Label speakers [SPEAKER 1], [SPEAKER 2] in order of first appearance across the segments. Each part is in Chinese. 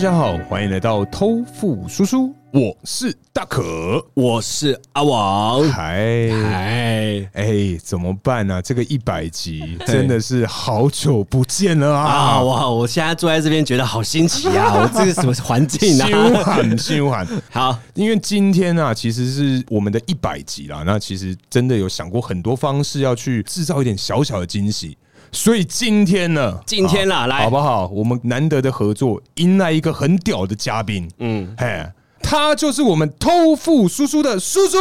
[SPEAKER 1] 家好，欢迎来到偷富叔叔，我是大可。
[SPEAKER 2] 我是阿王。
[SPEAKER 1] 嗨，
[SPEAKER 2] 哎
[SPEAKER 1] 哎，怎么办呢、啊？这个一百集真的是好久不见了
[SPEAKER 2] 啊！
[SPEAKER 1] 啊！
[SPEAKER 2] 哇，我现在坐在这边觉得好新奇 啊！我这个什么环境
[SPEAKER 1] 心
[SPEAKER 2] 啊？
[SPEAKER 1] 寒，心寒。
[SPEAKER 2] 好，
[SPEAKER 1] 因为今天啊，其实是我们的一百集啦。那其实真的有想过很多方式要去制造一点小小的惊喜。所以今天呢，
[SPEAKER 2] 今天啦
[SPEAKER 1] 啊
[SPEAKER 2] 来
[SPEAKER 1] 好不好？我们难得的合作，迎来一个很屌的嘉宾。嗯，嘿，他就是我们偷富叔叔的叔叔。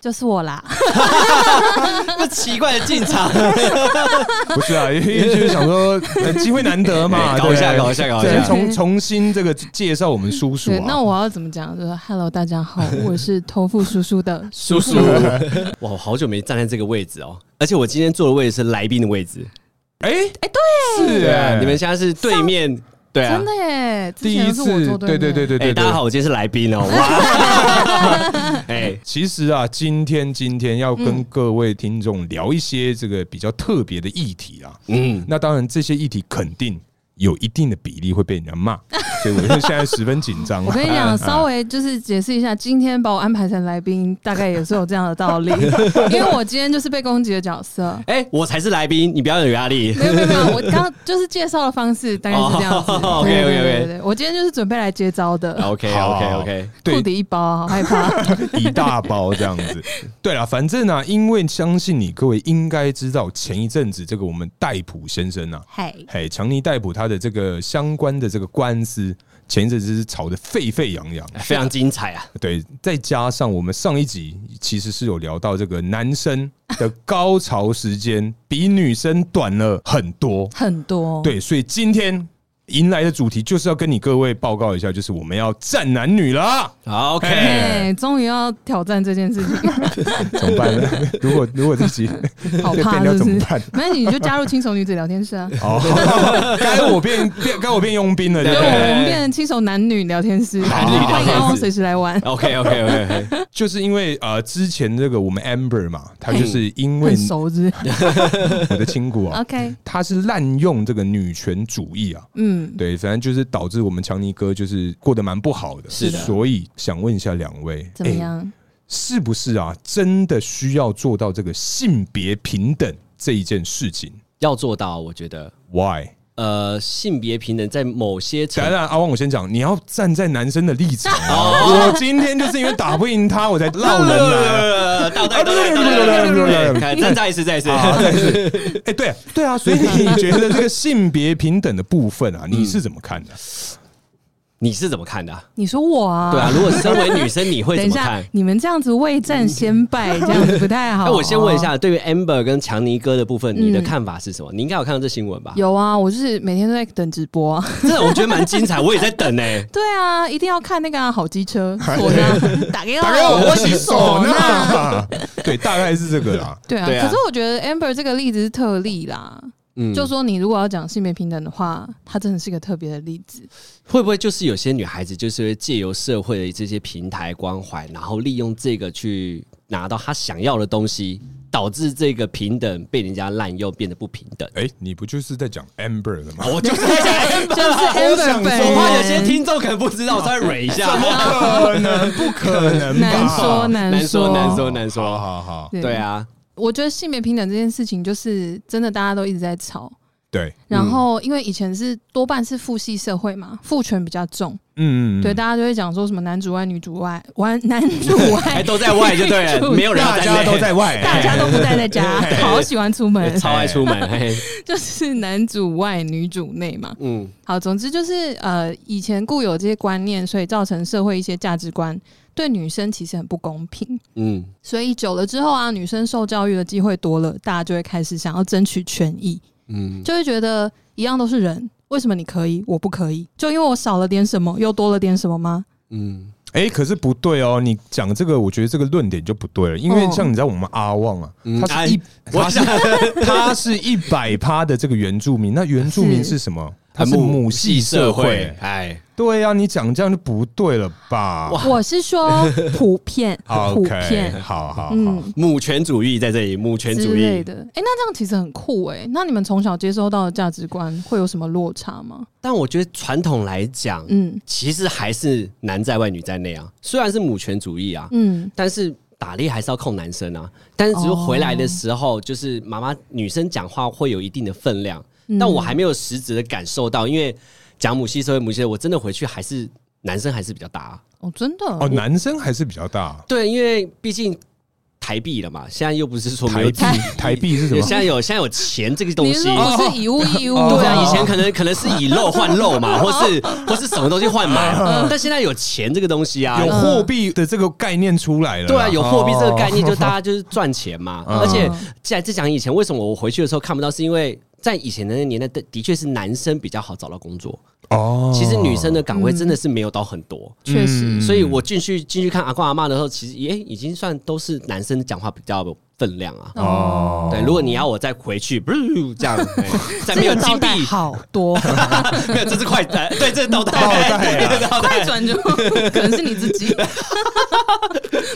[SPEAKER 3] 就是我啦，
[SPEAKER 2] 这奇怪的进 场，
[SPEAKER 1] 不是啊，因为就是想说，呃 机会难得嘛，
[SPEAKER 2] 哎 搞一下
[SPEAKER 1] 对
[SPEAKER 2] 搞一下搞一下
[SPEAKER 1] 对重重新这个介绍我们叔叔
[SPEAKER 3] 对，
[SPEAKER 1] 啊。
[SPEAKER 3] 那我要怎么讲？就是 Hello，大 家好，我是偷富叔叔的
[SPEAKER 2] 叔叔， 哇，我好久没站在这个位置哦，而且我今天坐的位置是来宾的位置，
[SPEAKER 1] 哎哎，对，是
[SPEAKER 2] 对
[SPEAKER 1] 哎
[SPEAKER 2] 啊，你们现在是对面，对啊
[SPEAKER 3] 真，的耶，之
[SPEAKER 1] 第
[SPEAKER 3] 前
[SPEAKER 1] 一
[SPEAKER 3] 都是我
[SPEAKER 1] 次
[SPEAKER 3] 坐，
[SPEAKER 1] 对对
[SPEAKER 3] 面
[SPEAKER 1] 对对
[SPEAKER 2] 哎，
[SPEAKER 1] 对，
[SPEAKER 2] 大家
[SPEAKER 1] 对
[SPEAKER 2] 好，我今天是来宾哦， 哇， 哎，
[SPEAKER 1] 其实啊，今天今天要
[SPEAKER 3] 嗯
[SPEAKER 1] 跟各位听众聊一些这个比较特别的议题啊。
[SPEAKER 2] 嗯，
[SPEAKER 1] 那当然，这些议题肯定有一定的比例会被人家骂，所以我现在十分紧张啊。
[SPEAKER 3] 我跟你讲，稍
[SPEAKER 1] 微
[SPEAKER 3] 微就是解释一下，今天把我安排成来宾，大概也是有这样的 道理，因为我今天就是被攻击的角色。
[SPEAKER 2] 哎，我才是来宾，你不要有压力，
[SPEAKER 3] 没有没有没有，我刚就是介绍的方式大概是这样子。
[SPEAKER 2] 哦
[SPEAKER 3] 对
[SPEAKER 2] OK，OK，OK
[SPEAKER 3] 对对对对，我今天就是准备来接招的，
[SPEAKER 2] OK OK OK，
[SPEAKER 3] 裤
[SPEAKER 1] 哦对
[SPEAKER 3] 底一包啊，好害怕。
[SPEAKER 1] 一大包这样子。对了，反正啊，因为相信你各位应该知道，前一阵子这个我们戴普先生啊，
[SPEAKER 3] 嗨，
[SPEAKER 1] 嘿，强尼戴普他的这个相关的这个官司，前一阵子是吵得沸沸扬扬。
[SPEAKER 2] 非常精彩啊，
[SPEAKER 1] 对，再加上我们上一集其实是有聊到这个男生的高潮时间比女生短了很多，
[SPEAKER 3] 很多。
[SPEAKER 1] 对，所以今天迎来的主题就是要跟你各位报告一下，就是我们要战男女了。
[SPEAKER 2] 好
[SPEAKER 1] 哎
[SPEAKER 2] ，OK。
[SPEAKER 3] 哎，终于要挑战这件事 情，
[SPEAKER 1] 怎么 办呢？如果如果自己
[SPEAKER 3] 好
[SPEAKER 1] 被被
[SPEAKER 3] 怕
[SPEAKER 1] 人家
[SPEAKER 3] 是不
[SPEAKER 1] 怎么
[SPEAKER 3] 是
[SPEAKER 1] 办？？
[SPEAKER 3] 那你就加入轻熟女子聊 天室啊。
[SPEAKER 1] 哦， 该我变变，该我变佣兵了，对
[SPEAKER 3] 对，
[SPEAKER 1] 不
[SPEAKER 3] 我
[SPEAKER 1] 对？
[SPEAKER 3] 们我们变成亲手男女聊天室，
[SPEAKER 2] 男女聊天室
[SPEAKER 3] 欢迎阿旺随时来玩。
[SPEAKER 2] OK OK OK，
[SPEAKER 1] 就是因为呃，之前这个我们 Amber 嘛，她就是因为
[SPEAKER 3] 很熟是不是
[SPEAKER 1] 我的亲骨啊，
[SPEAKER 3] ？OK，
[SPEAKER 1] 她是滥用这个女权主义啊，
[SPEAKER 3] 嗯，
[SPEAKER 1] 对，反正就是导致我们强尼哥就是过得蛮不好的，
[SPEAKER 2] 是的
[SPEAKER 1] 所以想问一下两位，
[SPEAKER 3] 怎么
[SPEAKER 1] 哎
[SPEAKER 3] 样？
[SPEAKER 1] 是不是啊？真的需要做到这个性别平等这一件事情
[SPEAKER 2] 要做到，我觉得，
[SPEAKER 1] ？Why？
[SPEAKER 2] 呃，性别平等在某些层
[SPEAKER 1] 当然，阿旺，我先讲，你要站在男生的立场 啊、
[SPEAKER 2] 哦
[SPEAKER 1] 我今天就是因为打不赢他，我才闹人 来、啊。
[SPEAKER 2] 了，倒带倒带倒带，看再再一次再一次，
[SPEAKER 1] 哎、对对啊，所以你觉得这个性别平等的部分 啊，你是怎么看的？
[SPEAKER 2] 你是怎么看的啊？
[SPEAKER 3] 你说我啊？
[SPEAKER 2] 对啊，如果身为女生，你会
[SPEAKER 3] 等
[SPEAKER 2] 怎
[SPEAKER 3] 一
[SPEAKER 2] 么
[SPEAKER 3] 下
[SPEAKER 2] 看？，
[SPEAKER 3] 你们这样子未战先败，这样子不 太好。啊
[SPEAKER 2] 那我先问一，下，对于 Amber 跟强尼哥的部分，你的看法是什么？你应该有看到这新闻吧？
[SPEAKER 3] 有啊，我就是每天都在等直播啊。
[SPEAKER 2] 真的，我觉得蛮精彩，我也在等哎。
[SPEAKER 3] 对啊，一定要看那个啊好 机车，我呢打给我，
[SPEAKER 1] 大概我
[SPEAKER 3] 洗
[SPEAKER 1] 洗手
[SPEAKER 3] 手呢。
[SPEAKER 1] 呢， 对，大概是这个啦。
[SPEAKER 3] 对啊，
[SPEAKER 2] 对啊
[SPEAKER 3] 可是我觉得 Amber 这个例子是特例啦。
[SPEAKER 2] 嗯，
[SPEAKER 3] 就说你如果要讲性别平等的话，它真的是一个特别的例子。
[SPEAKER 2] 会不会就是有些女孩子就是会借由社会的这些平台关怀，然后利用这个去拿到她想要的东西，导致这个平等被人家滥用，变得不平等？
[SPEAKER 1] 哎、你不就是在讲 Amber 的吗？
[SPEAKER 2] 我就是在讲 Amber，
[SPEAKER 3] 就是 Amber 本
[SPEAKER 2] 我
[SPEAKER 3] 人
[SPEAKER 2] 怕有些听众可能不知道，我稍微蕊 一下。
[SPEAKER 1] 可能不可能吧？
[SPEAKER 3] 难说
[SPEAKER 2] 难说，
[SPEAKER 3] 说
[SPEAKER 2] 难说，难
[SPEAKER 1] 好
[SPEAKER 2] 说。
[SPEAKER 1] 好好，
[SPEAKER 2] 对，啊，
[SPEAKER 3] 我觉得性别平等这件事情，就是真的大家都一直在吵。
[SPEAKER 2] 嗯
[SPEAKER 1] 对，
[SPEAKER 3] 然后，因为以前是多半是父系社会嘛，父权比较重，
[SPEAKER 1] 嗯，
[SPEAKER 3] 对，大家就会讲说什么男主外女主外， 完 男主
[SPEAKER 2] 哎，
[SPEAKER 3] 外，
[SPEAKER 2] 都在外就对了，没有人
[SPEAKER 1] 大家都在外，
[SPEAKER 3] 大家都哎不待在家，好喜欢出门
[SPEAKER 2] 内，，超爱出
[SPEAKER 1] 哎
[SPEAKER 2] 门。嘿，
[SPEAKER 3] 就是男主外女主内嘛。
[SPEAKER 2] 嗯，
[SPEAKER 3] 好，总之就是呃，以前固有这些观念，所以造成社会一些价值观对女生其实很不公平。
[SPEAKER 2] 嗯，
[SPEAKER 3] 所以久了之后啊，女生受教育的机会多了，大家就会开始想要争取权益，
[SPEAKER 2] 嗯，
[SPEAKER 3] 就会觉得一样都是人，为什么你可以，我不可以？就因为我少了点什么，又多了点什么吗？
[SPEAKER 2] 嗯，
[SPEAKER 1] 哎、可是不对哦，你讲这个，我觉得这个论点就不对了，因为
[SPEAKER 3] 哦
[SPEAKER 1] 像你知道我们阿旺啊，
[SPEAKER 2] 嗯
[SPEAKER 1] 他是一，
[SPEAKER 2] 我
[SPEAKER 1] 他
[SPEAKER 2] 想
[SPEAKER 1] 是他是一百趴的这个原住民，那原住民
[SPEAKER 3] 是
[SPEAKER 1] 是什么？它是母系社会。
[SPEAKER 2] 哎，
[SPEAKER 1] 对啊，你讲这样就不对了吧？
[SPEAKER 3] 我是说普遍，
[SPEAKER 1] 好
[SPEAKER 3] 普
[SPEAKER 1] OK，
[SPEAKER 3] 遍，
[SPEAKER 1] 好好好，
[SPEAKER 3] 嗯
[SPEAKER 2] 母权主义在这里，母权
[SPEAKER 3] 之
[SPEAKER 2] 主
[SPEAKER 3] 类
[SPEAKER 2] 义。
[SPEAKER 3] 的。哎、那这样其实很酷哎、那你们从小接收到的价值观会有什么落差吗？
[SPEAKER 2] 但我觉得传统来讲，
[SPEAKER 3] 嗯
[SPEAKER 2] 其实还是男在外女在内啊。虽然是母权主义啊，
[SPEAKER 3] 嗯，
[SPEAKER 2] 但是打猎还是要控男生啊。但是只是回来的时候，就是妈妈女生讲话会有一定的分量，
[SPEAKER 3] 嗯
[SPEAKER 2] 但我还没有实质的感受到，因为讲母系社会母系社会，我真的回去还是男生还是比较大、啊。
[SPEAKER 3] 哦，真的
[SPEAKER 1] 哦，男生还是比较大，
[SPEAKER 2] 对，因为毕竟台币了嘛，现在又不是说没
[SPEAKER 1] 台
[SPEAKER 2] 有
[SPEAKER 1] 币台币是什么
[SPEAKER 2] 现？在有现在有钱这个东
[SPEAKER 3] 你
[SPEAKER 2] 西
[SPEAKER 3] 是。说不是以物易物？
[SPEAKER 1] 哦
[SPEAKER 2] 对啊，以前可能可能是以肉换肉嘛，或是或是什么东西换买， 但现在有钱这个东西啊，
[SPEAKER 1] 有货币的这个概念出来了啦，
[SPEAKER 2] 对啊，有货币这个概念，
[SPEAKER 1] 哦
[SPEAKER 2] 就大家就是赚钱嘛。
[SPEAKER 1] 嗯
[SPEAKER 2] 而且既然在讲以前，为什么我回去的时候看不到，是因为。在以前的那个年代，的的确是男生比较好找到工作，
[SPEAKER 1] 哦
[SPEAKER 2] 其实女生的岗位真的是没有到很多，
[SPEAKER 3] 确实
[SPEAKER 1] 嗯
[SPEAKER 2] 所以我进去进去看阿公阿妈的时候，其实也、已经算都是男生讲话比较有分量啊。
[SPEAKER 1] 哦
[SPEAKER 2] 对，如果你要我再回去，不是这样，哎再没有
[SPEAKER 3] 这个
[SPEAKER 2] 金
[SPEAKER 3] 倒带
[SPEAKER 2] 币，
[SPEAKER 3] 好多，
[SPEAKER 2] 没有，这是快带，对，这是倒带，
[SPEAKER 1] 倒带啊
[SPEAKER 2] 对倒带
[SPEAKER 3] 快转就 可能是你自 己，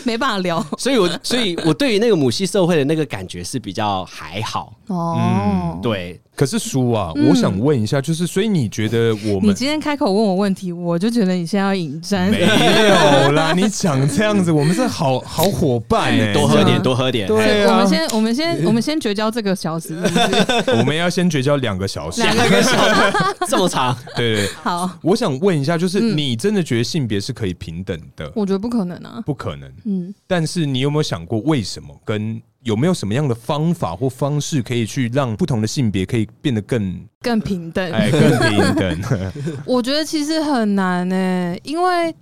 [SPEAKER 3] 没办法聊
[SPEAKER 2] 所以我，所以我对于那个母系社会的那个感觉是比较还好，
[SPEAKER 1] 嗯
[SPEAKER 3] 哦。
[SPEAKER 2] 对，
[SPEAKER 1] 可是叔啊，我想问一下，就是所以你觉得我
[SPEAKER 3] 你
[SPEAKER 1] 们
[SPEAKER 3] 今天开口问我问题，我就觉得你现在要引战。
[SPEAKER 1] 没有啦？你讲这样子，我们是好好伙伴哎，
[SPEAKER 2] 多喝点，
[SPEAKER 3] 嗯
[SPEAKER 2] 多喝点，
[SPEAKER 1] 对
[SPEAKER 2] 嘿
[SPEAKER 3] 所以
[SPEAKER 1] 啊
[SPEAKER 3] 我们先，我们先，我们先绝交这个小时，是不 是
[SPEAKER 1] 我们要先绝交两个小时，
[SPEAKER 3] 两
[SPEAKER 2] 两个小时这 么长，
[SPEAKER 1] 对对。对
[SPEAKER 3] 好，
[SPEAKER 1] 我想问一下，就是你真的觉得性别是可以平等的？
[SPEAKER 3] 我觉得不可能啊。
[SPEAKER 1] 不可能。
[SPEAKER 3] 嗯，
[SPEAKER 1] 但是你有没有想过，为什么？跟有没有什么样的方法或方式可以去让不同的性别可以变得更
[SPEAKER 3] 更平等。
[SPEAKER 1] 哎更平 等？
[SPEAKER 3] 我觉得其实很难呢、因为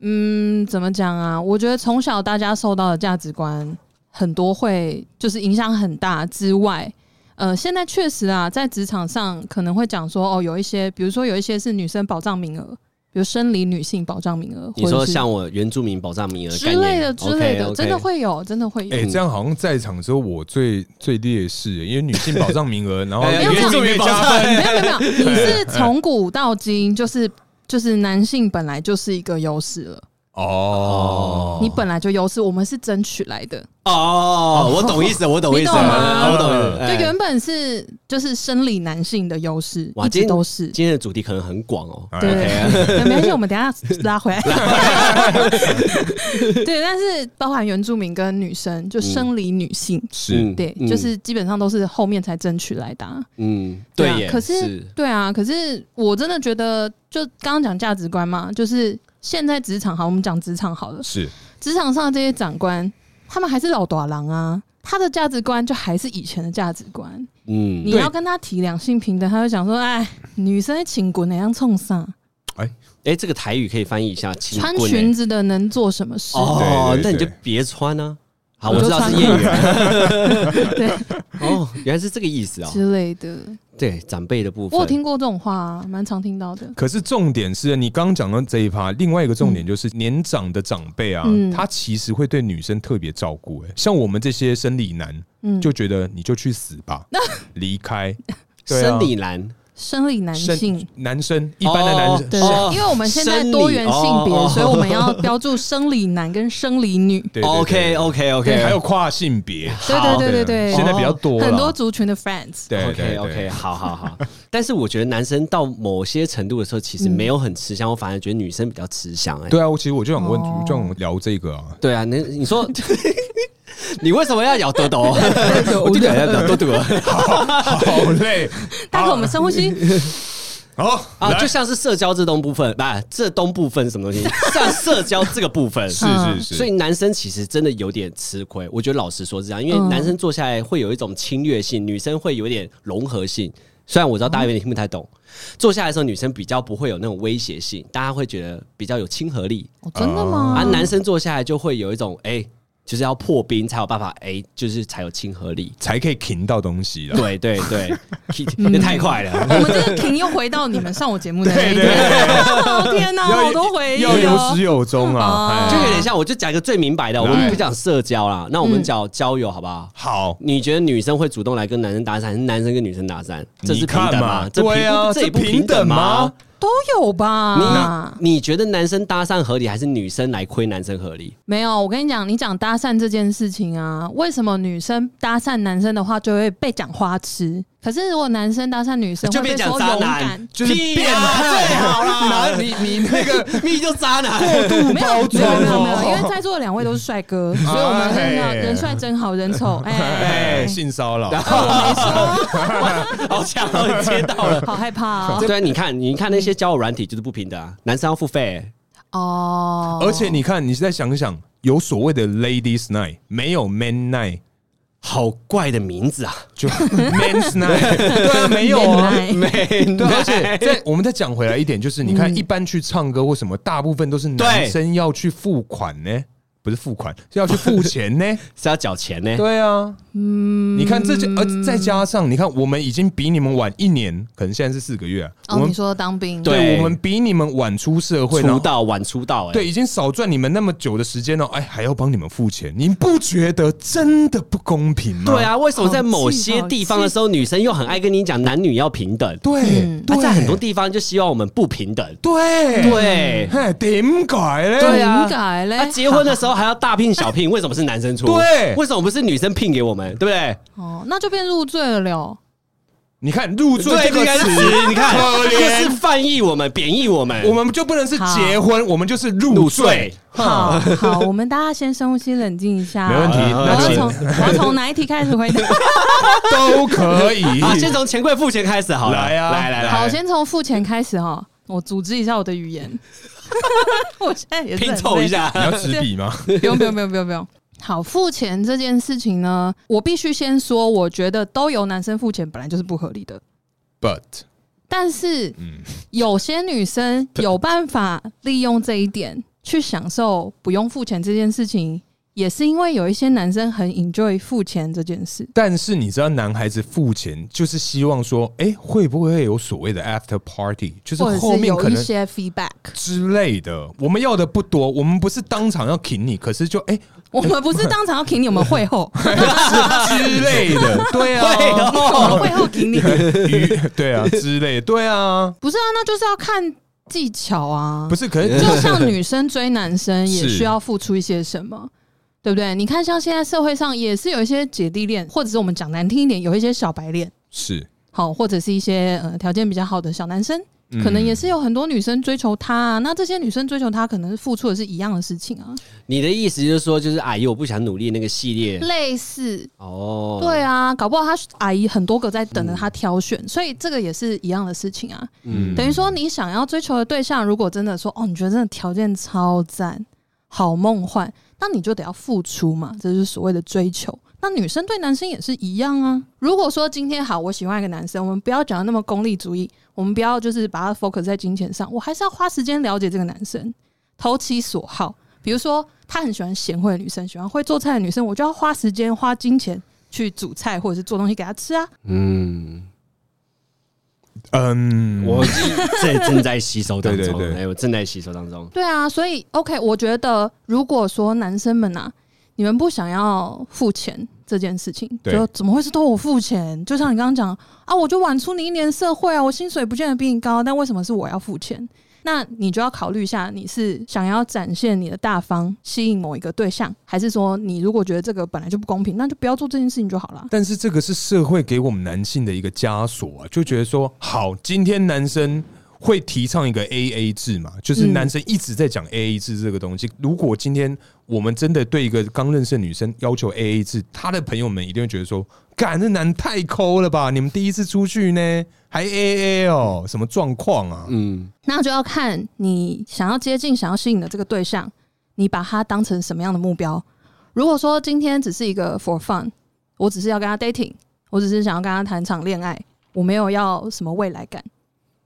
[SPEAKER 3] 嗯，怎么讲啊？我觉得从小大家受到的价值观很多会就是影响很大之外，呃，现在确实啊，在职场上可能会讲说哦，有一些，比如说有一些是女生保障名额，比如生理女性保障名额，
[SPEAKER 2] 你
[SPEAKER 3] 或
[SPEAKER 2] 说
[SPEAKER 3] 者是
[SPEAKER 2] 像我原住民保障名额
[SPEAKER 3] 之类的之类的
[SPEAKER 2] o k o k
[SPEAKER 3] 真的。会有，真 的会有。
[SPEAKER 1] 哎、
[SPEAKER 2] 嗯
[SPEAKER 1] 这样好像在场之后我最最劣势，欸因为女性保障名额，然后
[SPEAKER 2] 哎
[SPEAKER 3] 呀
[SPEAKER 1] 原住民加分，
[SPEAKER 3] 没有没有没有，你是从古到今就是。就是男性本来就是一个优势了，
[SPEAKER 1] 哦，
[SPEAKER 3] 你本来就优势，我们是争取来的。
[SPEAKER 2] 哦，我懂意思，我懂意思，
[SPEAKER 3] 你懂吗
[SPEAKER 2] 我懂意思。
[SPEAKER 3] 就
[SPEAKER 2] 哎
[SPEAKER 3] 原本是就是生理男性的优势，
[SPEAKER 2] 哇
[SPEAKER 3] 一直都是。
[SPEAKER 2] 今天的主题可能很广哦，
[SPEAKER 1] 哎
[SPEAKER 3] 对，对没关系，我们等一下拉 回来。 对，但是包含原住民跟女生，就生理女性，
[SPEAKER 1] 是
[SPEAKER 2] 嗯
[SPEAKER 3] 对，
[SPEAKER 2] 嗯
[SPEAKER 3] 就是基本上都是后面才争取来的啊、
[SPEAKER 2] 嗯，
[SPEAKER 3] 对
[SPEAKER 2] 对
[SPEAKER 3] 啊
[SPEAKER 2] 耶，
[SPEAKER 3] 可是对啊，可是我真的觉得，就刚刚讲价值观嘛，就是现在职场好，我们讲职场好了，
[SPEAKER 1] 是
[SPEAKER 3] 职场上的这些长官，他们还是老大郎啊，他的价值观就还是以前的价值观。
[SPEAKER 2] 嗯
[SPEAKER 3] 你
[SPEAKER 1] 对
[SPEAKER 3] 要跟他提两性平等，他就讲说：“哎，女生在请滚那样冲上，
[SPEAKER 2] 哎，这个台语可以翻译一下，请
[SPEAKER 3] 穿
[SPEAKER 2] 棍哎
[SPEAKER 3] 裙子的能做什么事？”
[SPEAKER 2] 哦
[SPEAKER 1] 对对，
[SPEAKER 2] 那你就
[SPEAKER 1] 对
[SPEAKER 2] 别穿啊。好，
[SPEAKER 3] 我
[SPEAKER 2] 我
[SPEAKER 3] 就
[SPEAKER 2] 知道是
[SPEAKER 3] 穿
[SPEAKER 2] 谚语
[SPEAKER 3] 对
[SPEAKER 2] 哦，原来是这个意思哦。
[SPEAKER 3] 之类的，
[SPEAKER 2] 对，长辈的部分，
[SPEAKER 3] 我有听过这种话、啊，蛮常听到的。
[SPEAKER 1] 可是重点是你刚刚讲到这一趴，另外一个重点就是年长的长辈啊，
[SPEAKER 3] 嗯
[SPEAKER 1] 他其实会对女生特别照顾、哎，像我们这些生理男
[SPEAKER 3] 嗯，
[SPEAKER 1] 就觉得你就去死 吧，离 开。对啊
[SPEAKER 2] 生理男，
[SPEAKER 3] 生理男性
[SPEAKER 1] 生。男生一般的男生
[SPEAKER 3] 对，
[SPEAKER 2] 哦
[SPEAKER 3] 因为我们现在
[SPEAKER 2] 生理
[SPEAKER 3] 多元性别，
[SPEAKER 2] 哦哦
[SPEAKER 3] 所以我们要标注生理男跟生理女。
[SPEAKER 1] 对对对
[SPEAKER 2] OK OK OK，
[SPEAKER 1] 还有跨性别，
[SPEAKER 3] 对
[SPEAKER 2] 好
[SPEAKER 3] 对对对对，
[SPEAKER 1] 现在比较多了
[SPEAKER 3] 很多族群的 friends。
[SPEAKER 1] 对
[SPEAKER 2] OK
[SPEAKER 1] 对
[SPEAKER 2] OK，
[SPEAKER 1] 对，
[SPEAKER 2] 好好好。 但是我觉得男生到某些程度的时候，其实没有很吃香，我反而觉得女生比较吃香、哎，
[SPEAKER 1] 对啊，我其实我就想问
[SPEAKER 3] 哦，
[SPEAKER 1] 就想聊这个 啊，
[SPEAKER 2] 对啊，你你说 你为什么要咬 豆豆？我就咬咬豆豆啊
[SPEAKER 1] 好累，
[SPEAKER 3] 啊 大哥，我们深呼吸。
[SPEAKER 1] 好
[SPEAKER 2] 啊，就
[SPEAKER 1] 来
[SPEAKER 2] 像是社交这东部分，不、啊，这东部分是什么东西？像社交这个部 分。
[SPEAKER 3] 啊
[SPEAKER 1] 是是
[SPEAKER 2] 所以
[SPEAKER 1] 是，
[SPEAKER 2] 男生其实真的有点吃亏，我觉得老实说是这样，因为
[SPEAKER 3] 嗯
[SPEAKER 2] 男生坐下来会有一种侵略性，女生会有一点融合性。虽然我知道大家有点听不太懂，坐下来的时候女生比较不会有那种威胁性，大家会觉得比较有亲和力，
[SPEAKER 1] 嗯啊
[SPEAKER 2] 啊
[SPEAKER 3] 哦真的吗？
[SPEAKER 2] 而、男生坐下来就会有一种哎、就是要破冰才有办法，哎、就是才有亲和力。
[SPEAKER 1] 才可以停到东西了。
[SPEAKER 2] 对对对，那太快了。
[SPEAKER 3] 我们这个停又回到你们上我节目的 那一
[SPEAKER 1] 对对
[SPEAKER 3] 天，天哪，好多回忆
[SPEAKER 1] 要有
[SPEAKER 3] 哦
[SPEAKER 1] 始。有终啊！
[SPEAKER 3] 哦
[SPEAKER 2] 就
[SPEAKER 1] 哎
[SPEAKER 2] 有点像，我就讲一个最明白的，我们
[SPEAKER 1] 来
[SPEAKER 2] 不讲社交啦，那我们讲交友好不好？
[SPEAKER 1] 好，
[SPEAKER 2] 你觉得女生会主动来跟男生搭讪，还是男生跟女生搭讪？这是
[SPEAKER 1] 你
[SPEAKER 2] 平
[SPEAKER 1] 看
[SPEAKER 2] 等
[SPEAKER 1] 嘛
[SPEAKER 2] 吗？这
[SPEAKER 1] 对啊
[SPEAKER 2] 这也不
[SPEAKER 1] 这平
[SPEAKER 2] 平等
[SPEAKER 1] 等
[SPEAKER 2] 吗
[SPEAKER 1] 吗？
[SPEAKER 3] 都有吧？
[SPEAKER 2] 你你觉得男生搭讪合理，还是女生来亏男生合理？
[SPEAKER 3] 没有，我跟你讲，你讲搭讪这件事情啊，为什么女生搭讪男生的话就会被讲花痴？可是如果男生搭讪女生，
[SPEAKER 2] 就
[SPEAKER 3] 会
[SPEAKER 2] 变
[SPEAKER 3] 被
[SPEAKER 2] 讲
[SPEAKER 3] 说
[SPEAKER 2] 渣
[SPEAKER 3] 勇敢
[SPEAKER 2] 男，，
[SPEAKER 1] 就是
[SPEAKER 2] 屁啊
[SPEAKER 1] 变态
[SPEAKER 2] 最好啦，
[SPEAKER 1] 拿 你你那个
[SPEAKER 2] 蜜就渣 男，
[SPEAKER 3] 没有没有
[SPEAKER 1] 装
[SPEAKER 3] 没有没
[SPEAKER 1] 哦
[SPEAKER 3] 有，因为在座的两位都是帅哥， 所以我们真的人帅真好人丑，哎
[SPEAKER 1] 哎，性骚扰，
[SPEAKER 2] 好强哦，你接到了。
[SPEAKER 3] 好害怕哦。
[SPEAKER 2] 对啊，你看，你看那些交友软体就是不平等啊，男生要付费，
[SPEAKER 3] 哦，
[SPEAKER 1] 而且你看，你再想想，有所谓的 Ladies Night，没有 Man Night，
[SPEAKER 2] 好怪的名字啊，
[SPEAKER 1] 就 Man's Night，对啊，没有啊。
[SPEAKER 3] 原来
[SPEAKER 2] 没对
[SPEAKER 1] 对啊，而且在我们再讲回来一点，就是你看，
[SPEAKER 3] 嗯
[SPEAKER 1] 一般去唱歌或什么，大部分都是男
[SPEAKER 2] 对
[SPEAKER 1] 生要去付款呢，不是付款，是要去付钱呢。
[SPEAKER 2] 是要缴钱呢。
[SPEAKER 1] 对啊，嗯，你看这就，而再加上你看，我们已经比你们晚一年，可能现在是四个月啊，我
[SPEAKER 3] 哦，
[SPEAKER 1] 们
[SPEAKER 3] 你说当兵，
[SPEAKER 2] 对
[SPEAKER 1] 我们比你们晚出社会，然
[SPEAKER 2] 出
[SPEAKER 1] 后
[SPEAKER 2] 道晚出道，哎，
[SPEAKER 1] 对，已经少赚你们那么久的时间了，哎，还要帮你们付钱，你不觉得真的不公平吗？
[SPEAKER 2] 对，啊，为什么在某些地方的时候，女生又很爱跟你讲男女要平等？
[SPEAKER 1] 对，
[SPEAKER 2] 啊
[SPEAKER 1] 对，
[SPEAKER 2] 在很多地方就希望我们不平等。
[SPEAKER 1] 对，嗯
[SPEAKER 2] 对，
[SPEAKER 1] 嘿，点改嘞？
[SPEAKER 2] 对啊
[SPEAKER 3] 应该嘞
[SPEAKER 2] 啊，结婚的时候还要大聘小聘，为什么是男生出？
[SPEAKER 1] 对
[SPEAKER 2] 为什么不是女生聘给我们？对不对？
[SPEAKER 3] 哦，那就变入赘了 了。
[SPEAKER 1] 你看入赘这
[SPEAKER 2] 对，
[SPEAKER 1] 个
[SPEAKER 2] 应该是
[SPEAKER 1] 词，
[SPEAKER 2] 你 看，
[SPEAKER 1] 可
[SPEAKER 2] 就是
[SPEAKER 1] 怜，
[SPEAKER 2] 翻译我们，贬义我们，
[SPEAKER 1] 我们就不能是
[SPEAKER 3] 好
[SPEAKER 1] 结婚，我们就是入
[SPEAKER 2] 入
[SPEAKER 1] 赘
[SPEAKER 2] 赘。。
[SPEAKER 3] 好好，我们大家先深呼吸，冷静一下。
[SPEAKER 1] 没问题
[SPEAKER 3] 我
[SPEAKER 1] 那
[SPEAKER 3] 要
[SPEAKER 1] 请
[SPEAKER 3] 从我要从哪一题开始回答？
[SPEAKER 1] 都可以。
[SPEAKER 2] 好，先从钱柜付钱开始好了。
[SPEAKER 1] 来啊
[SPEAKER 2] 来来来，
[SPEAKER 3] 好，先从付钱开始哈。我组织一下我的 语言，我现在也是
[SPEAKER 2] 拼
[SPEAKER 3] 很
[SPEAKER 2] 凑
[SPEAKER 3] 累
[SPEAKER 2] 一，下
[SPEAKER 1] 你。要纸笔 吗？
[SPEAKER 3] 不用不用不用不用不用。好，付钱这件事情呢，我必须先说，我觉得都由男生付钱本来就是不合理的，
[SPEAKER 1] But
[SPEAKER 3] 但是
[SPEAKER 1] 嗯
[SPEAKER 3] 有些女生有办法利用这一点去享受不用付钱这件事情，也是因为有一些男生很 enjoy 付钱这件事。
[SPEAKER 1] 但是你知道，男孩子付钱就是希望说，哎、会不会有所谓的 after party，就是
[SPEAKER 3] 或者
[SPEAKER 1] 后
[SPEAKER 3] 是
[SPEAKER 1] 面
[SPEAKER 3] 有
[SPEAKER 1] 可
[SPEAKER 3] 一
[SPEAKER 1] 能
[SPEAKER 3] 些 feedback，
[SPEAKER 1] 之类的。我们要的不多，我们不是当场要请你，可是就哎、
[SPEAKER 3] 我们不是当场要请你，我们会 后，
[SPEAKER 1] 之类的，对
[SPEAKER 2] 会
[SPEAKER 1] 啊，
[SPEAKER 3] 我们
[SPEAKER 2] 哦，
[SPEAKER 3] 会后请你。
[SPEAKER 1] 鱼对啊之类，对啊，
[SPEAKER 3] 不是啊，那就是要看技巧啊
[SPEAKER 1] 不。是，可是
[SPEAKER 3] 就像女生追男生也
[SPEAKER 1] 是
[SPEAKER 3] 需要付出一些什么，对不对？你看，像现在社会上也是有一些姐弟恋，或者是我们讲难听一点，有一些小白恋，
[SPEAKER 1] 是
[SPEAKER 3] 好，或者是一些呃条件比较好的小男生，
[SPEAKER 1] 嗯
[SPEAKER 3] 可能也是有很多女生追求他、啊。那这些女生追求他，可能是付出的是一样的事情啊，
[SPEAKER 2] 你的意思就是说，就是阿姨我不想努力那个系列
[SPEAKER 3] 类似。
[SPEAKER 2] 哦。
[SPEAKER 3] 对啊，搞不好他阿姨很多个在等着他挑选，所以这个也是一样的事情啊。
[SPEAKER 1] 嗯
[SPEAKER 3] 等于说，你想要追求的对象，如果真的说哦，你觉得真的条件超赞，好梦幻，那你就得要付出嘛，这就是所谓的追求。那女生对男生也是一样啊。如果说今天好，我喜欢一个男生，我们不要讲得那么功利主义，我们不要就是把它 focus 在金钱上，我还是要花时间了解这个男生，投其所好。比如说，他很喜欢贤惠的女生，喜欢会做菜的女生，我就要花时间花金钱去煮菜或者是做东西给他吃啊。
[SPEAKER 2] 嗯，
[SPEAKER 1] 嗯，
[SPEAKER 2] 我这正在吸收当中，
[SPEAKER 1] 对对对
[SPEAKER 2] 哎，我正在吸收当中。
[SPEAKER 3] 对啊，所以 OK，我觉得如果说男生们啊，你们不想要付钱这件事情，
[SPEAKER 1] 对
[SPEAKER 3] 就怎么会是都我付钱？就像你刚刚讲啊，我就晚出你一年社会啊，我薪水不见得比你高，但为什么是我要付钱？那你就要考虑一下，你是想要展现你的大方，吸引某一个对象，还是说你如果觉得这个本来就不公平，那就不要做这件事情就好了。
[SPEAKER 1] 但是这个是社会给我们男性的一个枷锁啊，就觉得说，好，今天男生会提倡一个 A A 制嘛，就是
[SPEAKER 3] 嗯
[SPEAKER 1] 男生一直在讲 A A 制这个东西。如果今天我们真的对一个刚认识的女生要求 A A 制，她的朋友们一定会觉得说，干，这男太抠了吧？你们第一次出去呢，还 A A 哦，什么状况啊？
[SPEAKER 2] 嗯，
[SPEAKER 3] 那就要看你想要接近、想要吸引的这个对象，你把它当成什么样的目标。如果说今天只是一个 for fun，我只是要跟他 dating，我只是想要跟他谈场恋爱，我没有要什么未来感，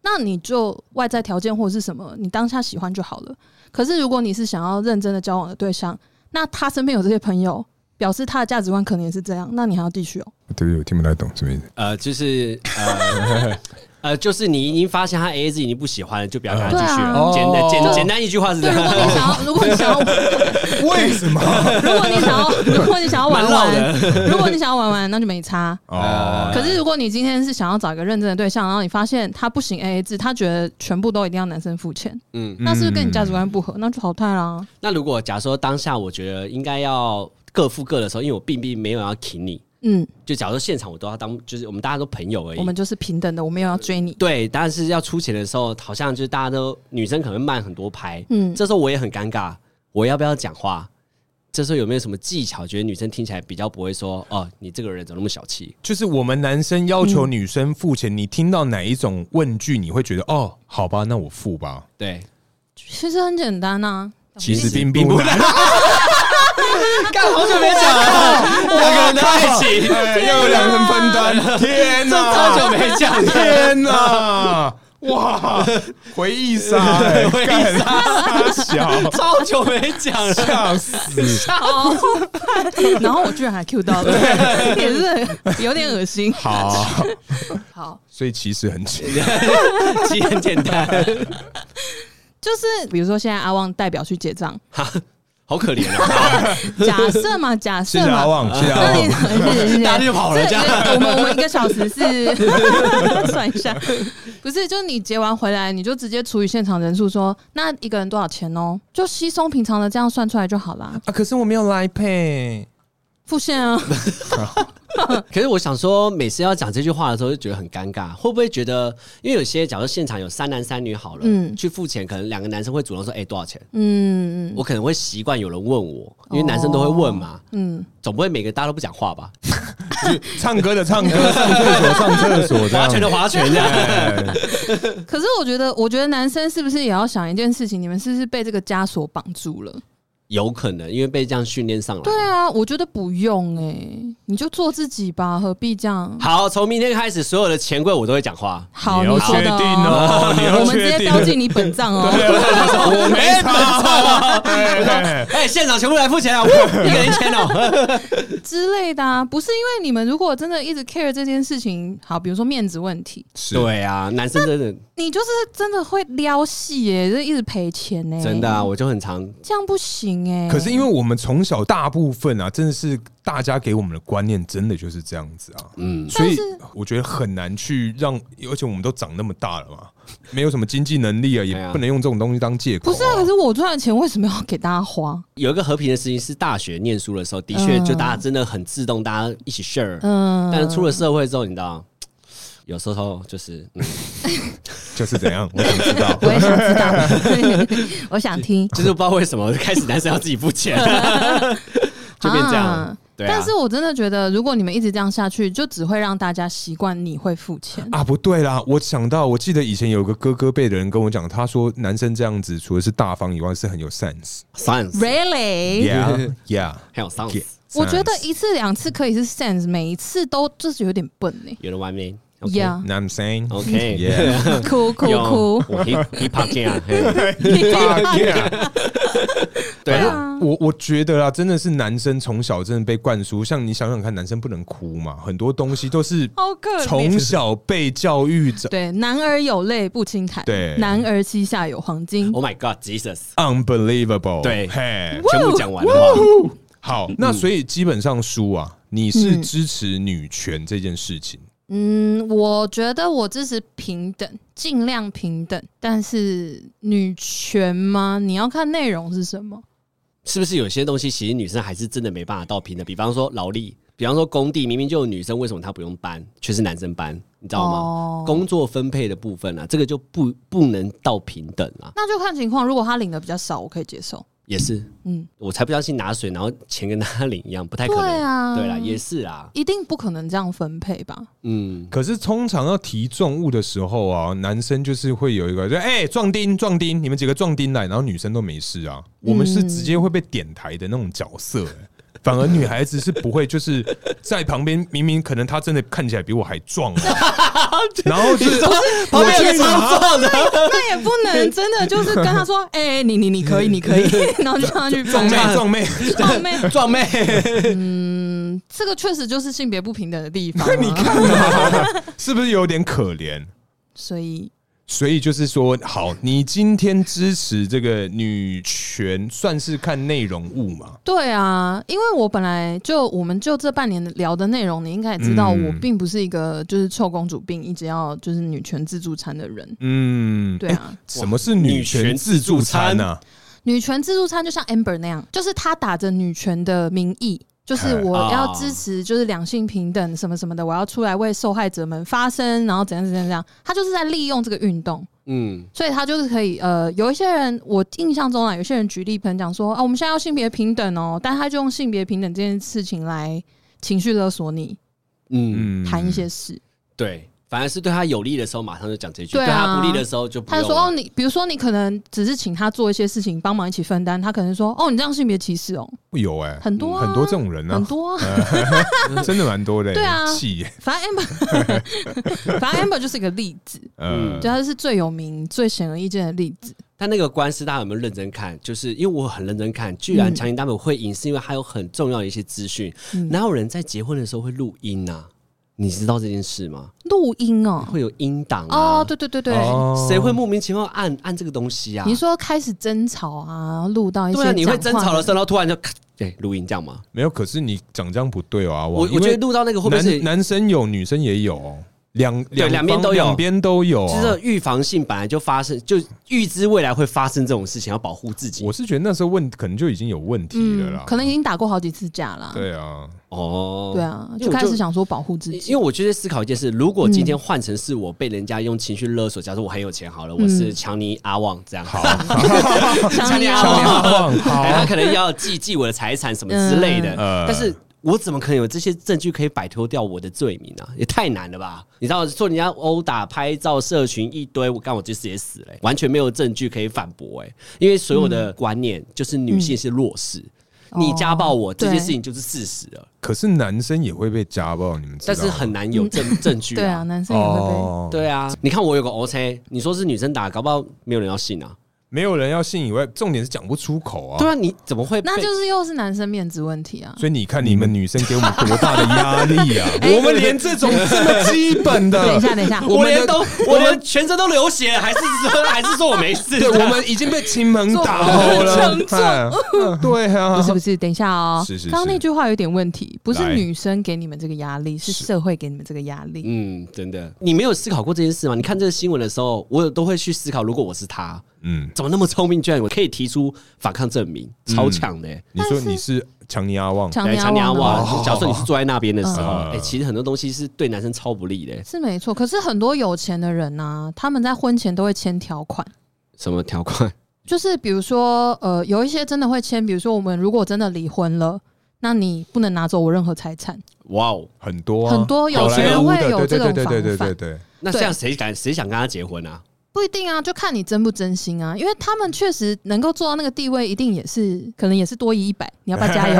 [SPEAKER 3] 那你就外在条件或者是什么，你当下喜欢就好了。可是如果你是想要认真的交往的对象，那他身边有这些朋友，表示他的价值观可能也是这样，那你还要继续哦、
[SPEAKER 1] 对不起，我听不太懂什 么意思。
[SPEAKER 2] 呃，就是呃呃，就是你已经发现他 A A 自己已经不喜欢了，就不要跟他继续了。
[SPEAKER 1] 对啊
[SPEAKER 2] 简单
[SPEAKER 1] 哦
[SPEAKER 2] 简简单一句话是这
[SPEAKER 3] 对，如
[SPEAKER 2] 样，
[SPEAKER 3] 果你想要，如果你想要，
[SPEAKER 1] 为什么？
[SPEAKER 3] 如果你想要，如果你想要
[SPEAKER 2] 蛮
[SPEAKER 3] 玩
[SPEAKER 2] 绕
[SPEAKER 3] 玩，
[SPEAKER 2] 的。
[SPEAKER 3] 如果你想要玩玩，那就没差。
[SPEAKER 1] 哦，
[SPEAKER 3] 可是如果你今天是想要找一个认真的对象，然后你发现他不行 AA 制，他觉得全部都一定要男生付钱，
[SPEAKER 2] 嗯，
[SPEAKER 3] 那是不是跟你价值观不合？那就淘啊汰啦。
[SPEAKER 2] 那如果假说当下我觉得应该要各付各的时候，因为我并并没有要请你，
[SPEAKER 3] 嗯，
[SPEAKER 2] 就假如说现场我都要当，就是我们大家都朋友而已
[SPEAKER 3] 我。们就是平等的，我没有要追你。
[SPEAKER 2] 对，但是要出钱的时候，好像就是大家都女生可能慢很多拍，
[SPEAKER 3] 嗯，
[SPEAKER 2] 这时候我也很尴尬，我要不要讲话？这时候有没有什么技巧，觉得女生听起来比较不会说哦，你这个人怎么那么小气？
[SPEAKER 1] 就是我们男生要求女生付钱，你听到哪一种问句，你会觉得哦，好吧，那我付吧。
[SPEAKER 2] 对，
[SPEAKER 3] 其实很简单啊呐、
[SPEAKER 1] 其实并
[SPEAKER 2] 并
[SPEAKER 1] 不
[SPEAKER 2] 不
[SPEAKER 1] 难，
[SPEAKER 2] 干，好久没讲了，两个人的爱情，
[SPEAKER 1] 哎又有两人分担，天
[SPEAKER 2] 这啊超久
[SPEAKER 1] 哪，
[SPEAKER 2] 没讲了。
[SPEAKER 1] 天哪！哇，回忆杀、哎欸，
[SPEAKER 2] 回忆
[SPEAKER 1] 杀，小
[SPEAKER 2] 超久没讲了，
[SPEAKER 1] 吓死！
[SPEAKER 3] 好， 然后我居然还 Q 到了，也是有点恶心。
[SPEAKER 1] 好，
[SPEAKER 3] 好，
[SPEAKER 1] 所以其实很简单。
[SPEAKER 2] 其实很简单，
[SPEAKER 3] 就是比如说现在阿旺代表去结账，
[SPEAKER 2] 好可怜啊！
[SPEAKER 3] 假设嘛，假
[SPEAKER 1] 谢
[SPEAKER 3] 设
[SPEAKER 1] 谢阿
[SPEAKER 3] 嘛，
[SPEAKER 1] 旺，谢谢阿
[SPEAKER 3] 那
[SPEAKER 1] 旺
[SPEAKER 3] 你。谢谢谢谢
[SPEAKER 2] 大家就跑了，这
[SPEAKER 3] 这
[SPEAKER 2] 样
[SPEAKER 3] 我们我们一个小时是算一下，不是，就是你结完回来，你就直接除以现场人数说，那一个人多少钱哦，就稀松平常的这样算出来就好啦。
[SPEAKER 1] 啊，可是我没有来配。
[SPEAKER 3] 付现啊，
[SPEAKER 2] 可是我想说，每次要讲这句话的时候，就觉得很尴尬。会不会觉得，因为有些假如现场有三男三女好了，
[SPEAKER 3] 嗯
[SPEAKER 2] 去付钱，可能两个男生会主动说：“哎、多少钱？”
[SPEAKER 3] 嗯
[SPEAKER 2] 我可能会习惯有人问我，因为男生都会问嘛，
[SPEAKER 3] 嗯，
[SPEAKER 2] 总不会每个大家都不讲话吧？
[SPEAKER 1] 唱歌的唱歌，上厕所上厕所，这
[SPEAKER 2] 划
[SPEAKER 1] 样
[SPEAKER 2] 拳的划拳这样。
[SPEAKER 1] 哎
[SPEAKER 3] 嗯可是我觉得，我觉得男生是不是也要想一件事情？你们是不是被这个枷锁绑住了？
[SPEAKER 2] 有可能因为被这样训练上来。
[SPEAKER 3] 对啊，我觉得不用哎、你就做自己吧，何必这样？
[SPEAKER 2] 好，从明天开始，所有的钱柜我都会讲话。
[SPEAKER 3] 好，
[SPEAKER 1] 你要
[SPEAKER 3] 你说的、
[SPEAKER 1] 确定哦你要
[SPEAKER 3] 我们直
[SPEAKER 1] 确
[SPEAKER 3] 接
[SPEAKER 1] 定
[SPEAKER 3] 标记你本账 哦。
[SPEAKER 1] 我没唱。
[SPEAKER 2] 哎、现场全部来付 钱啊！呜一个人一千哦。
[SPEAKER 3] 之类的啊，不是因为你们如果真的一直 care 这件事情，好，比如说面子问题，
[SPEAKER 1] 是，
[SPEAKER 2] 对啊，男生真的
[SPEAKER 3] 你就是真的会撩戏耶、就一直赔钱呢、
[SPEAKER 2] 真的啊，我就很常
[SPEAKER 3] 这样不行哎、
[SPEAKER 1] 可是因为我们从小大部分啊，真的是大家给我们的观念，真的就是这样子啊。
[SPEAKER 2] 嗯，
[SPEAKER 1] 所以
[SPEAKER 3] 但是
[SPEAKER 1] 我觉得很难去让，而且我们都长那么大了嘛，没有什么经济能力啊，也
[SPEAKER 2] 对啊
[SPEAKER 1] 不能用这种东西当借口、
[SPEAKER 3] 不是
[SPEAKER 2] 哦
[SPEAKER 3] 啊？可是我赚的钱为什么要给大家花？
[SPEAKER 2] 有一个和平的事情是大学念书的时候，的确就大家真的很自动，大家一起 share。
[SPEAKER 3] 嗯，。
[SPEAKER 2] 但是出了社会之后，你知道，有时候就是、嗯
[SPEAKER 1] 就是怎样，我想知道
[SPEAKER 2] 啊
[SPEAKER 3] 我也想知道， 我想听，
[SPEAKER 2] 就是不知道为什么开始男生要自己付钱， 就变这样。
[SPEAKER 3] 啊
[SPEAKER 2] 对啊，
[SPEAKER 3] 但是我真的觉得，如果你们一直这样下去，就只会让大家习惯你会付钱。
[SPEAKER 1] 啊，不对啦！我想到，我记得以前有个哥哥辈的人跟我讲，他说男生这样子除了是大方以外，是很有 sense。
[SPEAKER 2] sense
[SPEAKER 3] Really？
[SPEAKER 1] Yeah, yeah,
[SPEAKER 2] 还有 sounds，
[SPEAKER 1] yeah。
[SPEAKER 3] 我觉得
[SPEAKER 1] sense
[SPEAKER 3] 一次两次可以是 sense，每一次都就是有点笨呢、
[SPEAKER 2] 有人玩没
[SPEAKER 3] Yeah，
[SPEAKER 1] And I'm saying,
[SPEAKER 2] OK
[SPEAKER 1] yeah,
[SPEAKER 3] 哭哭
[SPEAKER 2] 有
[SPEAKER 3] 哭！
[SPEAKER 2] 我 hip hip hop 这样，嘿
[SPEAKER 1] fuck
[SPEAKER 3] 啊
[SPEAKER 1] yeah。
[SPEAKER 2] 对
[SPEAKER 1] 反
[SPEAKER 2] 啊，
[SPEAKER 1] 正我我觉得啊，真的是男生从小真的被灌输，像你想想看，男生不能哭嘛，很多东西都是
[SPEAKER 3] 好可怜
[SPEAKER 1] 从小被教育着。
[SPEAKER 3] 对，男儿有泪不轻弹，
[SPEAKER 1] 对
[SPEAKER 3] 男儿膝下有黄金。
[SPEAKER 2] ，Oh my God，Jesus，
[SPEAKER 1] Unbelievable，
[SPEAKER 2] 对
[SPEAKER 1] 嘿，
[SPEAKER 2] 全部讲完的话，
[SPEAKER 1] 好，那所以基本上输啊，你是支持女权这件事情，
[SPEAKER 3] 嗯，我觉得我支持平等，尽量平等，但是女权吗？你要看内容是什么。
[SPEAKER 2] 是不是有些东西其实女生还是真的没办法到平的？比方说劳力，比方说工地，明明就有女生，为什么她不用搬，却是男生搬？你知道吗？
[SPEAKER 3] 哦
[SPEAKER 2] 工作分配的部分啊，这个就不不能到平等啊，
[SPEAKER 3] 那就看情况，如果他领的比较少，我可以接受。
[SPEAKER 2] 也是，
[SPEAKER 3] 嗯，
[SPEAKER 2] 我才不相信拿水然后钱跟他领一样，不太可能。
[SPEAKER 3] 对啊
[SPEAKER 2] 对啦，也是啦，
[SPEAKER 3] 一定不可能这样分配吧？
[SPEAKER 2] 嗯，
[SPEAKER 1] 可是通常要提重物的时候啊，男生就是会有一个就哎、壮丁壮丁，你们几个壮丁来，然后女生都没事啊，我们是直接会被点台的那种角色、哎反而女孩子是不会，就是 在旁边明明可能她真的看起来比我还壮啊，然后就是
[SPEAKER 2] 旁
[SPEAKER 1] 我
[SPEAKER 2] 边有
[SPEAKER 1] 去
[SPEAKER 2] 个
[SPEAKER 1] 拿
[SPEAKER 2] 超壮的，
[SPEAKER 3] 那也不能真的就是跟他说，哎、你你你可以，你可以， 然后就让他去
[SPEAKER 1] 壮
[SPEAKER 3] 帮
[SPEAKER 1] 妹
[SPEAKER 3] 他
[SPEAKER 1] 壮妹，
[SPEAKER 3] 撞妹。
[SPEAKER 2] 壮妹，
[SPEAKER 3] 嗯，这个确实就是性别不平等的地方、
[SPEAKER 1] 你
[SPEAKER 3] 啊。
[SPEAKER 1] 看嘛，是不是有点可怜？
[SPEAKER 3] 所以
[SPEAKER 1] 所以就是说，好，你今天支持这个女权，算是看内容物嘛？
[SPEAKER 3] 对啊，因为我本来就我们就这半年聊的内容，你应该也知道，
[SPEAKER 1] 嗯
[SPEAKER 3] 我并不是一个就是臭公主病，一直要就是女权自助餐的人。
[SPEAKER 1] 嗯，
[SPEAKER 3] 对 啊，
[SPEAKER 1] 什么是女权自助餐呢、啊？
[SPEAKER 3] 女权自助餐就像 Amber 那样，就是她打着女权的名义，就是我要支持就是两性平等什么什么的，我要出来为受害者们发声，然后怎样怎样怎样，她就是在利用这个运动。
[SPEAKER 2] 嗯，
[SPEAKER 3] 所以他就是可以，呃，有一些人，我印象中啊，有些人举例可能讲说啊，我们现在要性别平等哦，但他就用性别平等这件事情来情绪勒索你，
[SPEAKER 2] 嗯，
[SPEAKER 1] 嗯，
[SPEAKER 3] 谈一些事。
[SPEAKER 2] 对，反而是对他有利的时候，马上就讲这句；
[SPEAKER 3] 对啊
[SPEAKER 2] 对他不利的时候就不
[SPEAKER 3] 他
[SPEAKER 2] 用
[SPEAKER 3] 就
[SPEAKER 2] 了。
[SPEAKER 3] 说哦，你比如说你可能只是请他做一些事情，帮忙一起分担，他可能说哦，你这样性别歧视哦，
[SPEAKER 1] 有哎、
[SPEAKER 3] 很多、啊
[SPEAKER 1] 很多这种人呢、
[SPEAKER 3] 很多、啊，
[SPEAKER 1] 啊， 真的蛮多的、欸。
[SPEAKER 3] 对啊
[SPEAKER 1] 气欸
[SPEAKER 3] 反正 amber，反正 amber 就是一个例子，
[SPEAKER 1] 呃
[SPEAKER 2] 嗯
[SPEAKER 3] 对，他是最有名、最显而易见的例子。
[SPEAKER 2] 但那个官司大家有没有认真看？就是因为我很认真看，居然强行担保会赢，是因为它有很重要的一些资讯。
[SPEAKER 3] 嗯
[SPEAKER 2] 哪有人在结婚的时候会录音啊？你知道这件事吗？
[SPEAKER 3] 录音哦，
[SPEAKER 2] 会有音档啊？
[SPEAKER 3] 哦，对对对对，
[SPEAKER 1] 哦
[SPEAKER 2] 谁会莫名其妙按按这个东西啊？
[SPEAKER 3] 你说开始争吵啊，录到一些
[SPEAKER 2] 对啊，你会
[SPEAKER 3] 讲
[SPEAKER 2] 争
[SPEAKER 3] 话
[SPEAKER 2] 吵的时候，然后突然就咔对录音这样吗？
[SPEAKER 1] 没有？可是你讲这样不对哦，阿
[SPEAKER 2] 我
[SPEAKER 1] 王，
[SPEAKER 2] 我
[SPEAKER 1] 因
[SPEAKER 2] 觉
[SPEAKER 1] 为
[SPEAKER 2] 得录到那个会不会是
[SPEAKER 1] 男？男生有，女生也有哦，两
[SPEAKER 2] 对两边
[SPEAKER 1] 方
[SPEAKER 2] 都有
[SPEAKER 1] 两边都有啊、
[SPEAKER 2] 就是这预防性本来就发生，就预知未来会发生这种事情，要保护自己
[SPEAKER 1] 我。是觉得那时候问可能就已经有问题了啦，
[SPEAKER 3] 嗯可能已经打过好几次架了。
[SPEAKER 1] 对 啊，
[SPEAKER 2] 哦，
[SPEAKER 3] 对啊，
[SPEAKER 2] 因为
[SPEAKER 3] 就
[SPEAKER 2] 我
[SPEAKER 3] 开始想说保护自己。
[SPEAKER 2] 嗯因为我就在思考一件事：如果今天换成是我被人家用情绪勒索，假设我很有钱好了，我是强尼阿旺这样，好，强尼 阿
[SPEAKER 1] 强
[SPEAKER 2] 旺
[SPEAKER 1] 烈，望
[SPEAKER 2] 哎
[SPEAKER 1] 好
[SPEAKER 2] 他可能要记记我的财产什么之类的，
[SPEAKER 1] 嗯呃
[SPEAKER 2] 但是。我怎么可能有这些证据可以摆脱掉我的罪名呢、也太难了吧！你知道说人家殴打、拍照、社群一堆，我干我就直接死了、完全没有证据可以反驳哎、因为所有的观念就是女性是弱势，
[SPEAKER 3] 嗯
[SPEAKER 2] 你家暴我、
[SPEAKER 3] 哦
[SPEAKER 2] 这件
[SPEAKER 3] 对
[SPEAKER 2] 事情就是事实了，
[SPEAKER 1] 可是男生也会被家暴，你们知道
[SPEAKER 2] 但
[SPEAKER 1] 吗？
[SPEAKER 2] 是很难有证证据、
[SPEAKER 3] 对啊，男生也会被。
[SPEAKER 1] 哦，
[SPEAKER 2] 对啊，你看我有个 OK，你说是女生打，搞不好没有人要信啊。
[SPEAKER 1] 没有人要信以外，重点是讲不出口啊。
[SPEAKER 2] 对啊，你怎么会被？
[SPEAKER 3] 那就是又是男生面子问题啊！
[SPEAKER 1] 所以你看，你们女生给我们多大的压力啊！
[SPEAKER 2] 哎
[SPEAKER 1] 我们连这种这么基本的，
[SPEAKER 3] 嗯哎等一下，等一下，
[SPEAKER 2] 我
[SPEAKER 1] 们
[SPEAKER 2] 连
[SPEAKER 1] 的
[SPEAKER 2] 都我连全身都流血，还是说 还是说我没事？啊
[SPEAKER 1] 对，我们已经被秦门打后了
[SPEAKER 3] 做，
[SPEAKER 1] 哎嗯对啊
[SPEAKER 3] 不，是不是，等一下哦
[SPEAKER 1] 是是是。
[SPEAKER 3] 刚刚那句话有点问题，不
[SPEAKER 1] 来
[SPEAKER 3] 是女生给你们这个压力，是社会给你们这个压力。
[SPEAKER 2] 嗯，真的，你没有思考过这件事吗？你看这个新闻的时候，我有都会去思考，如果我是他，
[SPEAKER 1] 嗯，
[SPEAKER 2] 怎么那么聪明，居然我可以提出反抗证明，超强的、欸。
[SPEAKER 1] 你说你是强尼阿旺，
[SPEAKER 3] 强尼
[SPEAKER 2] 强尼阿
[SPEAKER 3] 阿旺啊
[SPEAKER 2] 旺，假如说你是坐在那边的时候，
[SPEAKER 1] 嗯
[SPEAKER 2] 哎、其实很多东西是对男生超不利的、欸
[SPEAKER 3] 是没错，可是很多有钱的人呢，他们在婚前都会签条款。
[SPEAKER 2] 什么条款？
[SPEAKER 3] 就是比如说，呃，有一些真的会签，比如说我们如果真的离婚了，那你不能拿走我任何财产。
[SPEAKER 2] 哇哦，
[SPEAKER 1] 很多啊
[SPEAKER 3] 很多有
[SPEAKER 1] 好莱坞
[SPEAKER 3] 钱人会
[SPEAKER 1] 的，
[SPEAKER 3] 有
[SPEAKER 1] 对对
[SPEAKER 3] 这种
[SPEAKER 1] 对对对
[SPEAKER 3] 防
[SPEAKER 1] 对
[SPEAKER 3] 范
[SPEAKER 1] 对，
[SPEAKER 2] 那这样谁敢谁想跟他结婚啊？
[SPEAKER 3] 不一定啊，就看你真不真心啊，因为他们确实能够做到那个地位，一定也是可能也是多一一百，你要不要加油？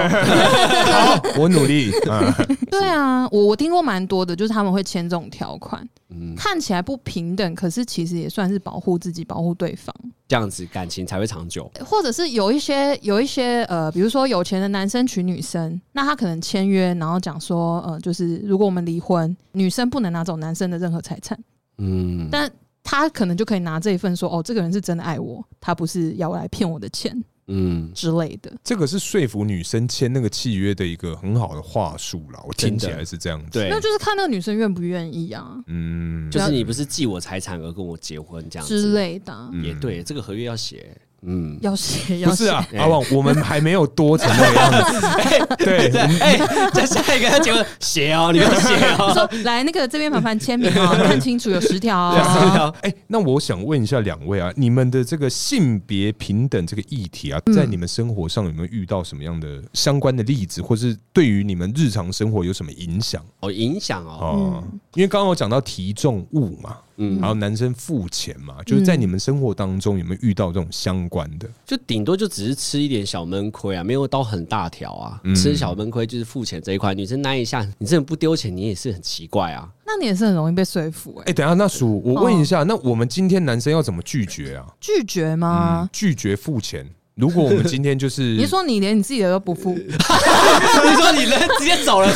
[SPEAKER 1] 好，我努力，嗯
[SPEAKER 3] 对啊，我我听过蛮多的，就是他们会签这种条款，
[SPEAKER 2] 嗯，
[SPEAKER 3] 看起来不平等，可是其实也算是保护自己、保护对方，
[SPEAKER 2] 这样子感情才会长久。
[SPEAKER 3] 或者是有一些有一些呃，比如说有钱的男生娶女生，那他可能签约，然后讲说呃，就是如果我们离婚，女生不能拿走男生的任何财产，
[SPEAKER 2] 嗯，
[SPEAKER 3] 但他可能就可以拿这一份说哦，这个人是真的爱我，他不是要来骗我的钱
[SPEAKER 2] 嗯，
[SPEAKER 3] 之类的。
[SPEAKER 1] 这个是说服女生签那个契约的一个很好的话术啦，我听起来是这样子。
[SPEAKER 2] 对
[SPEAKER 3] 那，就是看那个女生愿不愿意啊
[SPEAKER 1] 嗯，
[SPEAKER 2] 就是你不是继我财产而跟我结婚这样
[SPEAKER 3] 之
[SPEAKER 2] 子，
[SPEAKER 3] 类的啊、
[SPEAKER 1] 嗯
[SPEAKER 2] 也对，这个合约要写。嗯，
[SPEAKER 3] 要写要
[SPEAKER 1] 不
[SPEAKER 3] 写，
[SPEAKER 1] 是啊，
[SPEAKER 2] 要
[SPEAKER 1] 阿旺，我们还没有多成那个样子。 对，
[SPEAKER 2] 对，哎，在下一个要结婚写哦， 你要写
[SPEAKER 3] 他
[SPEAKER 2] 哦，
[SPEAKER 3] 说来那个这边麻烦签名啊，看清楚有十条、哦。
[SPEAKER 1] 哎，那我想问一下两位啊，你们的这个性别平等这个议题啊，
[SPEAKER 3] 嗯
[SPEAKER 1] 在你们生活上有没有遇到什么样的相关的例子，或是对于你们日常生活有什么影响
[SPEAKER 2] 哦，影响哦，
[SPEAKER 3] 嗯
[SPEAKER 1] 啊？因为刚刚我讲到提重物嘛，
[SPEAKER 2] 嗯
[SPEAKER 1] 还有男生付钱嘛，就是在你
[SPEAKER 3] 嗯
[SPEAKER 1] 们生活当中有没有遇到这种相关的？
[SPEAKER 2] 就顶多就只是吃一点小闷亏啊，没有到很大条啊。
[SPEAKER 1] 嗯
[SPEAKER 2] 吃小闷亏就是付钱这一块，女生那一下，你真的不丢钱，你也是很奇怪啊。
[SPEAKER 3] 那你也是很容易被说服哎、
[SPEAKER 1] 哎、等一下，那叔，我问一下，那我们今天男生要怎么拒绝啊？
[SPEAKER 3] 拒绝
[SPEAKER 1] 嗯
[SPEAKER 3] 吗？
[SPEAKER 1] 拒绝付钱。如果我们今天就嗯是，
[SPEAKER 3] 啊
[SPEAKER 1] 嗯
[SPEAKER 3] 你说你连你自己的都不付，
[SPEAKER 2] 你说你人直接走了，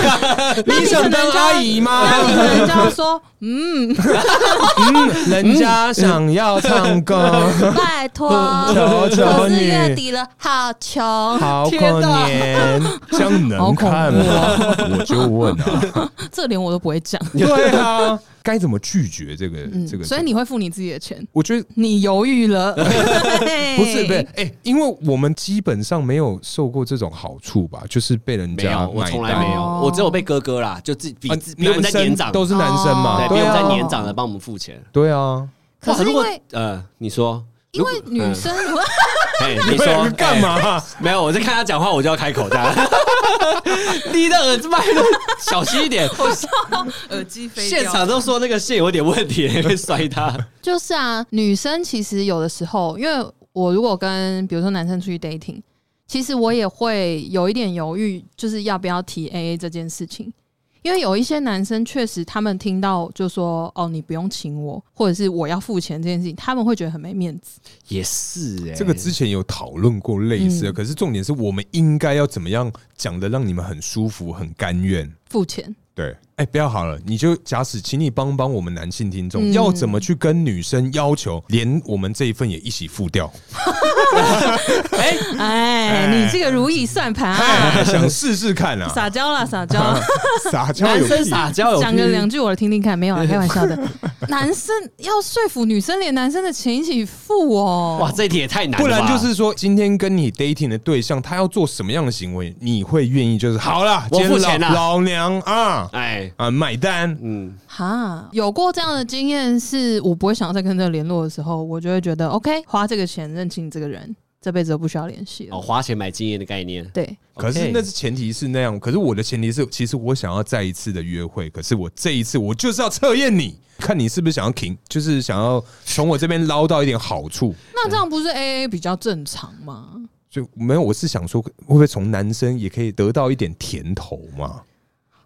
[SPEAKER 1] 你想当阿姨
[SPEAKER 3] 那
[SPEAKER 1] 吗？
[SPEAKER 3] 你可能就要说，嗯，
[SPEAKER 1] 嗯， 人家想要唱 歌，
[SPEAKER 3] 拜托，
[SPEAKER 1] 求求
[SPEAKER 3] 可是
[SPEAKER 1] 你，
[SPEAKER 3] 月底了，好穷，
[SPEAKER 1] 好
[SPEAKER 3] 天
[SPEAKER 1] 可
[SPEAKER 3] 哪，
[SPEAKER 1] 怜，这样能看啊
[SPEAKER 3] 啊
[SPEAKER 1] 吗？我就问啊，
[SPEAKER 3] 哦 这连我都不会讲。
[SPEAKER 1] 对啊，该怎么拒绝这个
[SPEAKER 3] 嗯
[SPEAKER 1] 这个？
[SPEAKER 3] 所以你会付你自己的钱，
[SPEAKER 1] 我觉得
[SPEAKER 3] 你犹豫 了，不
[SPEAKER 1] 不是，不是，哎、因为我们基本上没有受过这种好处吧，就是被人
[SPEAKER 2] 没
[SPEAKER 1] 家
[SPEAKER 2] 有，我
[SPEAKER 1] 买
[SPEAKER 2] 从来
[SPEAKER 1] 单
[SPEAKER 2] 没有，
[SPEAKER 3] 哦
[SPEAKER 2] 我只有被哥哥啦，就自己比
[SPEAKER 1] 啊
[SPEAKER 2] 自比我们在
[SPEAKER 1] 男
[SPEAKER 2] 年
[SPEAKER 1] 生
[SPEAKER 2] 长，
[SPEAKER 1] 都是男生嘛，
[SPEAKER 2] 对，比
[SPEAKER 1] 对
[SPEAKER 2] 我们在
[SPEAKER 1] 啊，
[SPEAKER 2] 年长的帮我们付钱。
[SPEAKER 1] 对啊，
[SPEAKER 3] 可是
[SPEAKER 2] 哇如
[SPEAKER 3] 因
[SPEAKER 2] 果
[SPEAKER 3] 为
[SPEAKER 2] 呃，你说，
[SPEAKER 3] 因为女生，
[SPEAKER 2] 哎，你 说
[SPEAKER 1] 干？嘛？
[SPEAKER 2] 哎没有，我在看他讲话，我就要开口 这样。你的耳麦都小心一 点，
[SPEAKER 3] 耳机飞
[SPEAKER 2] 现场都说那个线有点问题，会摔他。
[SPEAKER 3] 就是啊，女生其实有的时候，因为我如果跟比如说男生出去 dating，其实我也会有一点犹豫，就是要不要提 AA 这件事情。因为有一些男生确实，他们听到就说“哦，你不用请我”或者是“我要付钱”这件事情，他们会觉得很没面子。
[SPEAKER 2] 也是哎，
[SPEAKER 1] 这个之前有讨论过类似的，
[SPEAKER 3] 嗯
[SPEAKER 1] 可是重点是我们应该要怎么样讲的让你们很舒服、很甘愿。
[SPEAKER 3] 付 钱，
[SPEAKER 1] 对，哎、不要好了，你就假使，请你帮帮我们男性听众，
[SPEAKER 3] 嗯
[SPEAKER 1] 要怎么去跟女生要求，连我们这一份也一起付 掉？
[SPEAKER 2] 哎，
[SPEAKER 3] 哎，你这个如意算盘啊，
[SPEAKER 1] 哎，想试试看啊！
[SPEAKER 3] 撒娇啦， 撒娇。
[SPEAKER 1] 撒娇
[SPEAKER 2] 男
[SPEAKER 1] 有
[SPEAKER 2] 生
[SPEAKER 1] 屁？
[SPEAKER 2] 撒娇有
[SPEAKER 3] 讲个
[SPEAKER 2] 屁
[SPEAKER 3] 两句我来听听看，没有啊 啦，开玩笑的。男生要说服女生，连男生的钱一起付哦。
[SPEAKER 2] 哇，这一题也太难
[SPEAKER 1] 不
[SPEAKER 2] 了吧，
[SPEAKER 1] 然就是说，今天跟你 dating 的对象，他要做什么样的行为，你会愿意？就是好啦，
[SPEAKER 2] 我
[SPEAKER 1] 今
[SPEAKER 2] 付
[SPEAKER 1] 天
[SPEAKER 2] 钱啦
[SPEAKER 1] 老老娘啊
[SPEAKER 2] 哎，
[SPEAKER 1] 啊买单。
[SPEAKER 2] 嗯，
[SPEAKER 3] 哈，有过这样的经验，是我不会想要再跟这个联络的时候，我就会觉得 OK，花这个钱认清这个人，这辈子都不需要联系了。
[SPEAKER 2] 哦，花钱买经验的概念，
[SPEAKER 3] 对，
[SPEAKER 1] 可是
[SPEAKER 2] OK
[SPEAKER 1] 那是前提是那样，可是我的前提是，其实我想要再一次的约会，可是我这一次我就是要测验你，看你是不是想要停，就是想要从我这边捞到一点好处。
[SPEAKER 3] 那这样不是 AA 比较正常吗？
[SPEAKER 1] 就没有，我是想说，会不会从男生也可以得到一点甜头嘛？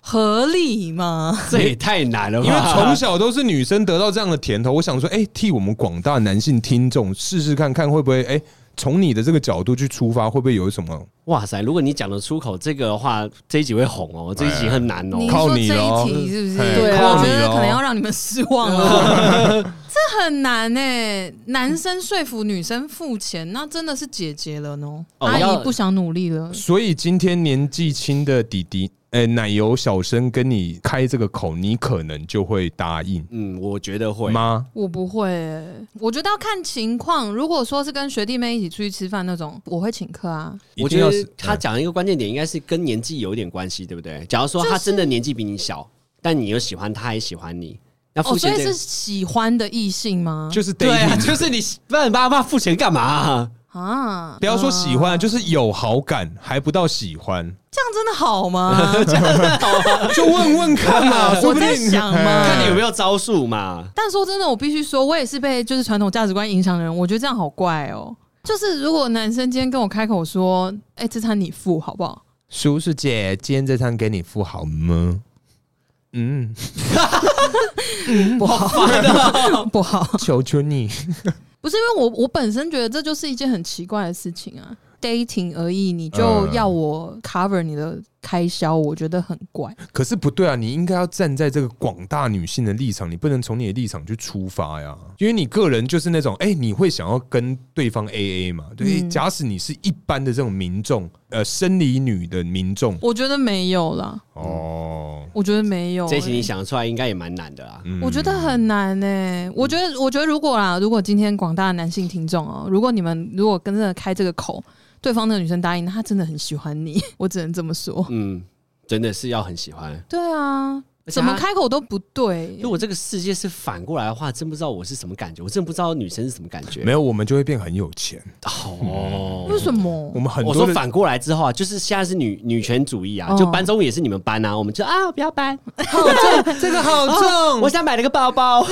[SPEAKER 3] 合理吗？
[SPEAKER 2] 这也太难了吧，
[SPEAKER 1] 因为从小都是女生得到这样的甜头，我想说，哎、替我们广大男性听众试试看看，会不会，哎、从你的这个角度去出发，会不会有什么？
[SPEAKER 2] 哇塞，如果你讲得出口这个的话，这一集会红哦，这一集很难哦
[SPEAKER 3] 你。
[SPEAKER 1] 靠
[SPEAKER 3] 说这
[SPEAKER 1] 你了哦
[SPEAKER 3] 一题是不是？
[SPEAKER 1] 哎
[SPEAKER 3] 我
[SPEAKER 1] 靠
[SPEAKER 3] 觉
[SPEAKER 1] 你
[SPEAKER 3] 得
[SPEAKER 1] 了哦
[SPEAKER 3] 可能要让你们失望了。 这很难呢、男生说服女生付钱，那真的是姐姐了呢。
[SPEAKER 2] 哦
[SPEAKER 3] 阿
[SPEAKER 2] 要
[SPEAKER 3] 姨不想努力了，
[SPEAKER 1] 所以今天年纪轻的弟弟，哎、奶油小生跟你开这个口，你可能就会答应
[SPEAKER 2] 嗯，我觉得会，
[SPEAKER 1] 吗？
[SPEAKER 3] 我不会欸、我觉得要看情况。如果说是跟学弟妹一起出去吃饭那种，我会请客啊。
[SPEAKER 2] 我
[SPEAKER 1] 一
[SPEAKER 2] 觉
[SPEAKER 1] 定要是
[SPEAKER 2] 得他讲的一个关键点应该是跟年纪有一点关系，对不对？假如说他真的年纪比你小，但你又喜欢他，也喜欢你，那付
[SPEAKER 3] 哦，所
[SPEAKER 2] 钱
[SPEAKER 3] 以
[SPEAKER 2] 这
[SPEAKER 3] 是
[SPEAKER 2] 个
[SPEAKER 3] 喜欢的异性吗？
[SPEAKER 1] 呃就是
[SPEAKER 2] 对啊，
[SPEAKER 1] dating，、
[SPEAKER 2] 就是你爸爸爸付钱干嘛 啊？
[SPEAKER 3] 啊，
[SPEAKER 1] 不要说喜欢，
[SPEAKER 3] 嗯
[SPEAKER 1] 就是有好感，还不到喜 欢，
[SPEAKER 3] 这样真的好 吗？
[SPEAKER 1] 就问问看嘛，说
[SPEAKER 3] 我
[SPEAKER 1] 不
[SPEAKER 3] 在
[SPEAKER 1] 定
[SPEAKER 3] 想嘛
[SPEAKER 1] 哎
[SPEAKER 2] 看你有没有招数嘛。
[SPEAKER 3] 但说真的，我必须说，我也是被就是传统价值观影响的人，我觉得这样好怪哦。就是如果男生今天跟我开口说：“哎、这餐你付好 不好
[SPEAKER 1] 叔叔姐，今天这餐给你付好吗？嗯，？”
[SPEAKER 3] 不好，
[SPEAKER 1] 啊
[SPEAKER 3] 不好，
[SPEAKER 1] 求求你。
[SPEAKER 3] 不是因为我我本身觉得这就是一件很奇怪的事情啊，dating 而已，你就
[SPEAKER 1] 嗯
[SPEAKER 3] 要我 cover 你的开销，我觉得很怪。
[SPEAKER 1] 可是不对啊，你应该要站在这个广大女性的立场，你不能从你的立场去出发呀，因为你个人就是那种，哎、你会想要跟对方 A A 嘛？对，
[SPEAKER 3] 嗯
[SPEAKER 1] 假使你是一般的这种民众，呃，生理女的民众，
[SPEAKER 3] 我觉得没有啦，
[SPEAKER 1] 哦，
[SPEAKER 3] 我觉得没 有、欸
[SPEAKER 2] 这一题你想得出来应该也蛮难的啦。
[SPEAKER 1] 嗯
[SPEAKER 3] 我觉得很难呢、我觉得，我觉得如果啦，如果今天广大的男性听众哦、如果你们如果跟着开这个口，对方的女生答应，那 她真的很喜欢你，我只能这么说。
[SPEAKER 2] 嗯，真的是要很喜欢。
[SPEAKER 3] 对啊，
[SPEAKER 2] 而且
[SPEAKER 3] 怎么
[SPEAKER 2] 他
[SPEAKER 3] 开口都不对
[SPEAKER 2] 如。果这个世界是反过来的话，真不知道我是什么感觉，我真不知道女生是什么感觉。
[SPEAKER 1] 没
[SPEAKER 2] 有
[SPEAKER 1] 有，我们就会变很有钱。
[SPEAKER 2] 哦，
[SPEAKER 3] 为什
[SPEAKER 1] 我
[SPEAKER 3] 么？
[SPEAKER 1] 们很
[SPEAKER 2] 我
[SPEAKER 1] 多
[SPEAKER 2] 说
[SPEAKER 1] 的
[SPEAKER 2] 反过来之后啊，就是现在是女女权主义啊，
[SPEAKER 3] 哦
[SPEAKER 2] 就搬中午也是你们搬啊，我们就啊不要搬，
[SPEAKER 1] 这个好重
[SPEAKER 2] 我想买了个包包，
[SPEAKER 3] 哦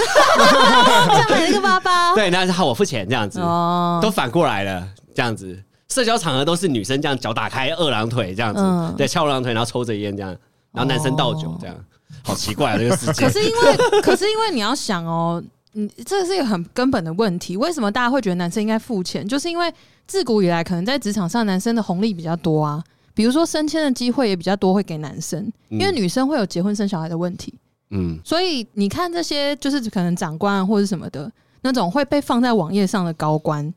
[SPEAKER 3] 再买了个包 包
[SPEAKER 2] 对，那是好我付钱这样子，
[SPEAKER 3] 哦
[SPEAKER 2] 都反过来了这样子。社交场合都是女生这样脚打开二郎腿这样子，
[SPEAKER 3] 嗯哦
[SPEAKER 2] 对，翘二郎腿，然后抽着烟这样，然后男生倒酒这样，好奇怪啊这个世界
[SPEAKER 3] 可。是因为， 可是因为你要想哦，你这是一个很根本的问题。为什么大家会觉得男生应该付钱？就是因为自古以来，可能在职场上，男生的红利比较多啊，比如说升迁的机会也比较多，会给男生，因为
[SPEAKER 2] 嗯
[SPEAKER 3] 女生会有结婚生小孩的问题。
[SPEAKER 2] 嗯，
[SPEAKER 3] 所以你看这些，就是可能长官啊或者什么的那种会被放在网页上的高 官，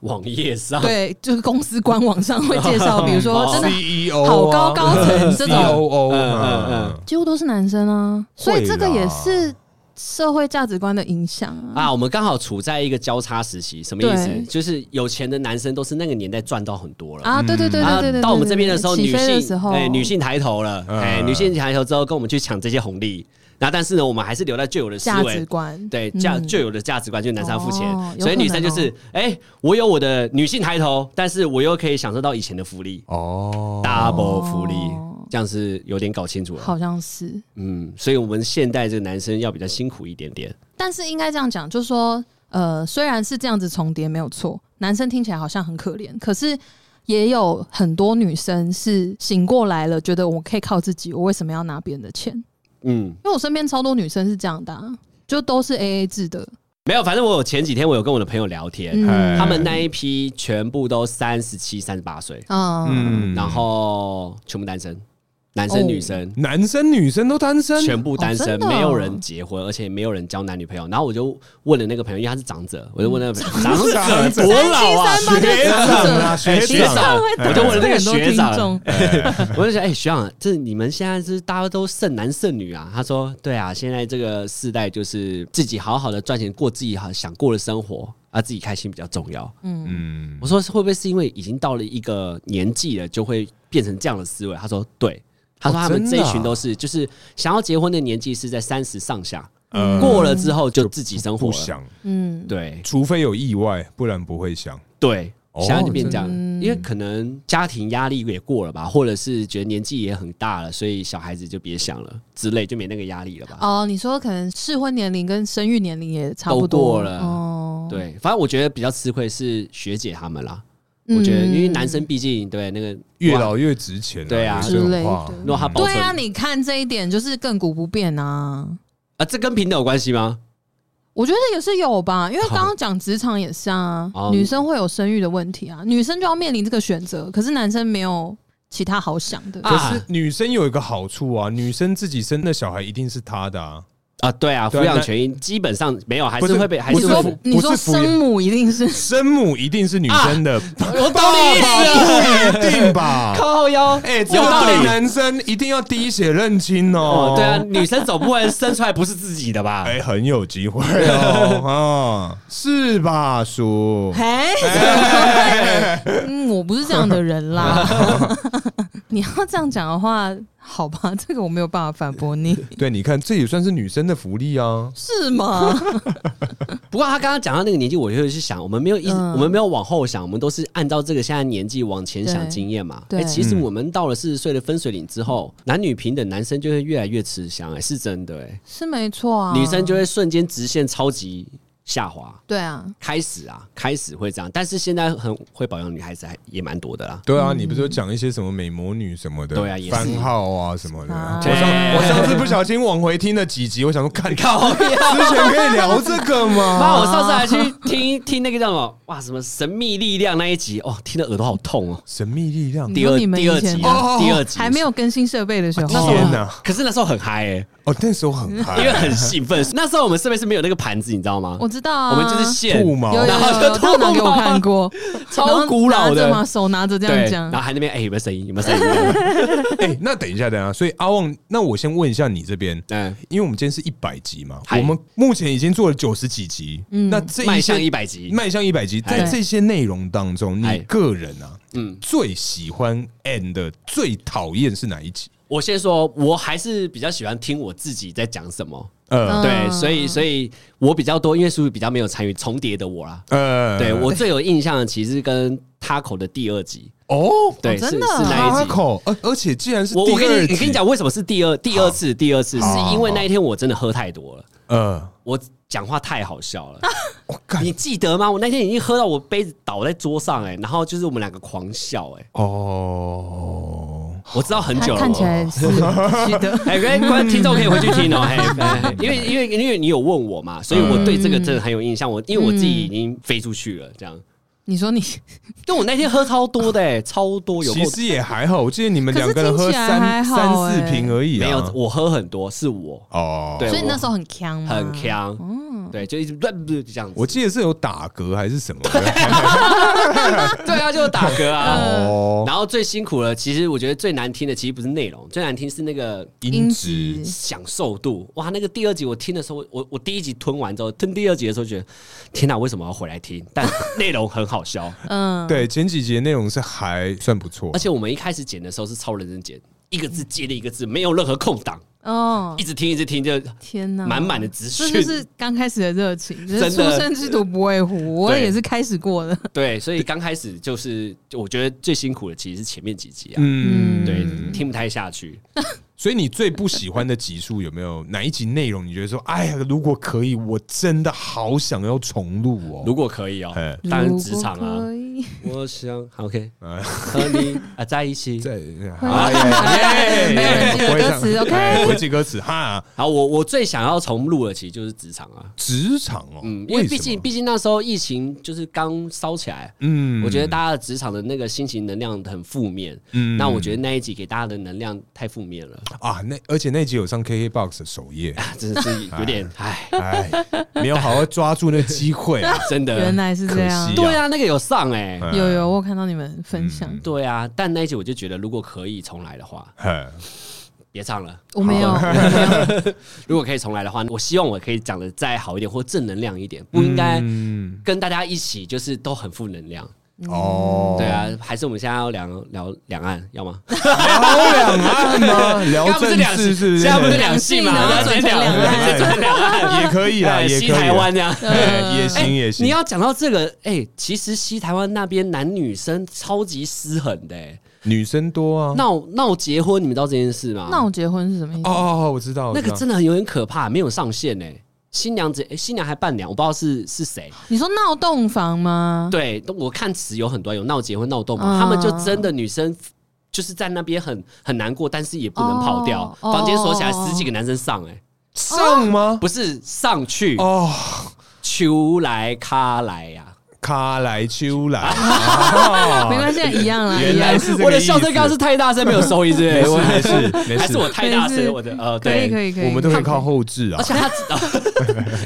[SPEAKER 2] 网页上
[SPEAKER 3] 对，就是公司官网上会介绍，比如说
[SPEAKER 2] 哦
[SPEAKER 3] 真的
[SPEAKER 1] CEO
[SPEAKER 3] 好高高层这
[SPEAKER 1] E 啊 c o
[SPEAKER 3] 种，
[SPEAKER 1] o 啊
[SPEAKER 2] 嗯嗯嗯
[SPEAKER 3] 几乎都是男生啊，所以这个也是社会价值观的影响啊。
[SPEAKER 2] 啊，我们刚好处在一个交叉时期，什么意思
[SPEAKER 3] 对？
[SPEAKER 2] 就是有钱的男生都是那个年代赚到很多了。
[SPEAKER 3] 啊，对对对对
[SPEAKER 2] 啊
[SPEAKER 3] 对对对，
[SPEAKER 2] 到我们这边的时候，
[SPEAKER 3] 起
[SPEAKER 2] 女
[SPEAKER 3] 飞的时
[SPEAKER 2] 性
[SPEAKER 3] 候，
[SPEAKER 2] 哎，女性抬头了，
[SPEAKER 1] 嗯
[SPEAKER 2] 哎，女性抬头之后跟我们去抢这些红利，那但是呢，我们还是留在旧有的思
[SPEAKER 3] 价值
[SPEAKER 2] 维，
[SPEAKER 3] 观，
[SPEAKER 2] 对价
[SPEAKER 3] 嗯
[SPEAKER 2] 旧有的价值观，就是男生要付钱
[SPEAKER 3] 哦，有
[SPEAKER 2] 所以女生
[SPEAKER 3] 可
[SPEAKER 2] 就
[SPEAKER 3] 能哦
[SPEAKER 2] 是，哎，我有我的女性抬头，但是我又可以享受到以前的福利
[SPEAKER 1] 哦，
[SPEAKER 2] ，double 福利
[SPEAKER 3] 哦，
[SPEAKER 2] 这样是有点搞清楚了，
[SPEAKER 3] 好像是，
[SPEAKER 2] 嗯，所以我们现代这个男生要比较辛苦一点点，
[SPEAKER 3] 但是应该这样讲，就是说，呃，虽然是这样子重叠没有错，男生听起来好像很可怜，可是也有很多女生是醒过来了，觉得我可以靠自己，我为什么要拿别人的钱？
[SPEAKER 2] 嗯。
[SPEAKER 3] 因为我身边超多女生是这样的、啊，就都是 A A 制的，
[SPEAKER 2] 没有，反正我有前几天我有跟我的朋友聊天，
[SPEAKER 3] 嗯
[SPEAKER 1] 哎
[SPEAKER 2] 他们那一批全部都三十七、三十八岁，
[SPEAKER 3] 嗯，
[SPEAKER 2] 然后全部单身，男生
[SPEAKER 3] 哦
[SPEAKER 2] 女生。
[SPEAKER 1] 男生女生都单身，
[SPEAKER 2] 全部单
[SPEAKER 3] 哦
[SPEAKER 2] 身，
[SPEAKER 3] 真的哦
[SPEAKER 2] 没有人结婚，而且没有人交男女朋友。然后我就问了那个朋友，因为他是长者，我就问那个朋友，长
[SPEAKER 1] 长
[SPEAKER 2] 者
[SPEAKER 1] 者
[SPEAKER 2] 多老啊？
[SPEAKER 3] 嗯三七三八就
[SPEAKER 1] 学长啊，学
[SPEAKER 2] 学
[SPEAKER 1] 长，
[SPEAKER 2] 长，我就问了那个
[SPEAKER 3] 很多
[SPEAKER 2] 学
[SPEAKER 3] 听
[SPEAKER 2] 长
[SPEAKER 3] 众，
[SPEAKER 2] 我就想，哎，学长，这你们现在是大家都剩男剩女啊？他说，对啊，现在这个世代就是自己好好的赚钱，过自己好想过的生活，啊，自己开心比较重要。
[SPEAKER 3] 嗯，
[SPEAKER 1] 嗯
[SPEAKER 2] 我，说是会不会是因为已经到了一个年纪了，就会变成这样的思维？他说对，他说
[SPEAKER 1] 哦
[SPEAKER 2] 他们这
[SPEAKER 1] 真的
[SPEAKER 2] 一
[SPEAKER 1] 啊
[SPEAKER 2] 群都是，就是想要结婚的年纪是在三十上下，
[SPEAKER 1] 呃
[SPEAKER 2] 过了之后就自己生活
[SPEAKER 1] 不
[SPEAKER 2] 了。
[SPEAKER 1] 想，
[SPEAKER 3] 嗯，
[SPEAKER 2] 对
[SPEAKER 1] 除非有意外，不然不会想。
[SPEAKER 2] 对，
[SPEAKER 1] 哦
[SPEAKER 2] 现在就变这样，
[SPEAKER 3] 真
[SPEAKER 2] 因为可能家庭压力也过了吧，或者是觉得年纪也很大了，所以小孩子就别想了之类，就没那个压力了吧。
[SPEAKER 3] 哦，你说可能适婚年龄跟生育年龄也差不
[SPEAKER 2] 都过
[SPEAKER 3] 多
[SPEAKER 2] 了
[SPEAKER 3] 哦，
[SPEAKER 2] 对，反正我觉得比较吃亏是学姐他们啦。
[SPEAKER 3] 嗯，
[SPEAKER 2] 我觉得，因为男生毕竟对那个
[SPEAKER 1] 越老越值钱、
[SPEAKER 2] 对啊
[SPEAKER 1] 有这种话嗯
[SPEAKER 3] 之类的
[SPEAKER 2] 如果他保
[SPEAKER 3] 对
[SPEAKER 2] 存
[SPEAKER 3] 啊，你看这一点就是亘古不变啊。
[SPEAKER 2] 啊，这跟平等有关系吗？
[SPEAKER 3] 我觉得也是有吧，因为
[SPEAKER 2] 好
[SPEAKER 3] 刚刚讲职场也是啊
[SPEAKER 2] 哦，
[SPEAKER 3] 女生会有生育的问题啊，女生就要面临这个选择，可是男生没有其他好想的。
[SPEAKER 2] 啊
[SPEAKER 1] 可是女生有一个好处啊，女生自己生的小孩一定是她的啊，
[SPEAKER 2] 啊，对啊，
[SPEAKER 1] 对
[SPEAKER 2] 抚
[SPEAKER 1] 啊
[SPEAKER 2] 养
[SPEAKER 1] 那
[SPEAKER 2] 权益基本上没有，还
[SPEAKER 1] 不
[SPEAKER 2] 是
[SPEAKER 1] 是
[SPEAKER 2] 会被，还
[SPEAKER 3] 你
[SPEAKER 2] 是
[SPEAKER 1] 不
[SPEAKER 2] 会
[SPEAKER 3] 说
[SPEAKER 1] 服
[SPEAKER 2] 被。
[SPEAKER 3] 你说
[SPEAKER 1] 不是服
[SPEAKER 3] 生母一定是
[SPEAKER 1] 生母一定是女生的，
[SPEAKER 2] 我懂你意思了，
[SPEAKER 1] 不一定吧？
[SPEAKER 2] 啊靠腰，
[SPEAKER 1] 哎、
[SPEAKER 2] 有
[SPEAKER 1] 这个
[SPEAKER 2] 道
[SPEAKER 1] 对
[SPEAKER 2] 理。
[SPEAKER 1] 男生一定要滴血认亲哦
[SPEAKER 2] 哦，。对啊，，女生总不能生出来不是自己的吧
[SPEAKER 1] 哎、？很有机会哦，啊， 是吧，叔？
[SPEAKER 3] 哎，
[SPEAKER 2] 哎
[SPEAKER 3] 嗯，我不是这样的 人啦。 你要这样讲的话，好吧，这个我没有办法反驳你，
[SPEAKER 1] 对，你看，这也算是女生的福利啊。
[SPEAKER 3] 是吗？
[SPEAKER 2] 不过他刚刚讲到那个年纪，我就会去想，我们没有一直，
[SPEAKER 3] 嗯
[SPEAKER 2] 我们没有往后想，我们都是按照这个现在年纪往前想
[SPEAKER 3] 对
[SPEAKER 2] 经验嘛。
[SPEAKER 3] 对
[SPEAKER 2] 哎，其实
[SPEAKER 1] 嗯
[SPEAKER 2] 我们到了四十岁的分水岭之后，男女平等，男生就会越来越吃香，哎，是真的，哎，
[SPEAKER 3] 是没错啊，
[SPEAKER 2] 女生就会瞬间直线超级下滑。
[SPEAKER 3] 对啊，
[SPEAKER 2] 开始啊，开始会这样，但是现在很会保养的女孩子还也蛮多的啦。
[SPEAKER 1] 对啊，你不是有讲一些什么美魔女什么的，
[SPEAKER 2] 嗯对啊也是
[SPEAKER 1] 番号啊什么的。
[SPEAKER 3] 啊
[SPEAKER 1] 我上我上次不小心往回听了几集，我想说， 看靠，之前可以聊这个吗？
[SPEAKER 2] 妈，我上次还去 听听那个叫什么哇，什么神秘力量那一集哦，听得耳朵好痛哦。
[SPEAKER 1] 神秘力量，
[SPEAKER 3] 你
[SPEAKER 2] 第
[SPEAKER 3] 说
[SPEAKER 2] 二
[SPEAKER 3] 你们
[SPEAKER 2] 第
[SPEAKER 3] 以
[SPEAKER 2] 二
[SPEAKER 3] 前
[SPEAKER 2] 集啊，
[SPEAKER 1] 哦
[SPEAKER 2] 第二集
[SPEAKER 3] 还没。有更新设备的时候，
[SPEAKER 2] 那时候
[SPEAKER 1] 天哪
[SPEAKER 2] 可是那时候很嗨哎、
[SPEAKER 1] 哦，那时候很嗨，
[SPEAKER 2] 因为很兴 奋。那时候我们设备是没有那个盘子，你知道吗？
[SPEAKER 3] 我知道啊，
[SPEAKER 2] 我们就是线
[SPEAKER 1] 吐毛
[SPEAKER 3] 有有
[SPEAKER 2] 然后
[SPEAKER 3] 有
[SPEAKER 2] 就
[SPEAKER 3] 有，他有拿给我看过，
[SPEAKER 2] 超古老
[SPEAKER 3] 然后拿着
[SPEAKER 2] 的，
[SPEAKER 3] 嘛，手拿着这
[SPEAKER 2] 对
[SPEAKER 3] 样，讲
[SPEAKER 2] 然后，还那边哎、有没有声音？有没有声 音？
[SPEAKER 1] 哎、那等一下，等一下，所以阿旺，那我先问一下你这边，
[SPEAKER 2] 嗯，
[SPEAKER 1] 因为我们今天是一百集嘛，
[SPEAKER 2] 嗨
[SPEAKER 1] 我们目前已经做了九十几集，
[SPEAKER 3] 嗯
[SPEAKER 1] 那这
[SPEAKER 2] 迈
[SPEAKER 1] 一
[SPEAKER 2] 向
[SPEAKER 1] 些
[SPEAKER 2] 一百集，
[SPEAKER 1] 迈向一百集，
[SPEAKER 2] 嗨
[SPEAKER 1] 在这些内容当中，
[SPEAKER 2] 嗨
[SPEAKER 1] 你个人啊，嗯，最喜欢 and 最讨厌是哪一集？
[SPEAKER 2] 我先说，我还是比较喜欢听我自己在讲什么。
[SPEAKER 3] 嗯
[SPEAKER 1] 呃
[SPEAKER 2] 对，所以所以我比较多，因为叔叔比较没有参与重叠的我啦。
[SPEAKER 1] 呃，
[SPEAKER 2] 对我最有印象的其实是跟 Taco 的第二集，
[SPEAKER 1] 哦，
[SPEAKER 2] 对，
[SPEAKER 3] 真
[SPEAKER 2] 是是
[SPEAKER 3] 的啊
[SPEAKER 2] 那一集。
[SPEAKER 1] 口，而而且既然是
[SPEAKER 2] 我
[SPEAKER 1] 第
[SPEAKER 2] 我跟
[SPEAKER 1] 二
[SPEAKER 2] 你
[SPEAKER 1] 集，
[SPEAKER 2] 我跟你讲，为什么是第二第二次第二次，是
[SPEAKER 1] 好好
[SPEAKER 2] 因为那一天我真的喝太多了，
[SPEAKER 1] 呃，
[SPEAKER 2] 我讲话太好笑了。
[SPEAKER 1] 我干
[SPEAKER 2] 你记得吗？我那天已经喝到我杯子倒在桌上哎、然后就是我们两个狂笑哎、
[SPEAKER 1] 哦，
[SPEAKER 2] 我知道很
[SPEAKER 3] 他
[SPEAKER 2] 久了。
[SPEAKER 3] 看起来是记得
[SPEAKER 2] 哎，各位观听众可以回去听 哦，嘿，哎因为因为因为你有问我嘛，所以我对这个真的很有印象。我因为我自己已经飞出去了，这样。
[SPEAKER 3] 你说你，
[SPEAKER 2] 但我那天喝超多的、哎，超多有够
[SPEAKER 1] 哦其实啊也还好，我记得你们两个人
[SPEAKER 3] 可
[SPEAKER 1] 喝
[SPEAKER 3] 是听起来还
[SPEAKER 1] 三
[SPEAKER 3] 好
[SPEAKER 1] 三
[SPEAKER 3] 欸
[SPEAKER 1] 四瓶而已啊，
[SPEAKER 2] 没有，我喝很多是我
[SPEAKER 1] 哦，
[SPEAKER 2] 对
[SPEAKER 3] 所以你那时候哦很强吗？
[SPEAKER 2] 很强，对，就一直 这样子。
[SPEAKER 1] 我记得是有打嗝还是什么的，
[SPEAKER 2] 对啊，就是打嗝啊。
[SPEAKER 1] 哦，
[SPEAKER 2] 然后最辛苦了，其实我觉得最难听的其实不是内容，最难听是那个
[SPEAKER 1] 音质
[SPEAKER 2] 享受度。哇，那个第二集我听的时候，我我第一集吞完之后，吞第二集的时候觉得，天哪，为什么要回来听？但内容很好 笑，
[SPEAKER 3] 嗯，
[SPEAKER 1] 对前几集的内容是还算不错
[SPEAKER 2] 而，且我们一开始剪的时候是超认真剪，一个字接了一个字，没有任何空档，
[SPEAKER 3] 哦
[SPEAKER 2] 一，直听一直听，就
[SPEAKER 3] 天哪，
[SPEAKER 2] 满满的资
[SPEAKER 3] 这
[SPEAKER 2] 讯。
[SPEAKER 3] 就是刚开始的热情，就是
[SPEAKER 2] 真
[SPEAKER 3] 初
[SPEAKER 2] 的
[SPEAKER 3] 生之犊不畏虎，我
[SPEAKER 2] 对
[SPEAKER 3] 也是开始过的。
[SPEAKER 2] 对，所以刚开始就是，就我觉得最辛苦的其实是前面几集啊，
[SPEAKER 1] 嗯，
[SPEAKER 2] 对，听不太下去。
[SPEAKER 1] 所以你最不喜欢的集数有没有哪一集内容？你觉得说，哎呀，如果可以，我真的好想要重录
[SPEAKER 2] 如
[SPEAKER 1] 哦。
[SPEAKER 2] 果可以哦
[SPEAKER 1] 嘿，
[SPEAKER 2] 当然职场
[SPEAKER 3] 如果
[SPEAKER 2] 啊
[SPEAKER 3] 可，以
[SPEAKER 2] 我想 好 OK
[SPEAKER 1] 哎
[SPEAKER 2] 和你啊在一起。
[SPEAKER 1] 在
[SPEAKER 3] 哎
[SPEAKER 2] 耶
[SPEAKER 3] 没有人记得歌词
[SPEAKER 1] 我也想
[SPEAKER 3] ，OK？
[SPEAKER 1] 哎我记歌词哈，
[SPEAKER 2] 好，我我最想要重录的其实就是职场啊，
[SPEAKER 1] 职场哦，
[SPEAKER 2] 嗯，因为
[SPEAKER 1] 什
[SPEAKER 2] 毕
[SPEAKER 1] 么
[SPEAKER 2] 竟毕竟那时候疫情就是刚烧起来，
[SPEAKER 1] 嗯
[SPEAKER 2] 我觉得大家的职场的那个心情能量很负面，
[SPEAKER 1] 嗯
[SPEAKER 2] 那我觉得那一集给大家的能量太负面了，
[SPEAKER 1] 啊，那而且那集有上 KKBOX 的首页，
[SPEAKER 2] 真 的是有点唉，
[SPEAKER 1] 哎，没有好好抓住那机会 啊，
[SPEAKER 2] 真的。
[SPEAKER 3] 原来是这
[SPEAKER 1] 可
[SPEAKER 3] 样
[SPEAKER 1] 惜，
[SPEAKER 2] 对啊，那个有上哎、
[SPEAKER 1] 嗯
[SPEAKER 3] 有有，我有看到你们分享，
[SPEAKER 2] 对啊，但那一集我就觉得，如果可以重来的话，
[SPEAKER 1] 嘿
[SPEAKER 2] 别唱了。
[SPEAKER 3] 我没有，
[SPEAKER 2] 如果可以重来的话，我希望我可以讲的再好一点，或正能量一点，不应该
[SPEAKER 1] 嗯
[SPEAKER 2] 跟大家一起就是都很负能量。
[SPEAKER 3] 嗯
[SPEAKER 1] 哦，
[SPEAKER 2] 对，啊，还是我们现在要聊聊两岸，要吗？
[SPEAKER 1] 聊两岸 吗？聊
[SPEAKER 2] 刚不是
[SPEAKER 1] 政
[SPEAKER 2] 两
[SPEAKER 1] 治是不是？
[SPEAKER 2] 现在不是两性嘛，
[SPEAKER 3] 两
[SPEAKER 2] 然后
[SPEAKER 3] 性啊
[SPEAKER 2] 转成两
[SPEAKER 1] 两岸
[SPEAKER 2] 岸，转成两岸
[SPEAKER 1] 也可以啦，
[SPEAKER 2] 哎
[SPEAKER 1] 也可
[SPEAKER 2] 西
[SPEAKER 1] 以啦
[SPEAKER 2] 台湾这样。
[SPEAKER 1] 哎也
[SPEAKER 2] 哎
[SPEAKER 1] 行也行。
[SPEAKER 2] 你要讲到这个，哎，其实西台湾那边男女生超级失衡的，哎
[SPEAKER 1] 女生多啊，
[SPEAKER 2] 闹闹结婚，你们知道这件事吗？
[SPEAKER 3] 那我结婚是什么意
[SPEAKER 1] 哦
[SPEAKER 3] 思？
[SPEAKER 1] 哦哦，我知道，我
[SPEAKER 2] 那
[SPEAKER 1] 知
[SPEAKER 2] 个
[SPEAKER 1] 道
[SPEAKER 2] 真的很有点可怕，没有上限哎。新娘子，哎、新娘还伴娘，我不知道是是谁。
[SPEAKER 3] 你说闹洞房吗？
[SPEAKER 2] 对，我看词有很多有闹结婚闹洞
[SPEAKER 3] 嗯
[SPEAKER 2] 房，他们就真的女生就是在那边很很难过，但是也不能跑掉，
[SPEAKER 3] 哦
[SPEAKER 2] 房间锁起来，
[SPEAKER 3] 哦哦哦
[SPEAKER 2] 十几个男生上、哎，
[SPEAKER 1] 上吗？
[SPEAKER 2] 不是上去，
[SPEAKER 1] 哦，
[SPEAKER 2] 秋来咖来呀、
[SPEAKER 1] 卡来秋来，
[SPEAKER 3] 没关系，一样啦，
[SPEAKER 1] 原
[SPEAKER 3] 一样
[SPEAKER 1] 来是这个
[SPEAKER 2] 我的
[SPEAKER 1] 意思
[SPEAKER 2] 笑声刚刚是太大声，没有收音，是不是？我
[SPEAKER 1] 没事没事
[SPEAKER 2] 还是我太大
[SPEAKER 3] 没事
[SPEAKER 2] 声，我的呃，
[SPEAKER 3] 可以
[SPEAKER 2] 对，
[SPEAKER 3] 可以可以，
[SPEAKER 1] 我们都会靠后置啊
[SPEAKER 2] 而且他，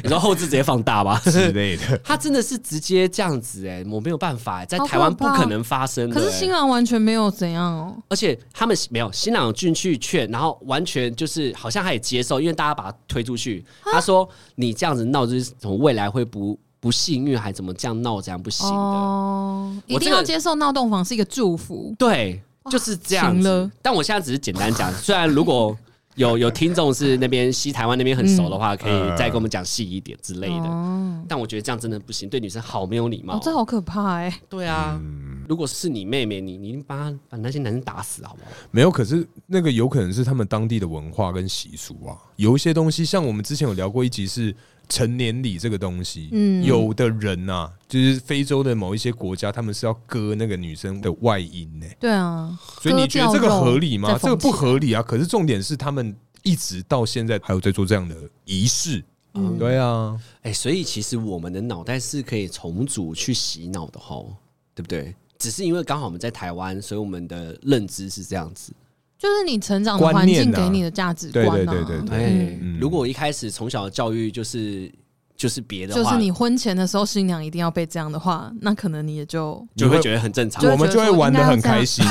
[SPEAKER 2] 你说后置直接放 大吧？
[SPEAKER 1] 之类的。
[SPEAKER 2] 他真的是直接这样子哎、我没有办法、欸，在
[SPEAKER 3] 好
[SPEAKER 2] 台湾
[SPEAKER 3] 可
[SPEAKER 2] 不
[SPEAKER 3] 怕
[SPEAKER 2] 可能发生的、
[SPEAKER 3] 可
[SPEAKER 2] 欸。
[SPEAKER 3] 是新郎完全没有怎样哦，
[SPEAKER 2] 而且他们没有新郎有进去劝，然后完全就是好像他也接受，因为大家把他推出去。
[SPEAKER 3] 啊
[SPEAKER 2] 他说：“你这样子闹，就是什么未来会不不幸运，还怎么这样闹，这样不行的。
[SPEAKER 3] 哦，一
[SPEAKER 2] 我
[SPEAKER 3] 定
[SPEAKER 2] 这个
[SPEAKER 3] 要接受闹洞房是一个祝福，
[SPEAKER 2] 对，就是这样
[SPEAKER 3] 行
[SPEAKER 2] 子
[SPEAKER 3] 了。
[SPEAKER 2] 但我现在只是简单讲，虽然如果有 有听众是那边西台湾那边很熟的话，可以再跟我们讲细一点之类的。
[SPEAKER 3] 哦，
[SPEAKER 2] 但我觉得这样真的不行，对女生好没有礼貌
[SPEAKER 3] 哦，。这好可怕哎，
[SPEAKER 2] 对啊，如果是你妹妹，你你一定把她把那些男生打死好不好？
[SPEAKER 1] 没有，可是那个有可能是他们当地的文化跟习俗啊，有一些东西，像我们之前有聊过一集是成年礼这个东西，嗯，
[SPEAKER 3] 嗯
[SPEAKER 1] 有的人呐、啊，就是非洲的某一些国家，他们是要割那个女生的外阴呢、
[SPEAKER 3] 对啊，
[SPEAKER 1] 所以你觉得这
[SPEAKER 3] 割
[SPEAKER 1] 个
[SPEAKER 3] 掉肉
[SPEAKER 1] 合理
[SPEAKER 3] 再
[SPEAKER 1] 吗？
[SPEAKER 3] 缝
[SPEAKER 1] 这个不
[SPEAKER 3] 起来
[SPEAKER 1] 合理啊！可是重点是他们一直到现在还有在做这样的仪式，嗯，对啊，
[SPEAKER 2] 哎、所以其实我们的脑袋是可以重组去洗脑的吼，对不对？只是因为刚好我们在台湾，所以我们的认知是这样子。
[SPEAKER 3] 就是你成长的环
[SPEAKER 1] 观
[SPEAKER 3] 境
[SPEAKER 1] 念啊
[SPEAKER 3] 给你的价值
[SPEAKER 1] 对
[SPEAKER 3] 观
[SPEAKER 1] 对
[SPEAKER 3] 啊，
[SPEAKER 2] 嗯
[SPEAKER 1] 对对对
[SPEAKER 2] 对，如果我一开始从小的教育就是就是别的
[SPEAKER 3] 就
[SPEAKER 2] 话，
[SPEAKER 3] 是你婚前的时候，新娘一定要被这样的话，那可能你也就
[SPEAKER 2] 就会觉得很正常
[SPEAKER 3] 就。
[SPEAKER 1] 我们就会玩的很开心，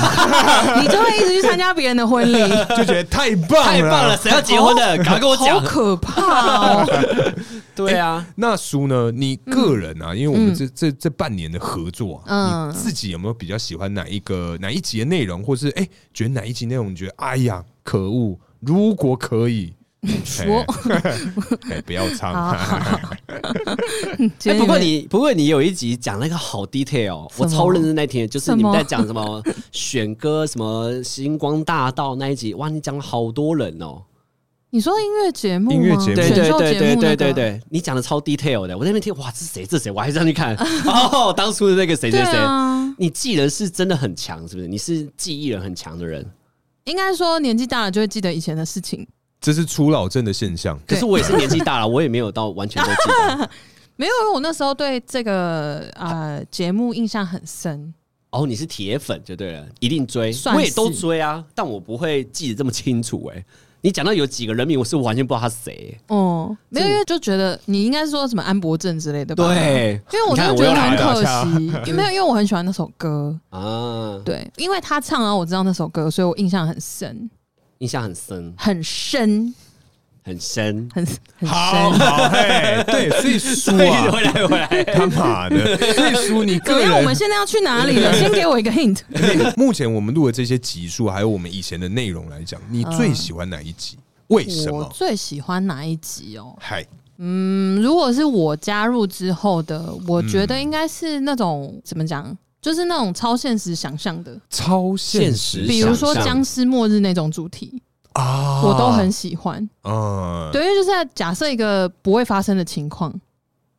[SPEAKER 3] 你就会一直去参加别人的婚礼，
[SPEAKER 1] 就觉得太棒 了，
[SPEAKER 2] 太棒了，谁要结婚的？赶快跟我
[SPEAKER 3] 啊好
[SPEAKER 2] 讲。哎
[SPEAKER 3] 可怕哦！
[SPEAKER 2] 对啊，
[SPEAKER 1] 那叔呢？你个人啊，因为我们这这这半年的合作啊，
[SPEAKER 3] 嗯
[SPEAKER 1] 你自己有没有比较喜欢哪一个哪一集的内容，或是哎、觉得哪一集内容你觉得哎呀可恶？如果可以，
[SPEAKER 3] 说
[SPEAKER 1] 哎、不要唱，
[SPEAKER 3] 好好好，
[SPEAKER 2] 哎、
[SPEAKER 3] 哎
[SPEAKER 2] 不过你不过你有一集讲那个好 detail，哦我
[SPEAKER 3] 什么
[SPEAKER 2] 超认真在听，就是你们
[SPEAKER 3] 什么
[SPEAKER 2] 在讲什 么选歌、什么星光大道那一集，哇，你讲了好多人哦。
[SPEAKER 3] 你说音乐节目吗？
[SPEAKER 1] 音乐节目
[SPEAKER 2] 对
[SPEAKER 3] 选
[SPEAKER 2] 对
[SPEAKER 3] 秀
[SPEAKER 2] 对
[SPEAKER 3] 节
[SPEAKER 2] 对
[SPEAKER 3] 目
[SPEAKER 2] 对
[SPEAKER 3] 那
[SPEAKER 2] 对
[SPEAKER 3] 个
[SPEAKER 2] 对，你讲的超 detail 的，我在那边听，哇，这谁这谁，我还让你 看哦，当初的那个谁谁
[SPEAKER 3] 对
[SPEAKER 2] 谁。
[SPEAKER 3] 啊！
[SPEAKER 2] 你记人是真的很强，是不是？你是记忆人很强的人，
[SPEAKER 3] 应该说年纪大了就会记得以前的事情，
[SPEAKER 1] 这是初老症的现象。
[SPEAKER 2] 可
[SPEAKER 3] 对
[SPEAKER 2] 是我也是年纪大了，我也没有到完全都记得。
[SPEAKER 3] 没有，因为我那时候对这个呃节目印象很深，
[SPEAKER 2] 哦，你是铁粉就对了，一定追，
[SPEAKER 3] 算
[SPEAKER 2] 我也都
[SPEAKER 3] 是
[SPEAKER 2] 追啊，但我不会记得这么清楚、哎，你讲到有几个人名，我是完全不知道他是谁、
[SPEAKER 3] 哦，没有，
[SPEAKER 2] 这
[SPEAKER 3] 因为就觉得你应该是说什么安博正之类的吧？，
[SPEAKER 2] 对
[SPEAKER 3] 因为我
[SPEAKER 2] 你看
[SPEAKER 3] 真的
[SPEAKER 2] 我
[SPEAKER 3] 觉
[SPEAKER 2] 又
[SPEAKER 3] 得
[SPEAKER 2] 来
[SPEAKER 3] 很
[SPEAKER 1] 了
[SPEAKER 3] 可惜，因为因为我很喜欢那首歌，
[SPEAKER 2] 啊，
[SPEAKER 3] 对，因为他唱啊，我知道那首歌，所以我印象很深，
[SPEAKER 2] 印象很深
[SPEAKER 3] 很深，
[SPEAKER 2] 很深。
[SPEAKER 3] 很很
[SPEAKER 1] 好
[SPEAKER 3] 深。
[SPEAKER 1] 好 嘿，对， 所以叔
[SPEAKER 2] 对，
[SPEAKER 1] 啊，
[SPEAKER 2] 回来回来，
[SPEAKER 1] 他妈的，所以叔你
[SPEAKER 3] 怎
[SPEAKER 1] 个
[SPEAKER 3] 么
[SPEAKER 1] 人
[SPEAKER 3] 样？我们现在要去哪里了？先给我一个 hint。
[SPEAKER 1] 目前我们录的这些集数，还有我们以前的内容来讲，你最喜欢哪一集？为什
[SPEAKER 3] 嗯我
[SPEAKER 1] 么？
[SPEAKER 3] 最喜欢哪一集哦？
[SPEAKER 1] 嗨，
[SPEAKER 3] 嗯，如果是我加入之后的，我觉
[SPEAKER 1] 嗯
[SPEAKER 3] 得应该是那种、怎么讲，就是那种超现实想象的，
[SPEAKER 1] 超现
[SPEAKER 2] 现
[SPEAKER 1] 实，
[SPEAKER 2] 实
[SPEAKER 3] 比如说
[SPEAKER 2] 想象
[SPEAKER 3] 僵尸末日那种主题，
[SPEAKER 1] 啊，
[SPEAKER 3] 我都很喜欢。
[SPEAKER 1] 嗯，
[SPEAKER 3] 对，因为就是在假设一个不会发生的情况，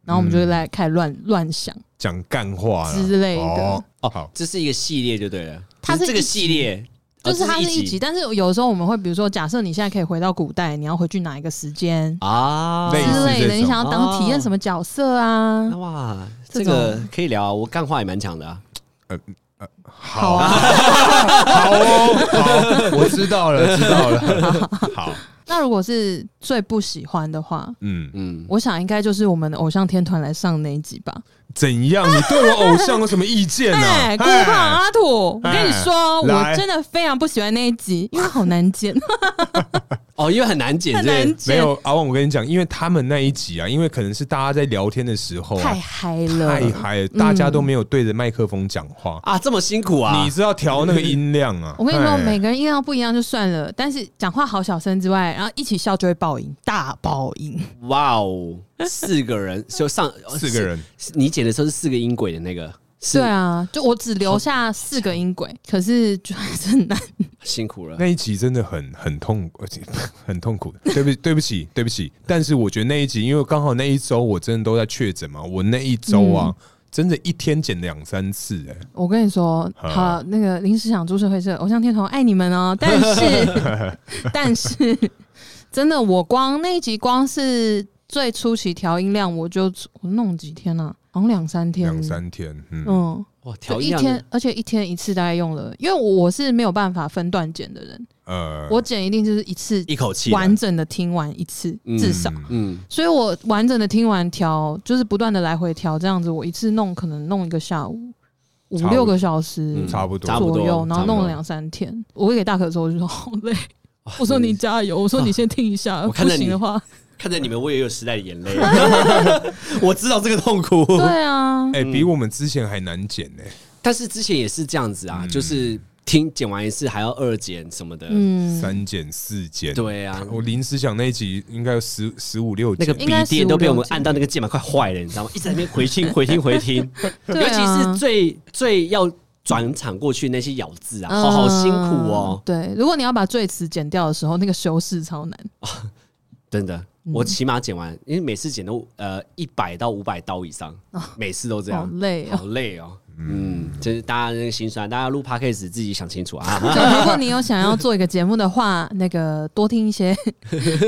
[SPEAKER 3] 然后我们就会
[SPEAKER 1] 嗯
[SPEAKER 3] 来开始乱乱想
[SPEAKER 1] 讲干话啦
[SPEAKER 3] 之类的。
[SPEAKER 1] 哦
[SPEAKER 2] 哦，
[SPEAKER 1] 好
[SPEAKER 2] 这是一个系列就对 了，
[SPEAKER 3] 它是
[SPEAKER 2] 这个
[SPEAKER 3] 一集
[SPEAKER 2] 系列，
[SPEAKER 3] 就
[SPEAKER 2] 哦
[SPEAKER 3] 是它
[SPEAKER 2] 这
[SPEAKER 3] 是一集，但是有时候我们会，比如说，假设你现在可以回到古代，你要回去哪一个时间
[SPEAKER 2] 啊
[SPEAKER 1] 类似
[SPEAKER 3] 之类
[SPEAKER 1] 这
[SPEAKER 3] 的，
[SPEAKER 1] 种哦
[SPEAKER 3] 你想要当体验什么角色啊？
[SPEAKER 2] 哇，
[SPEAKER 3] 这
[SPEAKER 2] 这个可以聊啊，我干话也蛮强的啊。
[SPEAKER 1] 好啊，好哦，好，我知道了，知道 了，好，
[SPEAKER 3] 那如果是最不喜欢的话，
[SPEAKER 1] 嗯，
[SPEAKER 2] 嗯，
[SPEAKER 3] 我想应该就是我们的偶像天团来上那一集吧。
[SPEAKER 1] 怎样？你对我偶像有什么意见呢？ 哎
[SPEAKER 3] 哎，顾胖阿土，我跟你说，
[SPEAKER 1] 哎来
[SPEAKER 3] 我真的非常不喜欢那一集，因为好难 剪，
[SPEAKER 2] 哦，因为很难剪，
[SPEAKER 3] 很
[SPEAKER 2] 是不是
[SPEAKER 3] 难
[SPEAKER 1] 没
[SPEAKER 3] 剪，
[SPEAKER 1] 有阿旺，我跟你讲，因为他们那一集啊，因为可能是大家在聊天的时候啊
[SPEAKER 3] 太嗨了，嗯
[SPEAKER 1] 太嗨了，大家都没有对着麦克风讲话，
[SPEAKER 2] 啊，这么辛苦啊！
[SPEAKER 1] 你知道调那个音量啊？
[SPEAKER 3] 我跟你说，
[SPEAKER 1] 哎
[SPEAKER 3] 每个人音量不一样就算了，但是讲话好小声之外，然后一起笑就会爆音，大爆音。
[SPEAKER 2] 哇哦，四个人就上
[SPEAKER 1] 四个，人
[SPEAKER 2] 是是你剪的时候是四个音轨的那个，是
[SPEAKER 3] 对啊，就我只留下四个音轨，可是就还是很难。
[SPEAKER 2] 辛苦了。
[SPEAKER 1] 那一集真的很很痛苦，而且很痛苦的。对不起，对不起，对不起。但是我觉得那一集，因为刚好那一周我真的都在确诊嘛，我那一周啊，真的一天剪两三次、哎，
[SPEAKER 3] 我跟你说，
[SPEAKER 1] 啊
[SPEAKER 3] 好，那个临时想株式会社偶像天团爱你们哦，但是 但是真的，我光那一集光是最初期调音量，我就我弄几天啊，好像两三天，
[SPEAKER 1] 两三天，嗯，
[SPEAKER 3] 嗯。
[SPEAKER 2] 哇，调
[SPEAKER 3] 就
[SPEAKER 2] 音
[SPEAKER 3] 一
[SPEAKER 2] 量
[SPEAKER 3] 天，而且一天一次大概用了，因为我是没有办法分段剪的人，
[SPEAKER 1] 呃，
[SPEAKER 3] 我剪一定就是一次
[SPEAKER 2] 一口气了
[SPEAKER 3] 完整的听完一次，
[SPEAKER 2] 嗯
[SPEAKER 3] 至少，
[SPEAKER 2] 嗯，
[SPEAKER 3] 所以我完整的听完调，就是不断的来回调，这样子我一次弄可能弄一个下午五
[SPEAKER 1] 差不多
[SPEAKER 3] 六个小时
[SPEAKER 2] 嗯
[SPEAKER 1] 差不多
[SPEAKER 2] 差不
[SPEAKER 3] 左
[SPEAKER 2] 多
[SPEAKER 3] 右，然
[SPEAKER 2] 差
[SPEAKER 3] 后
[SPEAKER 2] 不多
[SPEAKER 3] 弄了两三天。我给大可的时候我就说好累，
[SPEAKER 2] 哇
[SPEAKER 3] 我说你
[SPEAKER 2] 真的
[SPEAKER 3] 加油，我说你先听一 下，
[SPEAKER 2] 我看
[SPEAKER 3] 不
[SPEAKER 2] 到你
[SPEAKER 3] 行的话，
[SPEAKER 2] 看着你们，我也有时代的眼泪，啊 我知道这个痛苦。
[SPEAKER 3] 对啊，
[SPEAKER 1] 哎、比我们之前还难剪呢、
[SPEAKER 2] 但是之前也是这样子
[SPEAKER 1] 嗯
[SPEAKER 2] 啊，就是听剪完一次还要二剪什么的，
[SPEAKER 3] 嗯，
[SPEAKER 1] 三剪四剪，
[SPEAKER 2] 对啊。
[SPEAKER 1] 我临时想那一集应该有十十五六
[SPEAKER 2] 那
[SPEAKER 1] 剪
[SPEAKER 2] 个，笔电都被我们
[SPEAKER 3] 应该15-16
[SPEAKER 2] 按到那个键盘快坏了，你知道吗？一直在那边回听、回听、回听，
[SPEAKER 3] 对
[SPEAKER 2] 尤其
[SPEAKER 3] 啊
[SPEAKER 2] 是最最要转场过去那些咬字啊，好好辛苦哦
[SPEAKER 3] 嗯。对，如果你要把最词剪掉的时候，那个修饰超难。
[SPEAKER 2] 真的，
[SPEAKER 3] 嗯
[SPEAKER 2] 我起码剪完，因为每次剪都呃一百到五百刀以上，每次都这
[SPEAKER 3] 好
[SPEAKER 2] 样，
[SPEAKER 3] 累哦
[SPEAKER 2] 好。累哦。嗯，就是大家那个心酸，大家录 podcast 自己想清楚啊。
[SPEAKER 3] 对，如果你有想要做一个节目的话，那个多 听一些，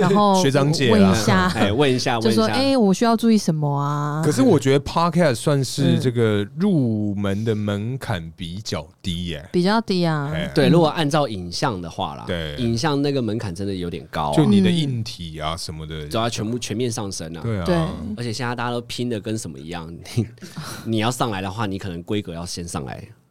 [SPEAKER 3] 然后
[SPEAKER 1] 学长姐啦
[SPEAKER 3] 问一下，
[SPEAKER 2] 哎，问一下，
[SPEAKER 3] 就
[SPEAKER 2] 问一
[SPEAKER 3] 说
[SPEAKER 2] 下，
[SPEAKER 3] 哎、我需要注意什么啊
[SPEAKER 1] 可？是我觉得 podcast 算是这个入门的门槛比较低耶、
[SPEAKER 3] 比较低啊，
[SPEAKER 1] 哎
[SPEAKER 2] 对，如果按照影像的话啦，
[SPEAKER 1] 对
[SPEAKER 2] 影像那个门槛真的有点高、啊，
[SPEAKER 1] 就
[SPEAKER 2] 就
[SPEAKER 1] 你的硬体啊什么的，
[SPEAKER 2] 要全部全面上升啊。
[SPEAKER 1] 对啊，
[SPEAKER 3] 对，
[SPEAKER 2] 而且现在大家都拼的跟什么一样， 你你要上来的话，你可能规格要先上来。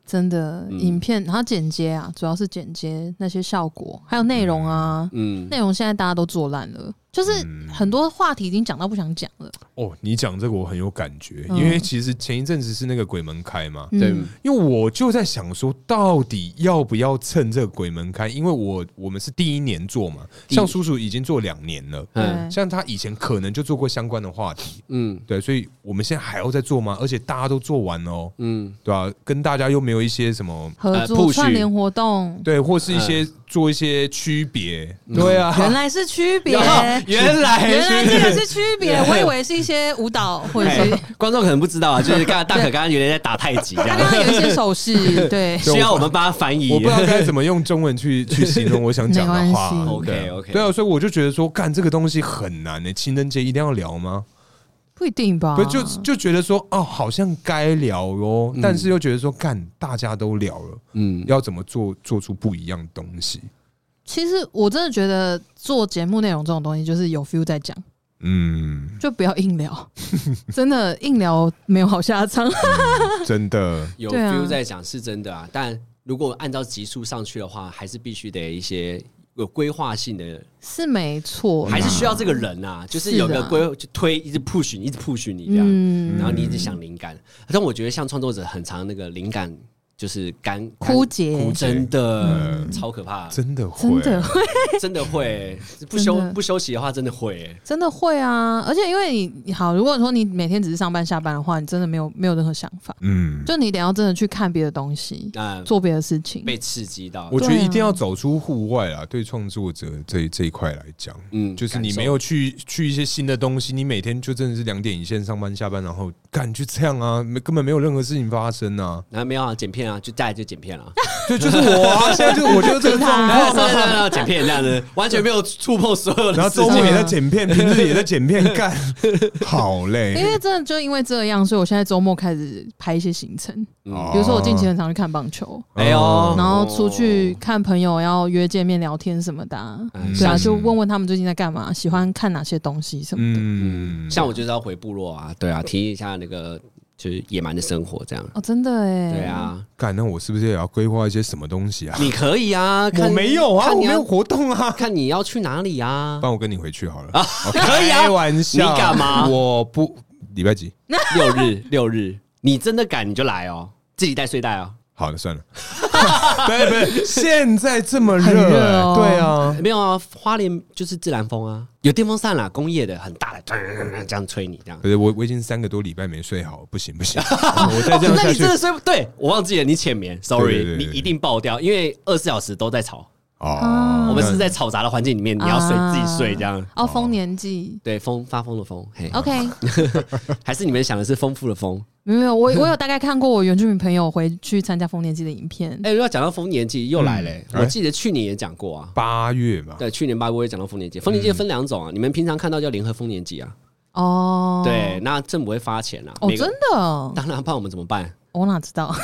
[SPEAKER 3] 真的、
[SPEAKER 2] 嗯
[SPEAKER 3] 影片，然后剪接啊，主要是剪接那些效果，还有内容啊，
[SPEAKER 2] 嗯，
[SPEAKER 3] 内容现在大家都做烂了，就是很多话题已经讲到不想讲了，
[SPEAKER 1] 哦，你讲这个我很有感觉，
[SPEAKER 3] 嗯
[SPEAKER 1] 因为其实前一阵子是那个鬼门开嘛，
[SPEAKER 2] 对
[SPEAKER 3] 嗯
[SPEAKER 1] 因为我就在想说，到底要不要趁这个鬼门开？因为我我们是第一年做嘛，
[SPEAKER 2] 第一
[SPEAKER 1] 像叔叔已经做两年了，
[SPEAKER 2] 嗯
[SPEAKER 1] 像他以前可能就做过相关的话题，
[SPEAKER 2] 嗯
[SPEAKER 1] 对，所以我们现在还要再做吗？而且大家都做完了哦，
[SPEAKER 2] 嗯，
[SPEAKER 1] 对吧、跟大家又没有一些什么
[SPEAKER 3] 合
[SPEAKER 2] 呃
[SPEAKER 3] 作
[SPEAKER 2] ，push
[SPEAKER 3] 串联活动，
[SPEAKER 1] 对，或是一些做一些区别，对啊，
[SPEAKER 3] 原来是区
[SPEAKER 2] 哦
[SPEAKER 3] 别。
[SPEAKER 2] 原来
[SPEAKER 3] 原来这个是区别，我以为是一些舞蹈或者是
[SPEAKER 2] 哎观众可能不知道啊，就是 刚才大可刚刚有点在打太极这
[SPEAKER 3] 他刚
[SPEAKER 2] 样，
[SPEAKER 3] 刚有一些手
[SPEAKER 2] 哎
[SPEAKER 3] 势， 对，
[SPEAKER 2] 需要我们帮他翻译
[SPEAKER 1] 我。不知道该怎么用中文去去形容我想讲的
[SPEAKER 3] 没
[SPEAKER 1] 话
[SPEAKER 3] 关系。
[SPEAKER 1] 对啊
[SPEAKER 2] OK，OK
[SPEAKER 1] 对啊，所以我就觉得说，干这个东西很难呢、情人节一定要聊吗？
[SPEAKER 3] 不一定吧？
[SPEAKER 1] 不就就觉得说，哦，好像该聊哦，
[SPEAKER 2] 嗯
[SPEAKER 1] 但是又觉得说，干大家都聊了，
[SPEAKER 2] 嗯，
[SPEAKER 1] 要怎么做做出不一样的东西？
[SPEAKER 3] 其实我真的觉得做节目内容这种东西，就是有 feel 在讲，
[SPEAKER 1] 嗯，
[SPEAKER 3] 就不要 硬聊，真的硬聊没有好下场。
[SPEAKER 1] 真的，
[SPEAKER 2] 有
[SPEAKER 3] 对啊
[SPEAKER 2] feel 在讲是真的啊，但如果按照级数上去的话，还是必须得一些有规划性的，
[SPEAKER 3] 是没错啦，
[SPEAKER 2] 还是需要这个人啊，就是有个
[SPEAKER 3] 是啊
[SPEAKER 2] 规就推，一直 push 你，一直 push 你这样，
[SPEAKER 3] 嗯
[SPEAKER 2] 然后你一直想灵感。但我觉得像创作者很常那个灵感就是干
[SPEAKER 3] 枯竭嗯
[SPEAKER 2] 枯真的、超可怕，
[SPEAKER 1] 真的会啊
[SPEAKER 3] 真，的会
[SPEAKER 2] 真的会不休
[SPEAKER 3] 真的
[SPEAKER 2] 不休息的话，真的会欸。
[SPEAKER 3] 真的会啊！而且因为你你好，如果说你每天只是上班下班的话，你真的没有没有任何想法，
[SPEAKER 1] 嗯，
[SPEAKER 3] 就你得要真的去看别的东西，
[SPEAKER 2] 那
[SPEAKER 3] 做别的事情。
[SPEAKER 2] 被刺激到，
[SPEAKER 1] 我觉得
[SPEAKER 3] 对啊
[SPEAKER 1] 一定要走出户外啦，对创作者这这一块来讲。
[SPEAKER 2] 嗯
[SPEAKER 1] 就是你
[SPEAKER 2] 感受
[SPEAKER 1] 没有去去一些新的东西，你每天就真的是两点一线上班下班，然后干就这样啊，没根本没有任何事情发生啊。
[SPEAKER 2] 然后没有啊，剪片啊，就再来就剪片 了。
[SPEAKER 1] 对，就是我 啊，现在就我就是这个状
[SPEAKER 2] 然后
[SPEAKER 1] 况
[SPEAKER 2] 上
[SPEAKER 1] 啊。
[SPEAKER 2] 上上剪片这样子，完全没有触碰所有
[SPEAKER 1] 然
[SPEAKER 2] 的
[SPEAKER 1] 后
[SPEAKER 2] 事
[SPEAKER 1] 周
[SPEAKER 2] 情
[SPEAKER 1] 末。也在剪片，平日也在剪片，干 好
[SPEAKER 3] 因
[SPEAKER 1] 累。
[SPEAKER 3] 为真的就因为这样，所以我现在周末开始排一些行程，
[SPEAKER 1] 哦
[SPEAKER 3] 比如说我近期很常去看棒球，
[SPEAKER 2] 哎呦，
[SPEAKER 3] 然后出去看朋友，要约见面聊天什么的、啊，
[SPEAKER 2] 嗯
[SPEAKER 3] 对啊，
[SPEAKER 1] 像
[SPEAKER 3] 就问问他们最近在干嘛，喜欢看哪些东西什么的。
[SPEAKER 1] 嗯，
[SPEAKER 2] 像我就是要回部落啊，对啊，体验一下那个就是野蛮的生活这样。
[SPEAKER 3] 哦，真的哎，
[SPEAKER 2] 对，啊，
[SPEAKER 1] 干，那我是不是也要规划一些什么东西啊？
[SPEAKER 2] 你可 以啊，看
[SPEAKER 1] 我没有哦啊，
[SPEAKER 2] 看
[SPEAKER 1] 我
[SPEAKER 2] 你
[SPEAKER 1] 没有
[SPEAKER 2] 要
[SPEAKER 1] 活动啊。
[SPEAKER 2] 看你要去哪里啊
[SPEAKER 1] 不？然我跟你回去好了。我
[SPEAKER 2] 可以啊
[SPEAKER 1] 开玩笑，
[SPEAKER 2] 你干嘛
[SPEAKER 1] 我不礼拜几？
[SPEAKER 2] 六日六日，你真的敢你就来哦，自己带睡袋哦。
[SPEAKER 1] 好了，算 了。不是不是，现在这么
[SPEAKER 3] 很
[SPEAKER 1] 热
[SPEAKER 3] 热哦
[SPEAKER 1] 对啊，
[SPEAKER 2] 没有啊，花莲就是自然风啊，有电风扇啦，工业的很大的，这样吹你这样
[SPEAKER 1] 不。是我我已经三个多礼拜没睡好，不行不 行，我再这样
[SPEAKER 2] 哦那
[SPEAKER 1] 下
[SPEAKER 2] 你
[SPEAKER 1] 去
[SPEAKER 2] 真的睡不对，我忘记了，你浅眠
[SPEAKER 1] 对
[SPEAKER 2] ，sorry，
[SPEAKER 1] 对
[SPEAKER 2] 你
[SPEAKER 1] 对
[SPEAKER 2] 一定爆掉，因为二十四小时都在吵，
[SPEAKER 1] 哦
[SPEAKER 2] 啊我们是在嘈杂的环境里面，你要睡
[SPEAKER 3] 啊
[SPEAKER 2] 自己睡这
[SPEAKER 1] 嗯
[SPEAKER 2] 样。
[SPEAKER 3] 哦，丰年祭
[SPEAKER 2] 对，风发疯的风，嘿，
[SPEAKER 1] 哦
[SPEAKER 3] ，OK，
[SPEAKER 2] 还是你们想的是丰富的丰？
[SPEAKER 3] 没有没有，我我有大概看过我原住民朋友回去参加丰年祭的影片，
[SPEAKER 2] 哎，如果讲到丰年祭又来嘞，
[SPEAKER 1] 嗯
[SPEAKER 2] 我记得去年也讲过啊。
[SPEAKER 1] 八月嘛，
[SPEAKER 2] 对，去年八月我也讲到丰年祭，丰年
[SPEAKER 1] 嗯
[SPEAKER 2] 祭分两种啊，你们平常看到叫联合丰年祭啊，
[SPEAKER 3] 哦，
[SPEAKER 2] 对，，那政府会发钱啊，
[SPEAKER 3] 哦，
[SPEAKER 2] 每个
[SPEAKER 3] 真的哦，
[SPEAKER 2] 当然，怕我们怎么办？
[SPEAKER 3] 我哪知道？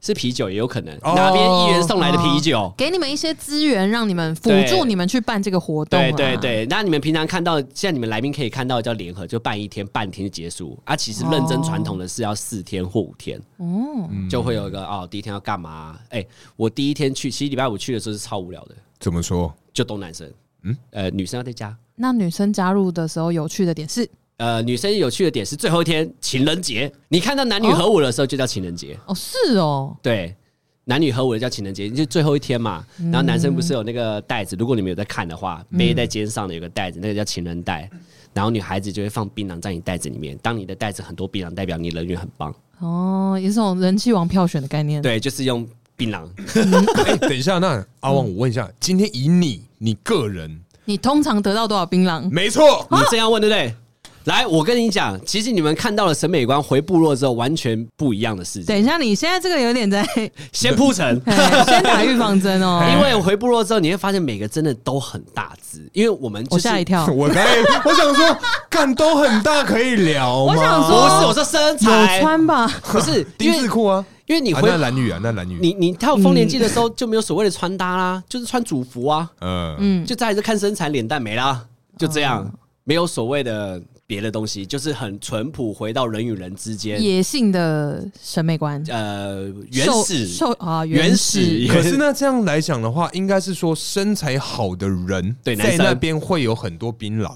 [SPEAKER 2] 是啤酒也有可能，
[SPEAKER 1] 哦
[SPEAKER 2] 哪边议员送来的啤酒？
[SPEAKER 3] 给你们一些资源，让你们辅
[SPEAKER 2] 对
[SPEAKER 3] 助你们去办这个活动、啊，
[SPEAKER 2] 对对，对，那你们平常看到，像你们来宾可以看到叫联合，就办一天，半天就结束啊。其实认真传统的是要四天或五天，
[SPEAKER 3] 哦，
[SPEAKER 2] 就会有一个哦，第一天要干嘛、哎、我第一天去，其实礼拜五去的时候是超无聊的，
[SPEAKER 1] 怎么 说？
[SPEAKER 2] 就都男生，嗯，呃，女生要在家。
[SPEAKER 3] 那女生加入的时候有趣的点是，
[SPEAKER 2] 呃，女生有趣的点是最后一天情人节，你看到男女合舞的时候就叫情人节，
[SPEAKER 3] 哦，是哦，
[SPEAKER 2] 对，男女合舞的叫情人节，就最后一天嘛。然后男生不是有那个袋子，如果你们有在看的话，
[SPEAKER 3] 嗯
[SPEAKER 2] 背在肩上的有个袋子，那个叫情人带。然后女孩子就会放槟榔在你袋子里面，当你的袋子很多槟榔，代表你人缘很棒。
[SPEAKER 3] 哦，也是种人气王票选的概念，
[SPEAKER 2] 对，就是用槟 榔。
[SPEAKER 1] 哎，等一下，那阿旺，我问一下，今天以你你个人，
[SPEAKER 3] 你通常得到多少槟榔？
[SPEAKER 2] 嗯
[SPEAKER 1] 没错，
[SPEAKER 2] 啊你这样问对不对？来，我跟你讲，其实你们看到了审美观，回部落之后完全不一样的事情。
[SPEAKER 3] 等一下，你现在这个有点在，，
[SPEAKER 2] 先铺陈
[SPEAKER 3] 哎先打预防针哦。
[SPEAKER 2] 因为回部落之后，你会发现每个真的都很大只，因为我们就
[SPEAKER 3] 我
[SPEAKER 2] 是
[SPEAKER 3] 吓一跳，
[SPEAKER 1] 我刚才我想说，干都很大，可以聊吗？
[SPEAKER 3] 我想
[SPEAKER 2] 不
[SPEAKER 3] 说
[SPEAKER 2] 是我说身
[SPEAKER 3] 有
[SPEAKER 2] 材，
[SPEAKER 3] 穿吧？
[SPEAKER 2] 不是因
[SPEAKER 1] 丁字
[SPEAKER 2] 为
[SPEAKER 1] 裤啊，
[SPEAKER 2] 因为你
[SPEAKER 1] 啊
[SPEAKER 2] 回
[SPEAKER 1] 那蓝雨啊，那蓝雨，
[SPEAKER 2] 你你跳丰年祭的时候就没有所谓的穿搭啦，就是穿主服啊，
[SPEAKER 1] 呃，
[SPEAKER 3] 嗯，
[SPEAKER 2] 就再来就看身材脸蛋没啦，就这样，没有所谓的别的东西，就是很淳朴，回到人与人之间，
[SPEAKER 3] 野性的审美观，
[SPEAKER 2] 呃，原
[SPEAKER 3] 受
[SPEAKER 2] 始
[SPEAKER 3] 受啊，
[SPEAKER 2] 原
[SPEAKER 3] 原
[SPEAKER 2] 始
[SPEAKER 3] 始，
[SPEAKER 1] 可是那这样来讲的话，应该是说身材好的人，
[SPEAKER 2] 对男
[SPEAKER 1] 在
[SPEAKER 2] 生
[SPEAKER 1] 那边会有很多槟榔，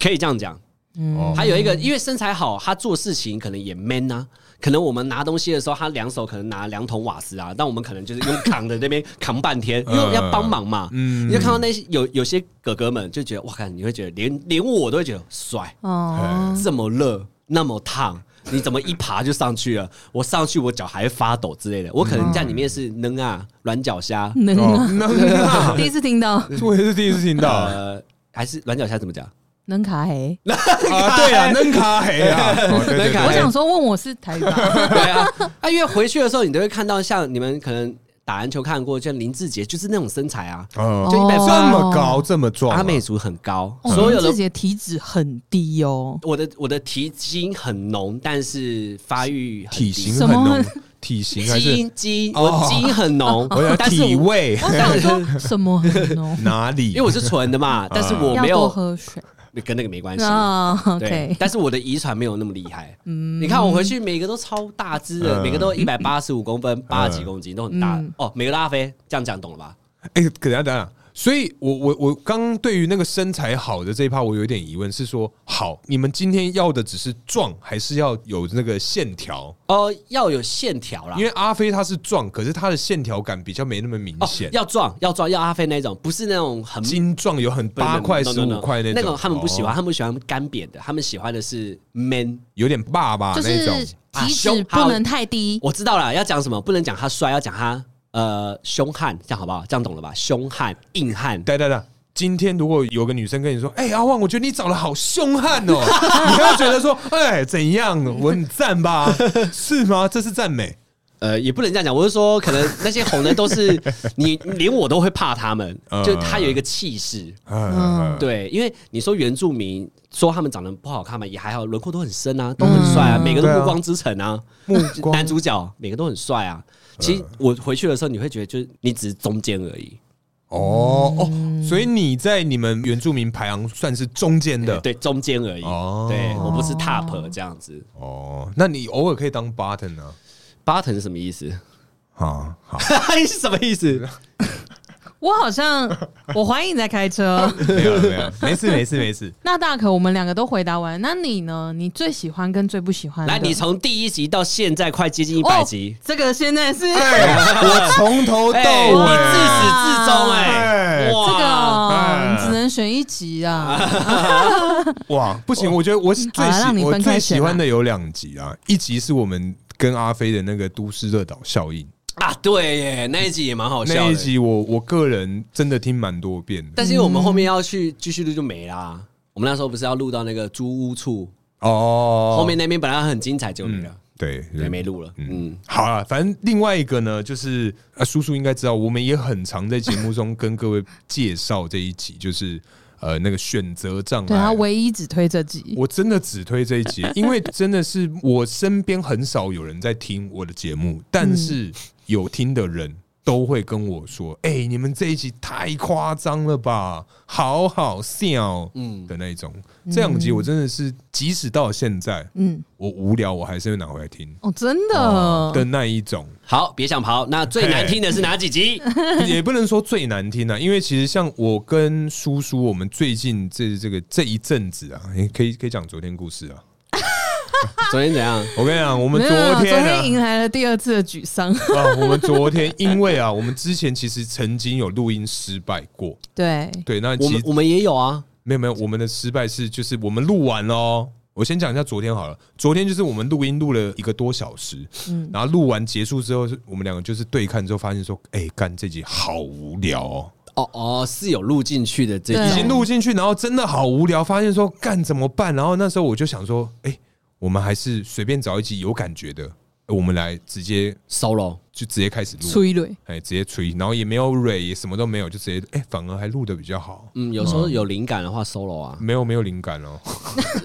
[SPEAKER 2] 可以这样讲。
[SPEAKER 1] 哦
[SPEAKER 3] 嗯，
[SPEAKER 2] 还有一个，因为身材好，他做事情可能也 man 啊。可能我们拿东西的时候，他两手可能拿两桶瓦斯啊，但我们可能就是用扛的 那边扛半天，因为要帮忙嘛。
[SPEAKER 1] 嗯
[SPEAKER 2] 你就看到那些有有些哥哥们就觉得，哇，看你会觉得连连我都会觉得帅，
[SPEAKER 3] 哦，
[SPEAKER 1] 嗯
[SPEAKER 2] 这么热，那么烫，你怎么一爬就上去 了？我上去我脚还会发抖之类的，我可能在里面是能啊
[SPEAKER 1] 嗯
[SPEAKER 2] 软脚虾，
[SPEAKER 3] 能
[SPEAKER 1] 哦
[SPEAKER 3] 啊，
[SPEAKER 1] 那啊
[SPEAKER 3] 第一次听到
[SPEAKER 1] 我也是第一次听 到啊，
[SPEAKER 2] 呃，还是软脚虾怎么讲？
[SPEAKER 3] 能卡黑，
[SPEAKER 1] 对啊，能卡黑 啊，哦对对
[SPEAKER 2] 能
[SPEAKER 1] 对
[SPEAKER 2] 卡
[SPEAKER 3] 我想说问我是台语吧？
[SPEAKER 2] 对啊，啊，因为回去的时候，你都会看到像你们可能打篮球看过，像林志杰就是那种身材啊，
[SPEAKER 1] 哦
[SPEAKER 2] 就一百
[SPEAKER 1] 这
[SPEAKER 3] 哦
[SPEAKER 1] 么高，这么壮啊，
[SPEAKER 2] 阿美族很高，
[SPEAKER 3] 哦
[SPEAKER 2] 所有
[SPEAKER 3] 林志
[SPEAKER 2] 的
[SPEAKER 3] 杰体脂很低 哦，
[SPEAKER 2] 我的我的体筋很浓，但是发育很
[SPEAKER 1] 体
[SPEAKER 2] 低
[SPEAKER 1] 型
[SPEAKER 3] 什
[SPEAKER 1] 很
[SPEAKER 3] 么
[SPEAKER 1] 浓，体型还
[SPEAKER 2] 基
[SPEAKER 1] 是
[SPEAKER 2] 因基因，
[SPEAKER 1] 哦
[SPEAKER 2] 我基因很浓
[SPEAKER 1] 我要，
[SPEAKER 2] 但是
[SPEAKER 1] 体
[SPEAKER 2] 我
[SPEAKER 1] 味，
[SPEAKER 3] 我想说什么哦
[SPEAKER 1] 哪里？
[SPEAKER 2] 因为我是纯 的
[SPEAKER 1] 嗯
[SPEAKER 2] 嘛，但是我
[SPEAKER 3] 要
[SPEAKER 2] 没
[SPEAKER 3] 多
[SPEAKER 2] 有
[SPEAKER 3] 喝 水
[SPEAKER 2] 跟那个没关系。
[SPEAKER 3] 啊
[SPEAKER 2] 对
[SPEAKER 3] ，OK，，
[SPEAKER 2] 但是我的遗传没有那么厉害。嗯你看我回去，每个都超大只的，
[SPEAKER 1] 嗯
[SPEAKER 2] 每个都一百八十五公分，八十几公斤，都很大
[SPEAKER 3] 嗯
[SPEAKER 2] 哦。每个都阿飞，这样讲懂了吧？
[SPEAKER 1] 哎、等一下等一下，所以我我我刚对于那个身材好的这一趴，我有一点疑问，是说好，你们今天要的只是壮，还是要有那个线条？
[SPEAKER 2] 哦，要有线条啦
[SPEAKER 1] 因。为阿飞他是壮，可是他的线条感比较没那么明
[SPEAKER 2] 哦
[SPEAKER 1] 显，，
[SPEAKER 2] 要壮要壮要阿飞那种，不是那种很
[SPEAKER 1] 精壮有很
[SPEAKER 2] 不是
[SPEAKER 1] 八块
[SPEAKER 2] no,
[SPEAKER 1] 十
[SPEAKER 2] no, no,
[SPEAKER 1] 五块
[SPEAKER 2] 那
[SPEAKER 1] 种，
[SPEAKER 2] 种他们不喜欢，
[SPEAKER 1] 哦
[SPEAKER 2] 他们喜欢干扁的，他们喜欢的是 man。
[SPEAKER 1] 有点爸爸
[SPEAKER 3] 就
[SPEAKER 1] 那种
[SPEAKER 2] 啊
[SPEAKER 3] 是。体脂不能太低，
[SPEAKER 2] 我知道了，要讲什么，不能讲他帅，要讲他呃凶悍，这样好不好？这样懂了吧？凶悍、硬汉，
[SPEAKER 1] 对对对。今天如果有个女生跟你说：“哎、阿旺，我觉得你长得好凶悍 哦。”你会觉得说：“哎、怎样？我很赞吧？ 是吗？这是赞美。
[SPEAKER 2] 呃，也不能这样讲，我是说，可能那些红人都 是你，连我都会怕他们
[SPEAKER 1] 嗯，
[SPEAKER 2] 就他有一个气势。
[SPEAKER 1] 嗯”
[SPEAKER 2] 对，因为你说原住民说他们长得不好看嘛，也还好，轮廓都很深啊，都很帅啊，
[SPEAKER 3] 嗯
[SPEAKER 2] 每个都
[SPEAKER 1] 对啊
[SPEAKER 2] 暮光之城啊，
[SPEAKER 1] 目光
[SPEAKER 2] 男主角每个都很帅啊。其实我回去的时候，你会觉得就是你只是中间而已，
[SPEAKER 1] 哦哦，所以你在你们原住民排行算是中间的
[SPEAKER 2] 对，中间而已。
[SPEAKER 1] 哦
[SPEAKER 2] 对我不是 top 这样子。
[SPEAKER 1] 哦，那你偶尔可以当 button 呢？
[SPEAKER 2] button 是什么意思？
[SPEAKER 1] 啊，好，
[SPEAKER 2] 是什么意思？
[SPEAKER 3] 我 好像我怀疑你在开车。
[SPEAKER 1] 没有了没有了，没事没事没事。
[SPEAKER 3] 那大可，我们两个都回答完，那你呢？你最喜欢跟最不喜欢的？
[SPEAKER 2] 来，你从第一集到现在快接近一百
[SPEAKER 3] 哦
[SPEAKER 2] 集，
[SPEAKER 3] 这个现在是
[SPEAKER 1] 哎，我 从头到
[SPEAKER 2] 哎你自
[SPEAKER 1] 尾，
[SPEAKER 2] 始至终哎，
[SPEAKER 1] 哎
[SPEAKER 3] 这个哦
[SPEAKER 1] 哎，
[SPEAKER 3] 你只能选一集
[SPEAKER 2] 哎
[SPEAKER 3] 啊。
[SPEAKER 1] 哇，不行，我觉得我最
[SPEAKER 3] 好啦让
[SPEAKER 1] 喜
[SPEAKER 3] 你
[SPEAKER 1] 我
[SPEAKER 3] 分
[SPEAKER 1] 最
[SPEAKER 3] 开
[SPEAKER 1] 喜
[SPEAKER 3] 选啊
[SPEAKER 1] 欢的有两集啊，一集是我们跟阿飞的那个都市热岛效应
[SPEAKER 2] 啊，对耶，那一集也蛮好哦笑的。
[SPEAKER 1] 那一集我，我个人真的听蛮多遍的。
[SPEAKER 2] 但是因为我们后面要去继续录就没啦。我们那时候不是要录到那个租屋处，
[SPEAKER 1] 哦，
[SPEAKER 2] 后面那边本来很精彩就没了，
[SPEAKER 1] 对对
[SPEAKER 2] 也没录了。嗯，
[SPEAKER 1] 好了，反正另外一个呢，就是啊，叔叔应该知道，我们也很常在节目中跟各位介绍这一集，就是呃那个选择障
[SPEAKER 3] 对他
[SPEAKER 1] 碍。啊
[SPEAKER 3] 唯一只推这集，
[SPEAKER 2] 哎
[SPEAKER 1] 我真的只推这一 集，因为真的是我身边很少有人在听我的节目，但
[SPEAKER 3] 嗯
[SPEAKER 1] 是有听的人都会跟我说：“哎、你们这一集太夸张了吧，好好笑。”嗯的那一种。这两集我真的是，即使到现在，
[SPEAKER 3] 嗯，
[SPEAKER 1] 我无聊我还是会拿回来听
[SPEAKER 3] 哦，真
[SPEAKER 1] 的
[SPEAKER 3] 的，
[SPEAKER 1] 那一 种。
[SPEAKER 2] 好，别想跑。那最难听的是哪几集？
[SPEAKER 1] 也不能说最难听啊，因为其实像我跟叔叔，我们最近这这个这一阵子啊，也可以可以讲昨天故事啊。
[SPEAKER 2] 昨天怎样？
[SPEAKER 1] 我跟你讲，我们
[SPEAKER 3] 没
[SPEAKER 1] 昨
[SPEAKER 3] 有啊昨
[SPEAKER 1] 天
[SPEAKER 3] 天
[SPEAKER 1] 啊，
[SPEAKER 3] 迎来了第二次的沮丧，
[SPEAKER 1] 啊我们昨天因为啊，我们之前其实曾经有录音失败过，
[SPEAKER 3] 对，
[SPEAKER 1] 对，那
[SPEAKER 2] 我
[SPEAKER 1] 其
[SPEAKER 2] 们
[SPEAKER 1] 实
[SPEAKER 2] 我们也有啊。
[SPEAKER 1] 没有没有，我们的失败是就是我们录完喽。我先讲一下昨天好了，昨天就是我们录音录了一个多小时，
[SPEAKER 3] 嗯
[SPEAKER 1] 然后录完结束之后，我们两个就是对看之后发现说，哎、干这集好无聊哦，
[SPEAKER 2] 哦哦，是有录进去的这
[SPEAKER 3] 对
[SPEAKER 1] 已
[SPEAKER 2] 种
[SPEAKER 1] 经录进去，然后真的好无聊，发现说干怎么办？然后那时候我就想说，哎、我们还是随便找一集有感觉的，我们来直接
[SPEAKER 2] solo，
[SPEAKER 1] 就直接开始录，
[SPEAKER 3] 催泪。
[SPEAKER 1] 哎、直接吹，然后也没有蕊，也什么都没有，就直接哎、反而还录的比较好，
[SPEAKER 2] 嗯，有时候有灵感的话 solo 啊
[SPEAKER 1] 没有没有灵感哦，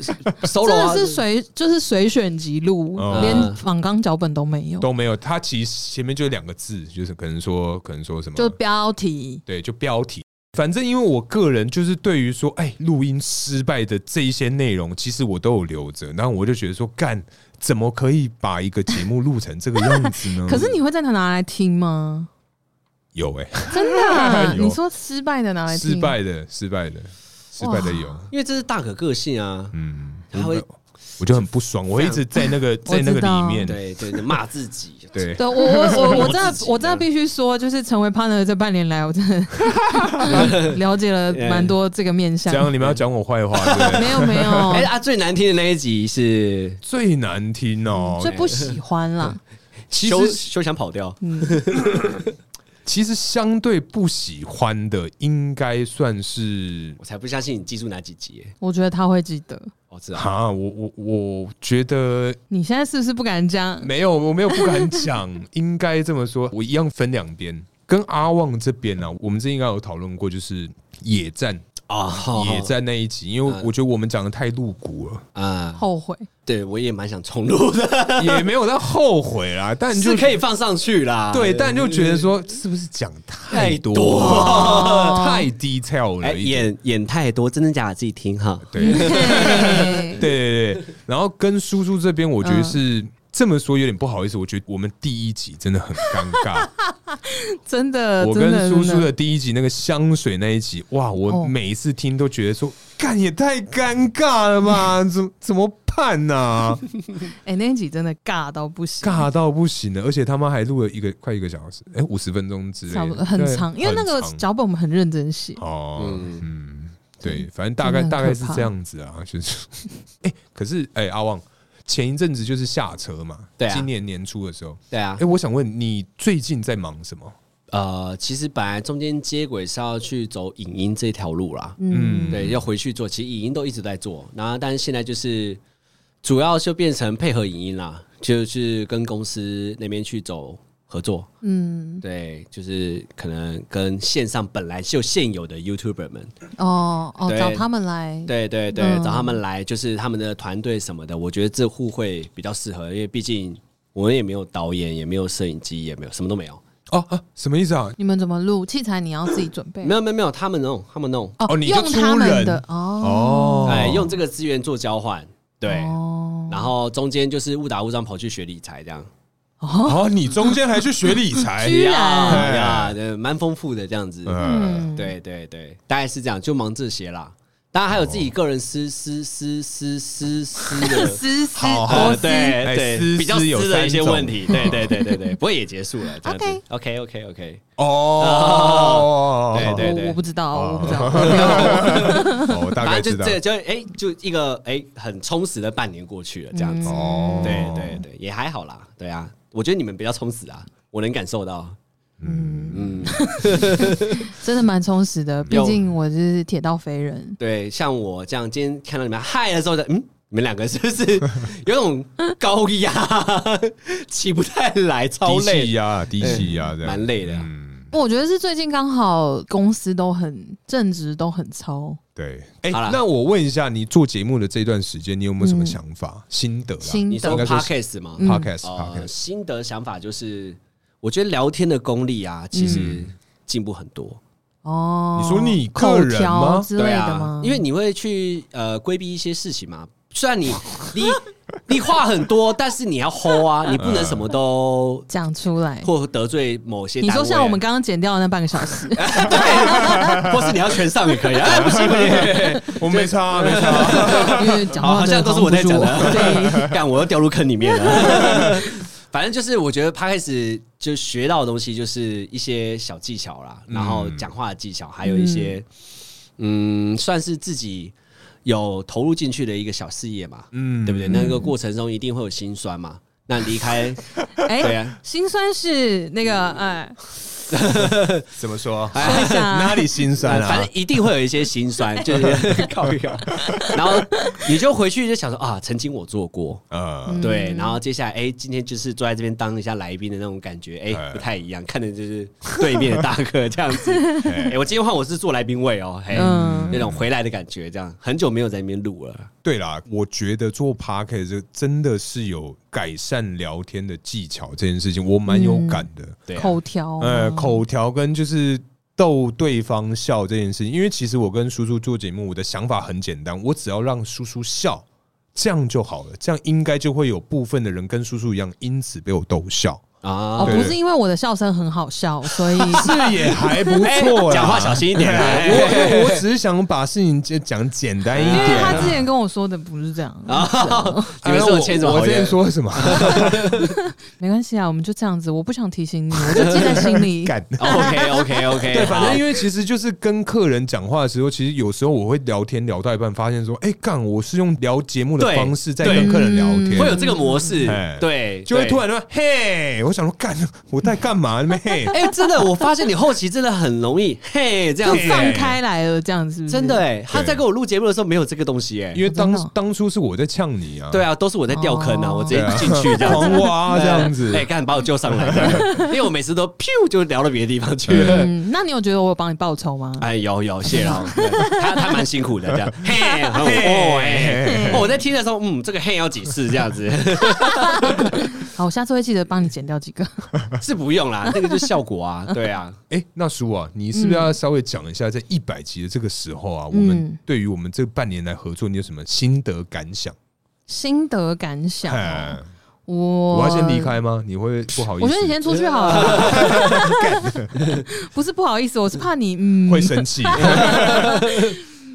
[SPEAKER 3] 真
[SPEAKER 2] ，solo 啊
[SPEAKER 3] 的是随就是随选即录，
[SPEAKER 1] 嗯
[SPEAKER 3] 连仿纲脚本都没有，
[SPEAKER 1] 都没有。它其实前面就两个字，就是可能说可能说什么，
[SPEAKER 3] 就标题。
[SPEAKER 1] 对，就标题。反正因为我个人就是对于说，哎，录音失败的这一些内容，其实我都有留着。然后我就觉得说，干怎么可以把一个节目录成这个样子呢？
[SPEAKER 3] 可是你会再拿来 听吗？
[SPEAKER 1] 有哎、
[SPEAKER 3] 真的啊、
[SPEAKER 1] 有
[SPEAKER 3] 你说失败的拿来听？
[SPEAKER 1] 失败的，失败的，失败的有，
[SPEAKER 2] 因为这是大可个性啊，
[SPEAKER 1] 嗯，
[SPEAKER 2] 他会
[SPEAKER 1] 我我就很不爽，我会一直在 那个在那个里面，
[SPEAKER 2] 对对，骂自己，
[SPEAKER 1] 对，
[SPEAKER 3] 对我我我 我真
[SPEAKER 2] 我
[SPEAKER 3] 的
[SPEAKER 2] 自己啊
[SPEAKER 3] 我真的必须说，就是成为 partner 这半年来，我真的 了解了蛮多这个面
[SPEAKER 1] 这
[SPEAKER 3] 相。
[SPEAKER 1] 样你们要讲我坏话，对 不对？
[SPEAKER 3] 没有没有
[SPEAKER 2] 哎、，啊，最难听的那一集是
[SPEAKER 1] 最难听哦、
[SPEAKER 2] 嗯
[SPEAKER 3] 最不喜欢啦。
[SPEAKER 1] 其
[SPEAKER 2] 休
[SPEAKER 1] 实
[SPEAKER 2] 休想跑掉，
[SPEAKER 1] 其实相对不喜欢的，应该算是
[SPEAKER 2] 我才不相信你记住哪几集耶，哦
[SPEAKER 3] 我觉得他会记得。
[SPEAKER 2] 我知道，
[SPEAKER 1] 啊，我我我觉得
[SPEAKER 3] 你现在是不是不敢讲？
[SPEAKER 1] 没有，我没有不敢 讲，应该这么说，我一样分两边。跟阿旺这边呢、啊，我们之前应该有讨论过，就是野战、
[SPEAKER 2] 哦嗯
[SPEAKER 1] 野战那一集，因为我觉得我们讲的太露骨了，
[SPEAKER 2] 啊、
[SPEAKER 3] 后悔，
[SPEAKER 2] 对我也蛮想重录的，
[SPEAKER 1] 也没有到后悔 啦，但就是
[SPEAKER 2] 可以嗯放上去啦，
[SPEAKER 1] 对，但就觉得说是不是讲太多
[SPEAKER 3] 太多
[SPEAKER 1] 太 detail
[SPEAKER 2] 哎、
[SPEAKER 1] 了一点，
[SPEAKER 2] 演演太多，真的假的自己听哈，
[SPEAKER 1] 对。
[SPEAKER 3] 嘿
[SPEAKER 1] 对对对，然后跟叔叔这边，我觉得是、
[SPEAKER 3] 嗯
[SPEAKER 1] 这么说有点不好意思，我觉得我们第一集真的很尴 尬。
[SPEAKER 3] 真的，
[SPEAKER 1] 我
[SPEAKER 3] 呃真
[SPEAKER 1] 跟
[SPEAKER 3] 的
[SPEAKER 1] 叔
[SPEAKER 3] 真
[SPEAKER 1] 叔的第一集那个香水那一集，哇，我
[SPEAKER 3] 哦
[SPEAKER 1] 每一次听都觉得说，干也太尴尬了 吧，怎怎么办呢、
[SPEAKER 3] 哎、那一集真的尬到不行，
[SPEAKER 1] 尬到不行了，而且他妈还录了一个快一个小时，哎，五十分钟之类的，
[SPEAKER 3] 差不多很
[SPEAKER 1] 对
[SPEAKER 3] 长，因为那个
[SPEAKER 1] 很长
[SPEAKER 3] 脚本我们很认真写，
[SPEAKER 1] 哦，
[SPEAKER 2] 嗯
[SPEAKER 1] 嗯，对，反正大概
[SPEAKER 3] 真的
[SPEAKER 1] 大
[SPEAKER 3] 很
[SPEAKER 1] 概
[SPEAKER 3] 可
[SPEAKER 1] 是
[SPEAKER 3] 怕
[SPEAKER 1] 这样子啊， 就是，哎、可是哎、阿旺前一阵子就是下车嘛，
[SPEAKER 2] 对啊
[SPEAKER 1] 今年年初的时候，
[SPEAKER 2] 对啊
[SPEAKER 1] 哎、，我想问你最近在忙什么？
[SPEAKER 2] 呃，其实本来中间接轨是要去走影音这条路啦，
[SPEAKER 1] 嗯，
[SPEAKER 2] 对，要回去做，其实影音都一直在做，然后但是现在就是主要就变成配合影音啦，就是跟公司那边去走合作，
[SPEAKER 3] 嗯，
[SPEAKER 2] 对，就是可能跟线上本来就现有的 YouTuber 们，
[SPEAKER 3] 哦哦，
[SPEAKER 2] 对
[SPEAKER 3] 找他们来，
[SPEAKER 2] 对对对，
[SPEAKER 3] 嗯
[SPEAKER 2] 找他们来就是他们的团队什么的，我觉得这互惠比较适合，因为毕竟我们也没有导演，也没有摄影机，也没有什么都没有，
[SPEAKER 1] 哦啊，什么意思啊？
[SPEAKER 3] 你们怎么录器材？你要自己准备
[SPEAKER 2] 没，有没有没有，他们弄他们弄，
[SPEAKER 1] 哦你就
[SPEAKER 3] 用他
[SPEAKER 1] 出人
[SPEAKER 3] 们的
[SPEAKER 1] 哦，
[SPEAKER 3] 哦
[SPEAKER 2] 哎，用这个资源做交换，对。
[SPEAKER 3] 哦
[SPEAKER 2] 然后中间就是误打误撞跑去学理财，这样
[SPEAKER 1] 哦，你中间还去学 理财，
[SPEAKER 2] 啊
[SPEAKER 3] 居然
[SPEAKER 2] 呀呀，对，蛮丰富的这样子。
[SPEAKER 1] 嗯，
[SPEAKER 2] 对对对，大概是这样，就忙这些啦。当然还有自己个人私私私私私私 的，
[SPEAKER 3] 思思
[SPEAKER 1] 好好
[SPEAKER 3] 博
[SPEAKER 2] 呃，
[SPEAKER 3] 思
[SPEAKER 1] 哎
[SPEAKER 2] 对
[SPEAKER 1] 私
[SPEAKER 2] 对，比较
[SPEAKER 1] 私有
[SPEAKER 2] 私的一
[SPEAKER 1] 三
[SPEAKER 2] 些
[SPEAKER 1] 种
[SPEAKER 2] 问 题，对对对对对，不过也结束了，这样子 OK
[SPEAKER 3] OK。
[SPEAKER 2] OK OK，
[SPEAKER 1] 哦，
[SPEAKER 2] 对对
[SPEAKER 3] 我我不知道，我不知道，
[SPEAKER 1] 哦，我大概
[SPEAKER 2] 反正
[SPEAKER 1] 知
[SPEAKER 2] 就
[SPEAKER 1] 道，
[SPEAKER 2] 这就哎，就一个哎很充实的半年过去了，这样子。
[SPEAKER 1] 哦，
[SPEAKER 2] 对对对，也还好啦，对啊，我觉得你们比较充实啊，我能感受到。嗯嗯，
[SPEAKER 3] 真的蛮充 实的。毕
[SPEAKER 2] 有
[SPEAKER 3] 竟我是铁道飞
[SPEAKER 1] 嗯
[SPEAKER 3] 人，
[SPEAKER 2] 对，像我这样，今天看到你们嗨的时候就，嗯，你们两个是 不是有种高压，起不太来，超
[SPEAKER 1] 低气
[SPEAKER 2] 累，
[SPEAKER 1] 压，低气压，这样
[SPEAKER 2] 蛮累的。啊
[SPEAKER 1] 嗯，
[SPEAKER 3] 我觉得是最近刚好公司都很正职都很超，
[SPEAKER 1] 对，哎、
[SPEAKER 2] 好啦
[SPEAKER 1] 那我问一下，你做节目的这段时间，你有没有什么想法、心得啦？
[SPEAKER 3] 心
[SPEAKER 2] 你
[SPEAKER 3] 得
[SPEAKER 2] 说
[SPEAKER 1] 应该说是嗯
[SPEAKER 2] podcast 吗？
[SPEAKER 1] podcast、
[SPEAKER 2] 呃，
[SPEAKER 1] podcast，
[SPEAKER 2] 心得想法就是，我觉得聊天的功力啊，其实
[SPEAKER 1] 嗯
[SPEAKER 2] 进步很多。
[SPEAKER 3] 哦。
[SPEAKER 1] 你说你个
[SPEAKER 3] 口
[SPEAKER 1] 人吗
[SPEAKER 3] 条之类
[SPEAKER 2] 对
[SPEAKER 3] 的
[SPEAKER 2] 啊
[SPEAKER 3] 吗？，
[SPEAKER 2] 因为你会去呃规避一些事情嘛。虽然你你你话很多，但是你要 hold
[SPEAKER 1] 嗯
[SPEAKER 2] 啊，你不能什么都
[SPEAKER 3] 讲出来，
[SPEAKER 2] 或得罪某些单
[SPEAKER 3] 你
[SPEAKER 2] 位啊。
[SPEAKER 3] 说像我们刚刚剪掉的那半个 小时，
[SPEAKER 2] 对，或是你要全上也可以啊，哎不 行 不行，
[SPEAKER 1] 我没差、啊没差、
[SPEAKER 3] 因为讲
[SPEAKER 2] 好，
[SPEAKER 3] 话
[SPEAKER 2] 好
[SPEAKER 3] 真
[SPEAKER 2] 像
[SPEAKER 3] 的
[SPEAKER 2] 都是我在讲
[SPEAKER 3] 防不住我 对，
[SPEAKER 2] 的，干我又掉入坑里面了。 反正就是我觉得他开始就学到的东西，就是一些小技巧啦，然后讲话的技巧，还有一些嗯，算是自己有投入进去的一个小事业嘛，
[SPEAKER 1] 嗯
[SPEAKER 2] 对不对？那个过程中一定会有心酸嘛。那离开，对
[SPEAKER 3] 哎，
[SPEAKER 2] 啊，
[SPEAKER 3] 心酸是那个哎，
[SPEAKER 1] 怎么说？
[SPEAKER 3] 说一下啊
[SPEAKER 1] 哪里心酸啊
[SPEAKER 2] 反正？一定会有一些心酸，就是 靠一靠，然后你就回去就想说啊，曾经我做过，
[SPEAKER 1] 呃，
[SPEAKER 2] 对，然后接下来哎、今天就是坐在这边当一下来宾的那种感觉，哎、
[SPEAKER 1] 哎
[SPEAKER 2] 不太一样，看的就是对面的大哥这 样子。哎、我今天换我是坐来宾位哦，嘿，
[SPEAKER 3] 嗯
[SPEAKER 2] 那种回来的感觉，这样很久没有在那边录了，
[SPEAKER 1] 对啦，我觉得做 p a r k 这真的是有改善聊天的技巧这件事情，我蛮有感的。
[SPEAKER 2] 对啊、
[SPEAKER 3] 口条，嗯
[SPEAKER 1] 呃，口条跟就是逗对方笑这件事情，因为其实我跟叔叔做节目，我的想法很简单，我只要让叔叔笑，这样就好了，这样应该就会有部分的人跟叔叔一样，因此被我逗笑，
[SPEAKER 2] 啊，
[SPEAKER 3] 哦，
[SPEAKER 1] 对
[SPEAKER 3] 不是因为我的笑声很好 笑，所以
[SPEAKER 1] 这也还不错啦。
[SPEAKER 2] 哎讲话小心一点啊，
[SPEAKER 1] 我
[SPEAKER 2] 哎
[SPEAKER 1] 我我只是想把事情讲讲简单一
[SPEAKER 3] 因为他
[SPEAKER 1] 点。啊
[SPEAKER 3] 之前跟我说的不是这啊样，
[SPEAKER 2] 你们
[SPEAKER 1] 哎
[SPEAKER 2] 是
[SPEAKER 1] 我
[SPEAKER 2] 有牵什么
[SPEAKER 1] 我
[SPEAKER 2] 好
[SPEAKER 1] 之前
[SPEAKER 2] 缘？
[SPEAKER 1] 说什么？
[SPEAKER 3] 没关系啊，我们就这样子，我不想提醒你，我就记在 心里。
[SPEAKER 1] 干。
[SPEAKER 2] OK OK OK，
[SPEAKER 1] 对，反正因为其实就是跟客人讲话的时候，其实有时候我会聊天聊到一半，发现说，哎、干，我是用聊节目的
[SPEAKER 2] 对
[SPEAKER 1] 方式在
[SPEAKER 2] 对
[SPEAKER 1] 跟客人聊天，
[SPEAKER 2] 会有这个模式
[SPEAKER 1] 哎，
[SPEAKER 2] 对，
[SPEAKER 1] 就会
[SPEAKER 2] 对
[SPEAKER 1] 突然说，嘿，我想说，干，我在干嘛？那边嘿，
[SPEAKER 2] 哎、真的，我发现你后期真的很容易，嘿，这样
[SPEAKER 3] 就
[SPEAKER 2] 子，
[SPEAKER 3] 放开来了，这样子
[SPEAKER 2] 真的哎、他
[SPEAKER 1] 对
[SPEAKER 2] 在跟我录节目的时候没有这个东西哎、
[SPEAKER 1] 因为当、
[SPEAKER 3] 真的哦
[SPEAKER 1] 当初是我在呛你啊，
[SPEAKER 2] 对啊，都是我在掉坑啊，
[SPEAKER 3] 哦
[SPEAKER 2] 我直
[SPEAKER 1] 对
[SPEAKER 2] 接
[SPEAKER 1] 啊，
[SPEAKER 2] 进去这样子
[SPEAKER 1] 狂。挖这样子，
[SPEAKER 2] 哎、赶紧把我救 上来！这样因为我每次都噗就聊到别的地方去了。
[SPEAKER 3] 嗯，那你有觉得我有帮你报仇吗？
[SPEAKER 2] 哎，有有谢了，对他他蛮辛苦的这 样。嘿，哦哎、哦我在听的时候，嗯，这个嘿要几次这样子
[SPEAKER 3] 好，我下次会记得帮你剪掉几个。
[SPEAKER 2] 是不用啦，那个就是效果啊，对啊，
[SPEAKER 1] 哎、那叔啊，你是不是要稍微讲一下，在一百集的这个时候啊，我们
[SPEAKER 3] 嗯
[SPEAKER 1] 对于我们这半年来合作，你有什么心得感想？
[SPEAKER 3] 心得感想哦，
[SPEAKER 1] 哎
[SPEAKER 3] 我
[SPEAKER 1] 我
[SPEAKER 3] 我
[SPEAKER 1] 要先离。开吗？你会不好意思？
[SPEAKER 3] 我觉得你先出去好了， 不是不好意思，我是怕你嗯
[SPEAKER 1] 会生 气。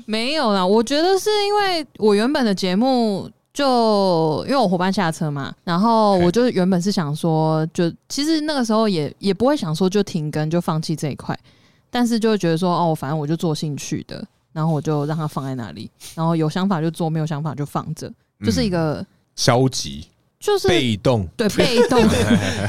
[SPEAKER 3] 没有啦，我觉得是因为我原本的节目就因为我伙伴下车嘛，然后
[SPEAKER 1] 嘿
[SPEAKER 3] 我就原本是想说，就其实那个时候也也不会想说就停更就放弃这一块，但是就会觉得说哦，反正我就做兴趣的，然后我就让它放在那里，然后有想法就做，没有想法就放着，就是一个、
[SPEAKER 1] 消极、
[SPEAKER 3] 就是
[SPEAKER 1] 嗯被动，
[SPEAKER 3] 对被动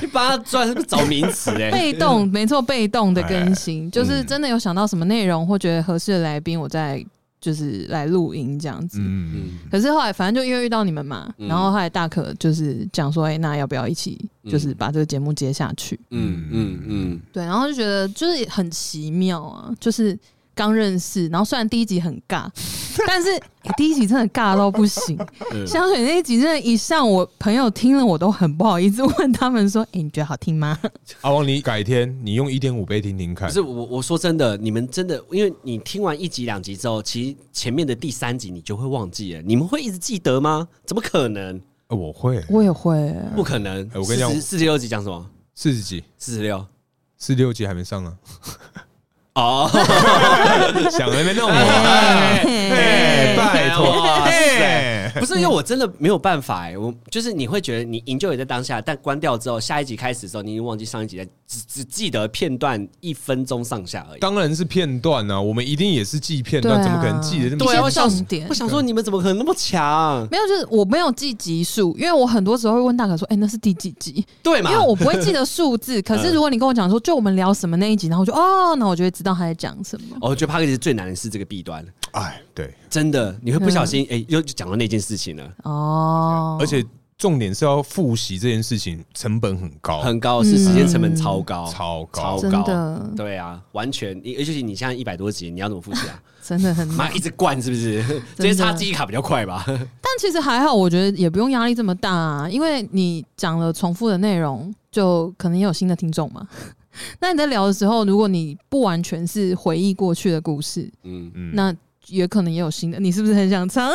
[SPEAKER 2] 你把他专找名词哎、
[SPEAKER 3] 被动没错被动的更新，
[SPEAKER 2] 嗯
[SPEAKER 3] 就是真的有想到什么内容或觉得合适的来宾，我再就是来录音这样子。
[SPEAKER 1] 嗯，
[SPEAKER 2] 嗯，
[SPEAKER 3] 可是后来反正就因为遇到你们嘛，
[SPEAKER 2] 嗯
[SPEAKER 3] 然后后来大可就是讲说，哎、那要不要一起
[SPEAKER 2] 嗯
[SPEAKER 3] 就是把这个节目接下去？
[SPEAKER 2] 嗯嗯嗯，
[SPEAKER 3] 对，然后就觉得就是很奇妙啊，就是刚认识，然后虽然第一集很 尬，但是、诶第一集真的尬到不行。
[SPEAKER 2] 嗯
[SPEAKER 3] 香水那一集真的，一上我朋友听了我都很不好意思问他们说，哎、你觉得好听吗？
[SPEAKER 1] 阿旺，你改天你用一点五倍听听看
[SPEAKER 2] 不。是我，我说真的，你们真的，因为你听完一集两集之后，其实前面的第三集你就会忘记了。你们会一直记得吗？怎么可能？
[SPEAKER 1] 呃我会
[SPEAKER 3] 我也会、
[SPEAKER 2] 不可能！
[SPEAKER 1] 哎我跟你讲
[SPEAKER 2] 40四十六集讲什么？
[SPEAKER 1] 四十集、
[SPEAKER 2] 四十六
[SPEAKER 1] 四六集还没 上啊，
[SPEAKER 2] 哦，
[SPEAKER 1] 想那边弄我，
[SPEAKER 2] 哎
[SPEAKER 1] 哎，拜托，
[SPEAKER 2] 哇塞
[SPEAKER 1] 哎，
[SPEAKER 2] 不是因为我真的没有办法哎、我就是你会觉得你 enjoy 在当下，但关掉之后，下一集开始的时候，你已经忘记上一集了，只只记得片段一分钟上下而已。
[SPEAKER 1] 当然是片段啊，我们一定也是记片段，
[SPEAKER 3] 对啊
[SPEAKER 1] 怎么可能记得这么
[SPEAKER 3] 对
[SPEAKER 2] 啊，我
[SPEAKER 1] 清
[SPEAKER 3] 像
[SPEAKER 2] 想
[SPEAKER 3] 重点
[SPEAKER 2] 我想说你们怎么可能那么强？
[SPEAKER 3] 没有，就是我没有记集数，因为我很多时候会问大可说，哎、那是第几集？
[SPEAKER 2] 对嘛？
[SPEAKER 3] 因为我不会记得数字，可是如果你跟我讲说，就我们聊什么那一集，然后我就哦，那我就会知道他在讲什么。
[SPEAKER 2] 哦我觉得 p a r k 最难的是这个弊端。
[SPEAKER 1] 哎，对，
[SPEAKER 2] 真的，你会不小心哎、又就讲到那件事情了，
[SPEAKER 3] 哦，
[SPEAKER 1] 而且重点是要复习这件事情，成本很高，
[SPEAKER 2] 很高，是时间成
[SPEAKER 3] 嗯
[SPEAKER 2] 本超高，
[SPEAKER 1] 哦超
[SPEAKER 2] 超
[SPEAKER 1] 高。
[SPEAKER 3] 真的
[SPEAKER 2] 对啊，完全，你尤其你现在一百多集，你要怎么复习啊？
[SPEAKER 3] 真的很
[SPEAKER 2] 妈
[SPEAKER 3] 难，
[SPEAKER 2] 一直灌是不是？直接插记忆卡比较快吧？
[SPEAKER 3] 但其实还好，我觉得也不用压力这么大、啊，因为你讲了重复的内容，就可能也有新的听众嘛。 那你在聊的时候，如果你不完全是回忆过去的故事，
[SPEAKER 2] 嗯，
[SPEAKER 1] 嗯
[SPEAKER 3] 那也可能也有新的。你是不是很想唱？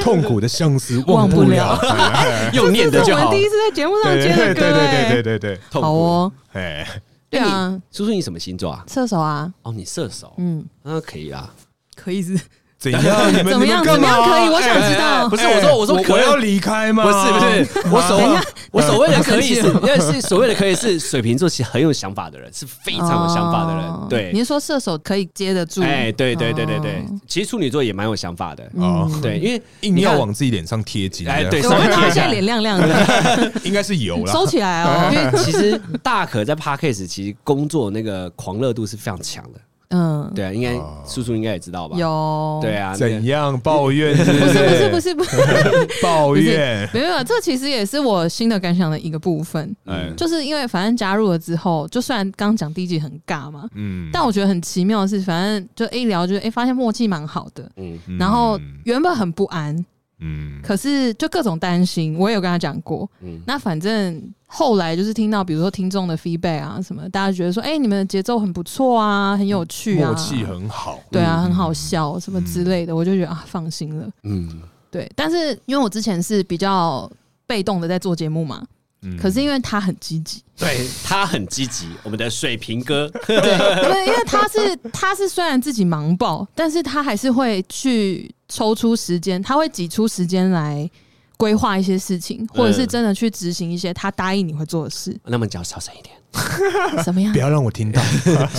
[SPEAKER 1] 痛苦的相思忘
[SPEAKER 3] 忘
[SPEAKER 1] 不
[SPEAKER 3] 不
[SPEAKER 1] 了
[SPEAKER 3] 了，
[SPEAKER 1] 哎
[SPEAKER 2] 用念的
[SPEAKER 3] 这是
[SPEAKER 2] 就
[SPEAKER 3] 我
[SPEAKER 2] 好
[SPEAKER 3] 们。第一次在节目上
[SPEAKER 1] 对
[SPEAKER 3] 接
[SPEAKER 1] 对对
[SPEAKER 3] 的
[SPEAKER 1] 对
[SPEAKER 3] 歌、欸，
[SPEAKER 1] 对对对对，
[SPEAKER 2] 痛苦
[SPEAKER 3] 好。哦，
[SPEAKER 1] 哎，
[SPEAKER 3] 对啊，
[SPEAKER 2] 叔叔，你什么星座啊？
[SPEAKER 3] 射手啊，
[SPEAKER 2] 哦，你射手，
[SPEAKER 3] 嗯，
[SPEAKER 2] 那可以啦。
[SPEAKER 3] 可以是
[SPEAKER 1] 怎样？你们
[SPEAKER 3] 怎么样？怎么样可以？我想知道
[SPEAKER 2] 哎
[SPEAKER 3] 哎
[SPEAKER 2] 不。是我说我说可
[SPEAKER 1] 我
[SPEAKER 2] 以
[SPEAKER 1] 要离开吗？
[SPEAKER 2] 不是不是，我所谓我所谓的可以是，
[SPEAKER 3] 我
[SPEAKER 2] 因为是所谓的可以是水瓶座其实很有想法的人，是非常有想法的人
[SPEAKER 3] 哦。你
[SPEAKER 2] 对，
[SPEAKER 3] 是说射手可以接得住？
[SPEAKER 2] 哎，对对对对对
[SPEAKER 3] 哦，嗯
[SPEAKER 2] 其实处女座也蛮有想法的。
[SPEAKER 1] 哦，
[SPEAKER 2] 对，因为
[SPEAKER 1] 硬
[SPEAKER 2] 你看
[SPEAKER 1] 要往自己脸上贴金，
[SPEAKER 2] 哎对
[SPEAKER 3] 对，
[SPEAKER 1] 这
[SPEAKER 3] 我
[SPEAKER 1] 样
[SPEAKER 2] 稍微
[SPEAKER 3] 看
[SPEAKER 2] 贴
[SPEAKER 3] 到他
[SPEAKER 2] 一下
[SPEAKER 3] 现在脸亮亮 的，
[SPEAKER 1] 应该是有啦。
[SPEAKER 3] 收起来哦。
[SPEAKER 2] 因为其实大可在 Parkes 其实工作那个狂热度是非常强的，
[SPEAKER 3] 嗯，
[SPEAKER 2] 对啊，应该叔叔应该也知道吧？，
[SPEAKER 3] 有。
[SPEAKER 2] 对啊，那个
[SPEAKER 1] 怎样抱怨？不
[SPEAKER 3] 不是不
[SPEAKER 1] 是
[SPEAKER 3] 是 不是不是，
[SPEAKER 1] 抱
[SPEAKER 3] 不是
[SPEAKER 1] 怨，
[SPEAKER 3] 没有没有，这其实也是我新的感想的一个部分，
[SPEAKER 2] 哎
[SPEAKER 3] 就是因为反正加入了之后，就虽然刚讲第一集很尬嘛，
[SPEAKER 1] 嗯
[SPEAKER 3] 但我觉得很奇妙的是，反正就一聊就哎、诶发现默契蛮好的，
[SPEAKER 2] 嗯，
[SPEAKER 1] 嗯
[SPEAKER 3] 然后原本很不安，
[SPEAKER 1] 嗯
[SPEAKER 3] 可是就各种担心，我也有跟他讲过。
[SPEAKER 2] 嗯
[SPEAKER 3] 那反正后来就是听到，比如说听众的 feedback 啊什么，大家觉得说，哎、你们的节奏很不错啊，很有趣啊，
[SPEAKER 1] 默契很好，
[SPEAKER 3] 对啊，
[SPEAKER 2] 嗯
[SPEAKER 3] 很好笑什么之类的，我就觉得啊，放心了。
[SPEAKER 2] 嗯，
[SPEAKER 3] 对，但是因为我之前是比较被动的在做节目嘛，
[SPEAKER 1] 嗯
[SPEAKER 3] 可是因为他很积极，
[SPEAKER 2] 对他很积极，我们的水瓶哥，，
[SPEAKER 3] 对，因为他是他是虽然自己忙爆，但是他还是会去抽出时间，他会挤出时间来规划一些事情，或者是真的去执行一些他答应你会做的事
[SPEAKER 2] 那么你脚小声一点，
[SPEAKER 3] 怎么样
[SPEAKER 1] 不？要让我听到，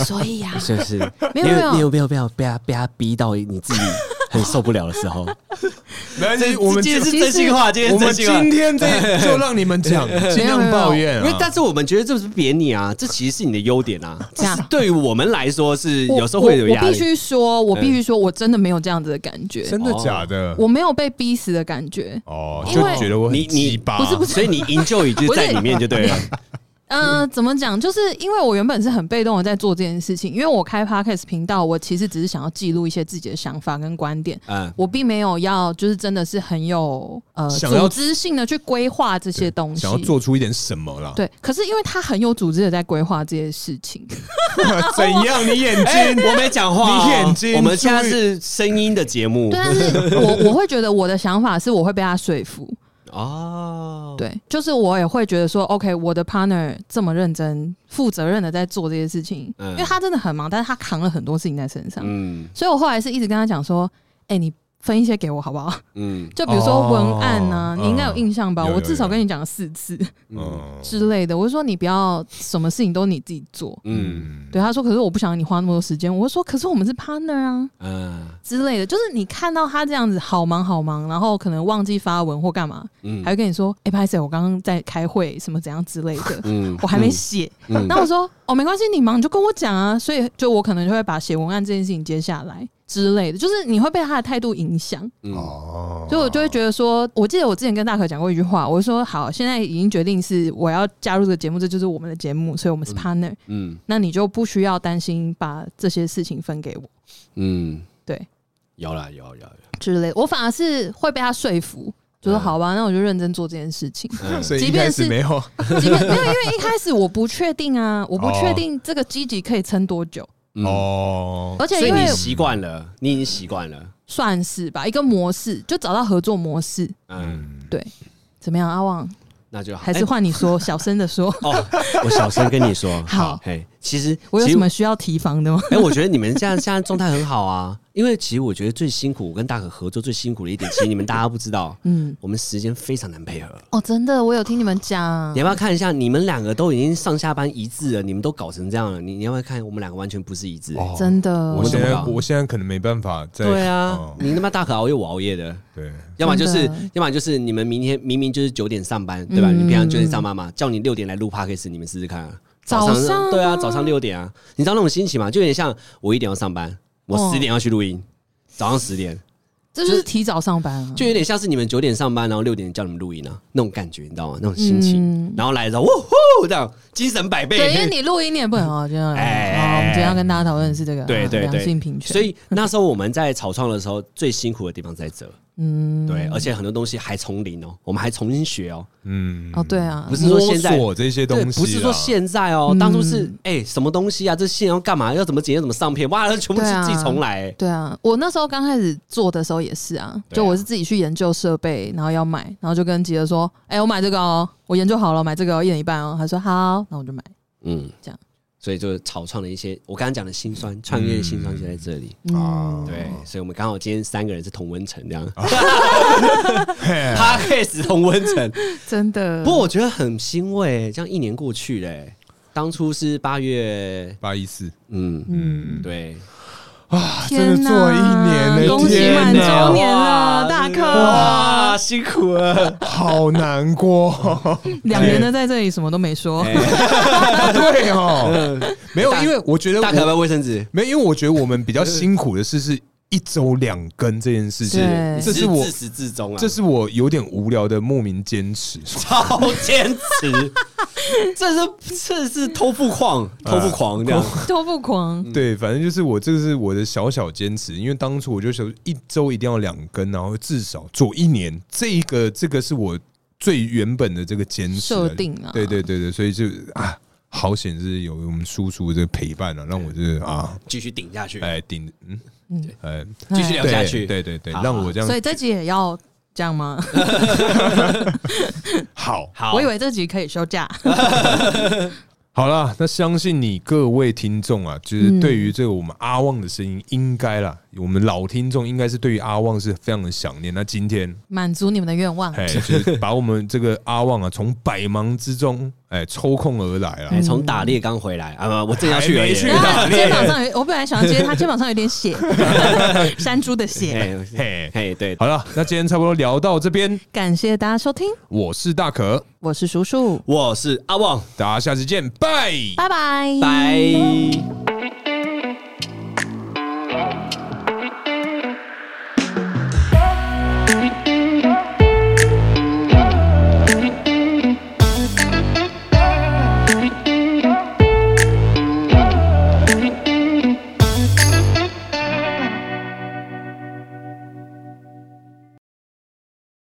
[SPEAKER 3] 所 以呀、
[SPEAKER 2] 就是
[SPEAKER 3] 没有没有
[SPEAKER 2] 你有没有被他被他被他逼到你自己很受不了的时 候？
[SPEAKER 1] 没关系，我们
[SPEAKER 2] 今天是
[SPEAKER 3] 其实
[SPEAKER 2] 真心话，今天
[SPEAKER 1] 我
[SPEAKER 2] 是
[SPEAKER 1] 们
[SPEAKER 2] 真心啊话
[SPEAKER 1] 今。天这就让你们讲，尽量抱怨
[SPEAKER 2] 因
[SPEAKER 1] 啊，
[SPEAKER 2] 为，但是我们觉得这不是贬你啊，这其实是你的优点啊。
[SPEAKER 3] 这样
[SPEAKER 2] 这是对于我们来说是
[SPEAKER 3] 我
[SPEAKER 2] 有时候会有
[SPEAKER 3] 我
[SPEAKER 2] 压
[SPEAKER 3] 我
[SPEAKER 2] 力。
[SPEAKER 3] 必须说，我必须说，我真的没有这样子的感觉，
[SPEAKER 1] 真的假的？
[SPEAKER 3] 我没有被逼死的感觉。
[SPEAKER 1] 哦，
[SPEAKER 3] 因
[SPEAKER 1] 就
[SPEAKER 3] 为
[SPEAKER 1] 觉得我很
[SPEAKER 2] 你你
[SPEAKER 1] 鸡巴，
[SPEAKER 3] 不是不是
[SPEAKER 2] 所以你营救已经在里面就对了。
[SPEAKER 3] 嗯，怎么讲？就是因为我原本是很被动的在做这件事情，因为我开 podcast 频道，我其实只是想要记录一些自己的想法跟观点，
[SPEAKER 2] 嗯，
[SPEAKER 3] 我并没有要就是真的是很有呃
[SPEAKER 1] 想要
[SPEAKER 3] 组织性的去规划这些东西，
[SPEAKER 1] 想要做出一点什么啦？
[SPEAKER 3] 对。可是因为他很有组织的在规划这些事情，
[SPEAKER 1] 哦怎样？你眼
[SPEAKER 2] 哎，
[SPEAKER 1] 睛
[SPEAKER 2] 我没讲话哦，
[SPEAKER 1] 你眼睛
[SPEAKER 2] 我们现在是声音的节目
[SPEAKER 3] 对，但是我我会觉得我的想法是我会被他说服，
[SPEAKER 2] 哦。
[SPEAKER 3] 对，就是我也会觉得说，OK，我的 partner 这么认真、负责任的在做这些事情，
[SPEAKER 2] 嗯
[SPEAKER 3] 因为他真的很忙，但是他扛了很多事情在身上，
[SPEAKER 2] 嗯
[SPEAKER 3] 所以我后来是一直跟他讲说，哎、你分一些给我好不好？
[SPEAKER 2] 嗯
[SPEAKER 3] 就比如说文案呢、
[SPEAKER 1] 哦
[SPEAKER 3] 你应该有印象吧？
[SPEAKER 1] 嗯有
[SPEAKER 3] 我至少
[SPEAKER 1] 有有
[SPEAKER 3] 跟你讲了四次。
[SPEAKER 2] 嗯
[SPEAKER 1] 嗯
[SPEAKER 3] 之类的。我就说你不要什么事情都你自己做。
[SPEAKER 2] 嗯
[SPEAKER 3] 对，他说可是我不想你花那么多时间。我就说可是我们是 partner 啊
[SPEAKER 2] 嗯
[SPEAKER 3] 之类的。就是你看到他这样子好忙好忙，然后可能忘记发文或干嘛，还
[SPEAKER 2] 嗯
[SPEAKER 3] 会跟你说哎，拍、谁？我刚刚在开会，什么怎样之类 的。
[SPEAKER 2] 嗯
[SPEAKER 3] 我还没写，
[SPEAKER 2] 嗯
[SPEAKER 3] 那、我说哦，没关系，你忙你就跟我讲啊，所以就我可能就会把写文案这件事情接下来之类的，就是你会被他的态度影响，
[SPEAKER 2] 嗯
[SPEAKER 1] 哦
[SPEAKER 3] 所以我就会觉得说，我记得我之前跟大可讲过一句话，我就说好，现在已经决定是我要加入这个节目，这就是我们的节目，所以我们是 partner，、
[SPEAKER 2] 嗯
[SPEAKER 3] 那你就不需要担心把这些事情分给我
[SPEAKER 2] 嗯，
[SPEAKER 3] 对
[SPEAKER 2] 有啦有有有，
[SPEAKER 3] 之类的。我反而是会被他说服，就说
[SPEAKER 2] 嗯
[SPEAKER 3] 好吧，那我就认真做这件事 情。
[SPEAKER 2] 嗯
[SPEAKER 1] 所以一
[SPEAKER 3] 即便
[SPEAKER 1] 开
[SPEAKER 3] 是
[SPEAKER 1] 始没有，
[SPEAKER 3] 即便没有，因为一开始我不确定啊，我不
[SPEAKER 2] 哦
[SPEAKER 3] 确定这个积极可以撑多久，
[SPEAKER 2] 嗯
[SPEAKER 1] 哦，
[SPEAKER 3] 而且
[SPEAKER 2] 所以
[SPEAKER 3] 因
[SPEAKER 2] 你
[SPEAKER 3] 为
[SPEAKER 2] 习惯了，你已经习惯了。
[SPEAKER 3] 算是吧，一个模式就找到合作模式，
[SPEAKER 2] 嗯，
[SPEAKER 3] 怎么样？阿旺
[SPEAKER 2] 那就好。
[SPEAKER 3] 还是
[SPEAKER 2] 哎
[SPEAKER 3] 换 你说，小声的说，
[SPEAKER 2] 哦， 我小声跟你说，
[SPEAKER 3] 好
[SPEAKER 2] 嘿，其实
[SPEAKER 3] 我有
[SPEAKER 2] 其实
[SPEAKER 3] 什么需要提防的吗？
[SPEAKER 2] 哎、我觉得你们这样现在状态很好啊，因为其实我觉得最辛苦，我跟大可合作最辛苦的一 点，其实你们大家不知道，
[SPEAKER 3] 嗯，
[SPEAKER 2] 我们时间非常难配合。
[SPEAKER 3] 哦，真的，我有听你们讲
[SPEAKER 2] 你要不要看一下？你们两个都已经上下班一致了，你们都搞成这样了，你你要不要看？我们两个完全不是一致。
[SPEAKER 1] 哦
[SPEAKER 3] 真的，
[SPEAKER 1] 我现
[SPEAKER 2] 怎么
[SPEAKER 1] 在
[SPEAKER 2] 搞
[SPEAKER 1] 我现在可能没办法再
[SPEAKER 2] 对啊
[SPEAKER 1] 哦，
[SPEAKER 2] 你他妈大可熬夜，我熬夜的。
[SPEAKER 1] 对，
[SPEAKER 2] 要么就是
[SPEAKER 3] 真的，
[SPEAKER 2] 要么就是你们明天明明就是九点上班，对吧？
[SPEAKER 3] 嗯
[SPEAKER 2] 你平常九点上班嘛，叫你六点来录 podcast，你们试试看啊。
[SPEAKER 3] 早上啊
[SPEAKER 2] 对啊，早上六点啊，你知道那种心情吗？就有点像我一点要上班，我
[SPEAKER 3] 哦
[SPEAKER 2] 十点要去录音，早上十点，
[SPEAKER 3] 这就是提早上班啊，
[SPEAKER 2] 就有点像是你们九点上班，然后六点叫你们录音啊，那种感觉，你知道吗？那种心情，
[SPEAKER 3] 嗯
[SPEAKER 2] 然后来的时候，呜呼，这样精神百倍。
[SPEAKER 3] 对，因为你录音你也不能哦，这样。
[SPEAKER 2] 哎
[SPEAKER 3] 好，我们今天要跟大家讨论的是这个啊
[SPEAKER 2] 对对
[SPEAKER 3] 良
[SPEAKER 2] 对
[SPEAKER 3] 性，平 权，
[SPEAKER 2] 所以那时候我们在草创的时候，最辛苦的地方在这，
[SPEAKER 3] 嗯，
[SPEAKER 2] 对，而且很多东西还从零哦，我们还重新学哦，
[SPEAKER 1] 嗯，
[SPEAKER 3] 哦对啊
[SPEAKER 2] 不，是说现在
[SPEAKER 1] 摸索这些东
[SPEAKER 2] 对，
[SPEAKER 1] 西啦，啊
[SPEAKER 2] 不是说现在哦
[SPEAKER 3] 嗯，
[SPEAKER 2] 当初是哎、什么东西啊？这线要干嘛？要怎么剪？要怎么上片？哇，全部
[SPEAKER 3] 对
[SPEAKER 2] 是
[SPEAKER 3] 啊
[SPEAKER 2] 自己重来、哎
[SPEAKER 3] 对啊，我那时候刚开始做的时候也是啊，
[SPEAKER 2] 对啊
[SPEAKER 3] 就我是自己去研究设备，然后要买，然后就跟吉儿说，哎，我买这个哦，我研究好了，买这个哦一人一半哦，他说好，那我就买，
[SPEAKER 2] 嗯，
[SPEAKER 3] 这样。
[SPEAKER 2] 所以就草创了一些我刚刚讲的辛酸，创业的辛酸就在这里。
[SPEAKER 3] 嗯
[SPEAKER 1] 啊，
[SPEAKER 2] 对，所以我们刚好今天三个人是同温层这样
[SPEAKER 1] 哦嘿
[SPEAKER 2] p o d c a s 同温层。
[SPEAKER 3] 真的。
[SPEAKER 2] 不过我觉得很欣慰，这样一年过去嘞、当初是八月，
[SPEAKER 1] 八一四，
[SPEAKER 2] 嗯，
[SPEAKER 1] 嗯，
[SPEAKER 2] 对，
[SPEAKER 1] 啊，真的
[SPEAKER 3] 天哪
[SPEAKER 1] 做了一年呢，
[SPEAKER 3] 恭喜
[SPEAKER 1] 哎天
[SPEAKER 3] 满
[SPEAKER 1] 哪
[SPEAKER 3] 周年了，
[SPEAKER 2] 哇
[SPEAKER 3] 大啊
[SPEAKER 2] 哇，
[SPEAKER 3] 哥，
[SPEAKER 2] 辛苦
[SPEAKER 1] 哎
[SPEAKER 2] 了。
[SPEAKER 1] 好难过。
[SPEAKER 3] 两年
[SPEAKER 2] 哎
[SPEAKER 3] 的在这里什么都没说，
[SPEAKER 1] 对哦，没有，因为我觉得
[SPEAKER 2] 大可要不
[SPEAKER 1] 我
[SPEAKER 2] 要卫生纸？
[SPEAKER 1] 没有，因为我觉得我们比较辛苦的事是一周两更这件事情
[SPEAKER 3] 对，
[SPEAKER 1] 这是我
[SPEAKER 2] 自始至终啊，
[SPEAKER 1] 这是我有点无聊的莫名坚持。
[SPEAKER 2] 超坚持，这是这是偷富狂，偷富狂这样。
[SPEAKER 3] 都不狂。
[SPEAKER 2] 嗯
[SPEAKER 1] 对，反正就是我这个是我的小小坚持，因为当初我就想一周一定要两更，然后至少做一年，这一个这个是我最原本的这个坚持
[SPEAKER 3] 设定啊
[SPEAKER 1] 对对对对，所以就啊，好险是有我们叔叔这个陪伴啊，让我就是啊，
[SPEAKER 2] 继续顶下去，
[SPEAKER 1] 哎顶，嗯
[SPEAKER 3] 嗯，
[SPEAKER 1] 哎，
[SPEAKER 2] 继续聊
[SPEAKER 1] 对
[SPEAKER 2] 下去。
[SPEAKER 1] 对对对，
[SPEAKER 2] 好
[SPEAKER 1] 让我这样
[SPEAKER 3] 所以这集也要这样吗？
[SPEAKER 1] 好
[SPEAKER 2] 好，
[SPEAKER 3] 我以为这集可以休假。
[SPEAKER 1] 好啦，那相信你各位听众啊，就是对
[SPEAKER 2] 嗯
[SPEAKER 1] 于这个我们阿旺的声音，应该啦，我们老听众应该是对于阿旺是非常的想念。那今天
[SPEAKER 3] 满足你们的愿望。
[SPEAKER 1] 哎，就是把我们这个阿旺啊，从百忙之中哎抽空而来啊
[SPEAKER 2] 哎，。从打猎刚回来啊，不我正要去而
[SPEAKER 1] 还
[SPEAKER 2] 已
[SPEAKER 1] 没去
[SPEAKER 3] 然后
[SPEAKER 1] 打
[SPEAKER 3] 他
[SPEAKER 1] 猎
[SPEAKER 3] 肩膀上有，我本来想要接他肩膀上有点血，山猪的血。
[SPEAKER 2] 哎
[SPEAKER 1] 嘿，
[SPEAKER 2] 哎，对，
[SPEAKER 1] 好了，那今天差不多聊到这边，
[SPEAKER 3] 感谢大家收听，
[SPEAKER 1] 我是大可，
[SPEAKER 3] 我是叔叔，
[SPEAKER 2] 我是阿旺，
[SPEAKER 1] 大家下次见，拜。
[SPEAKER 3] 拜拜，
[SPEAKER 2] 拜。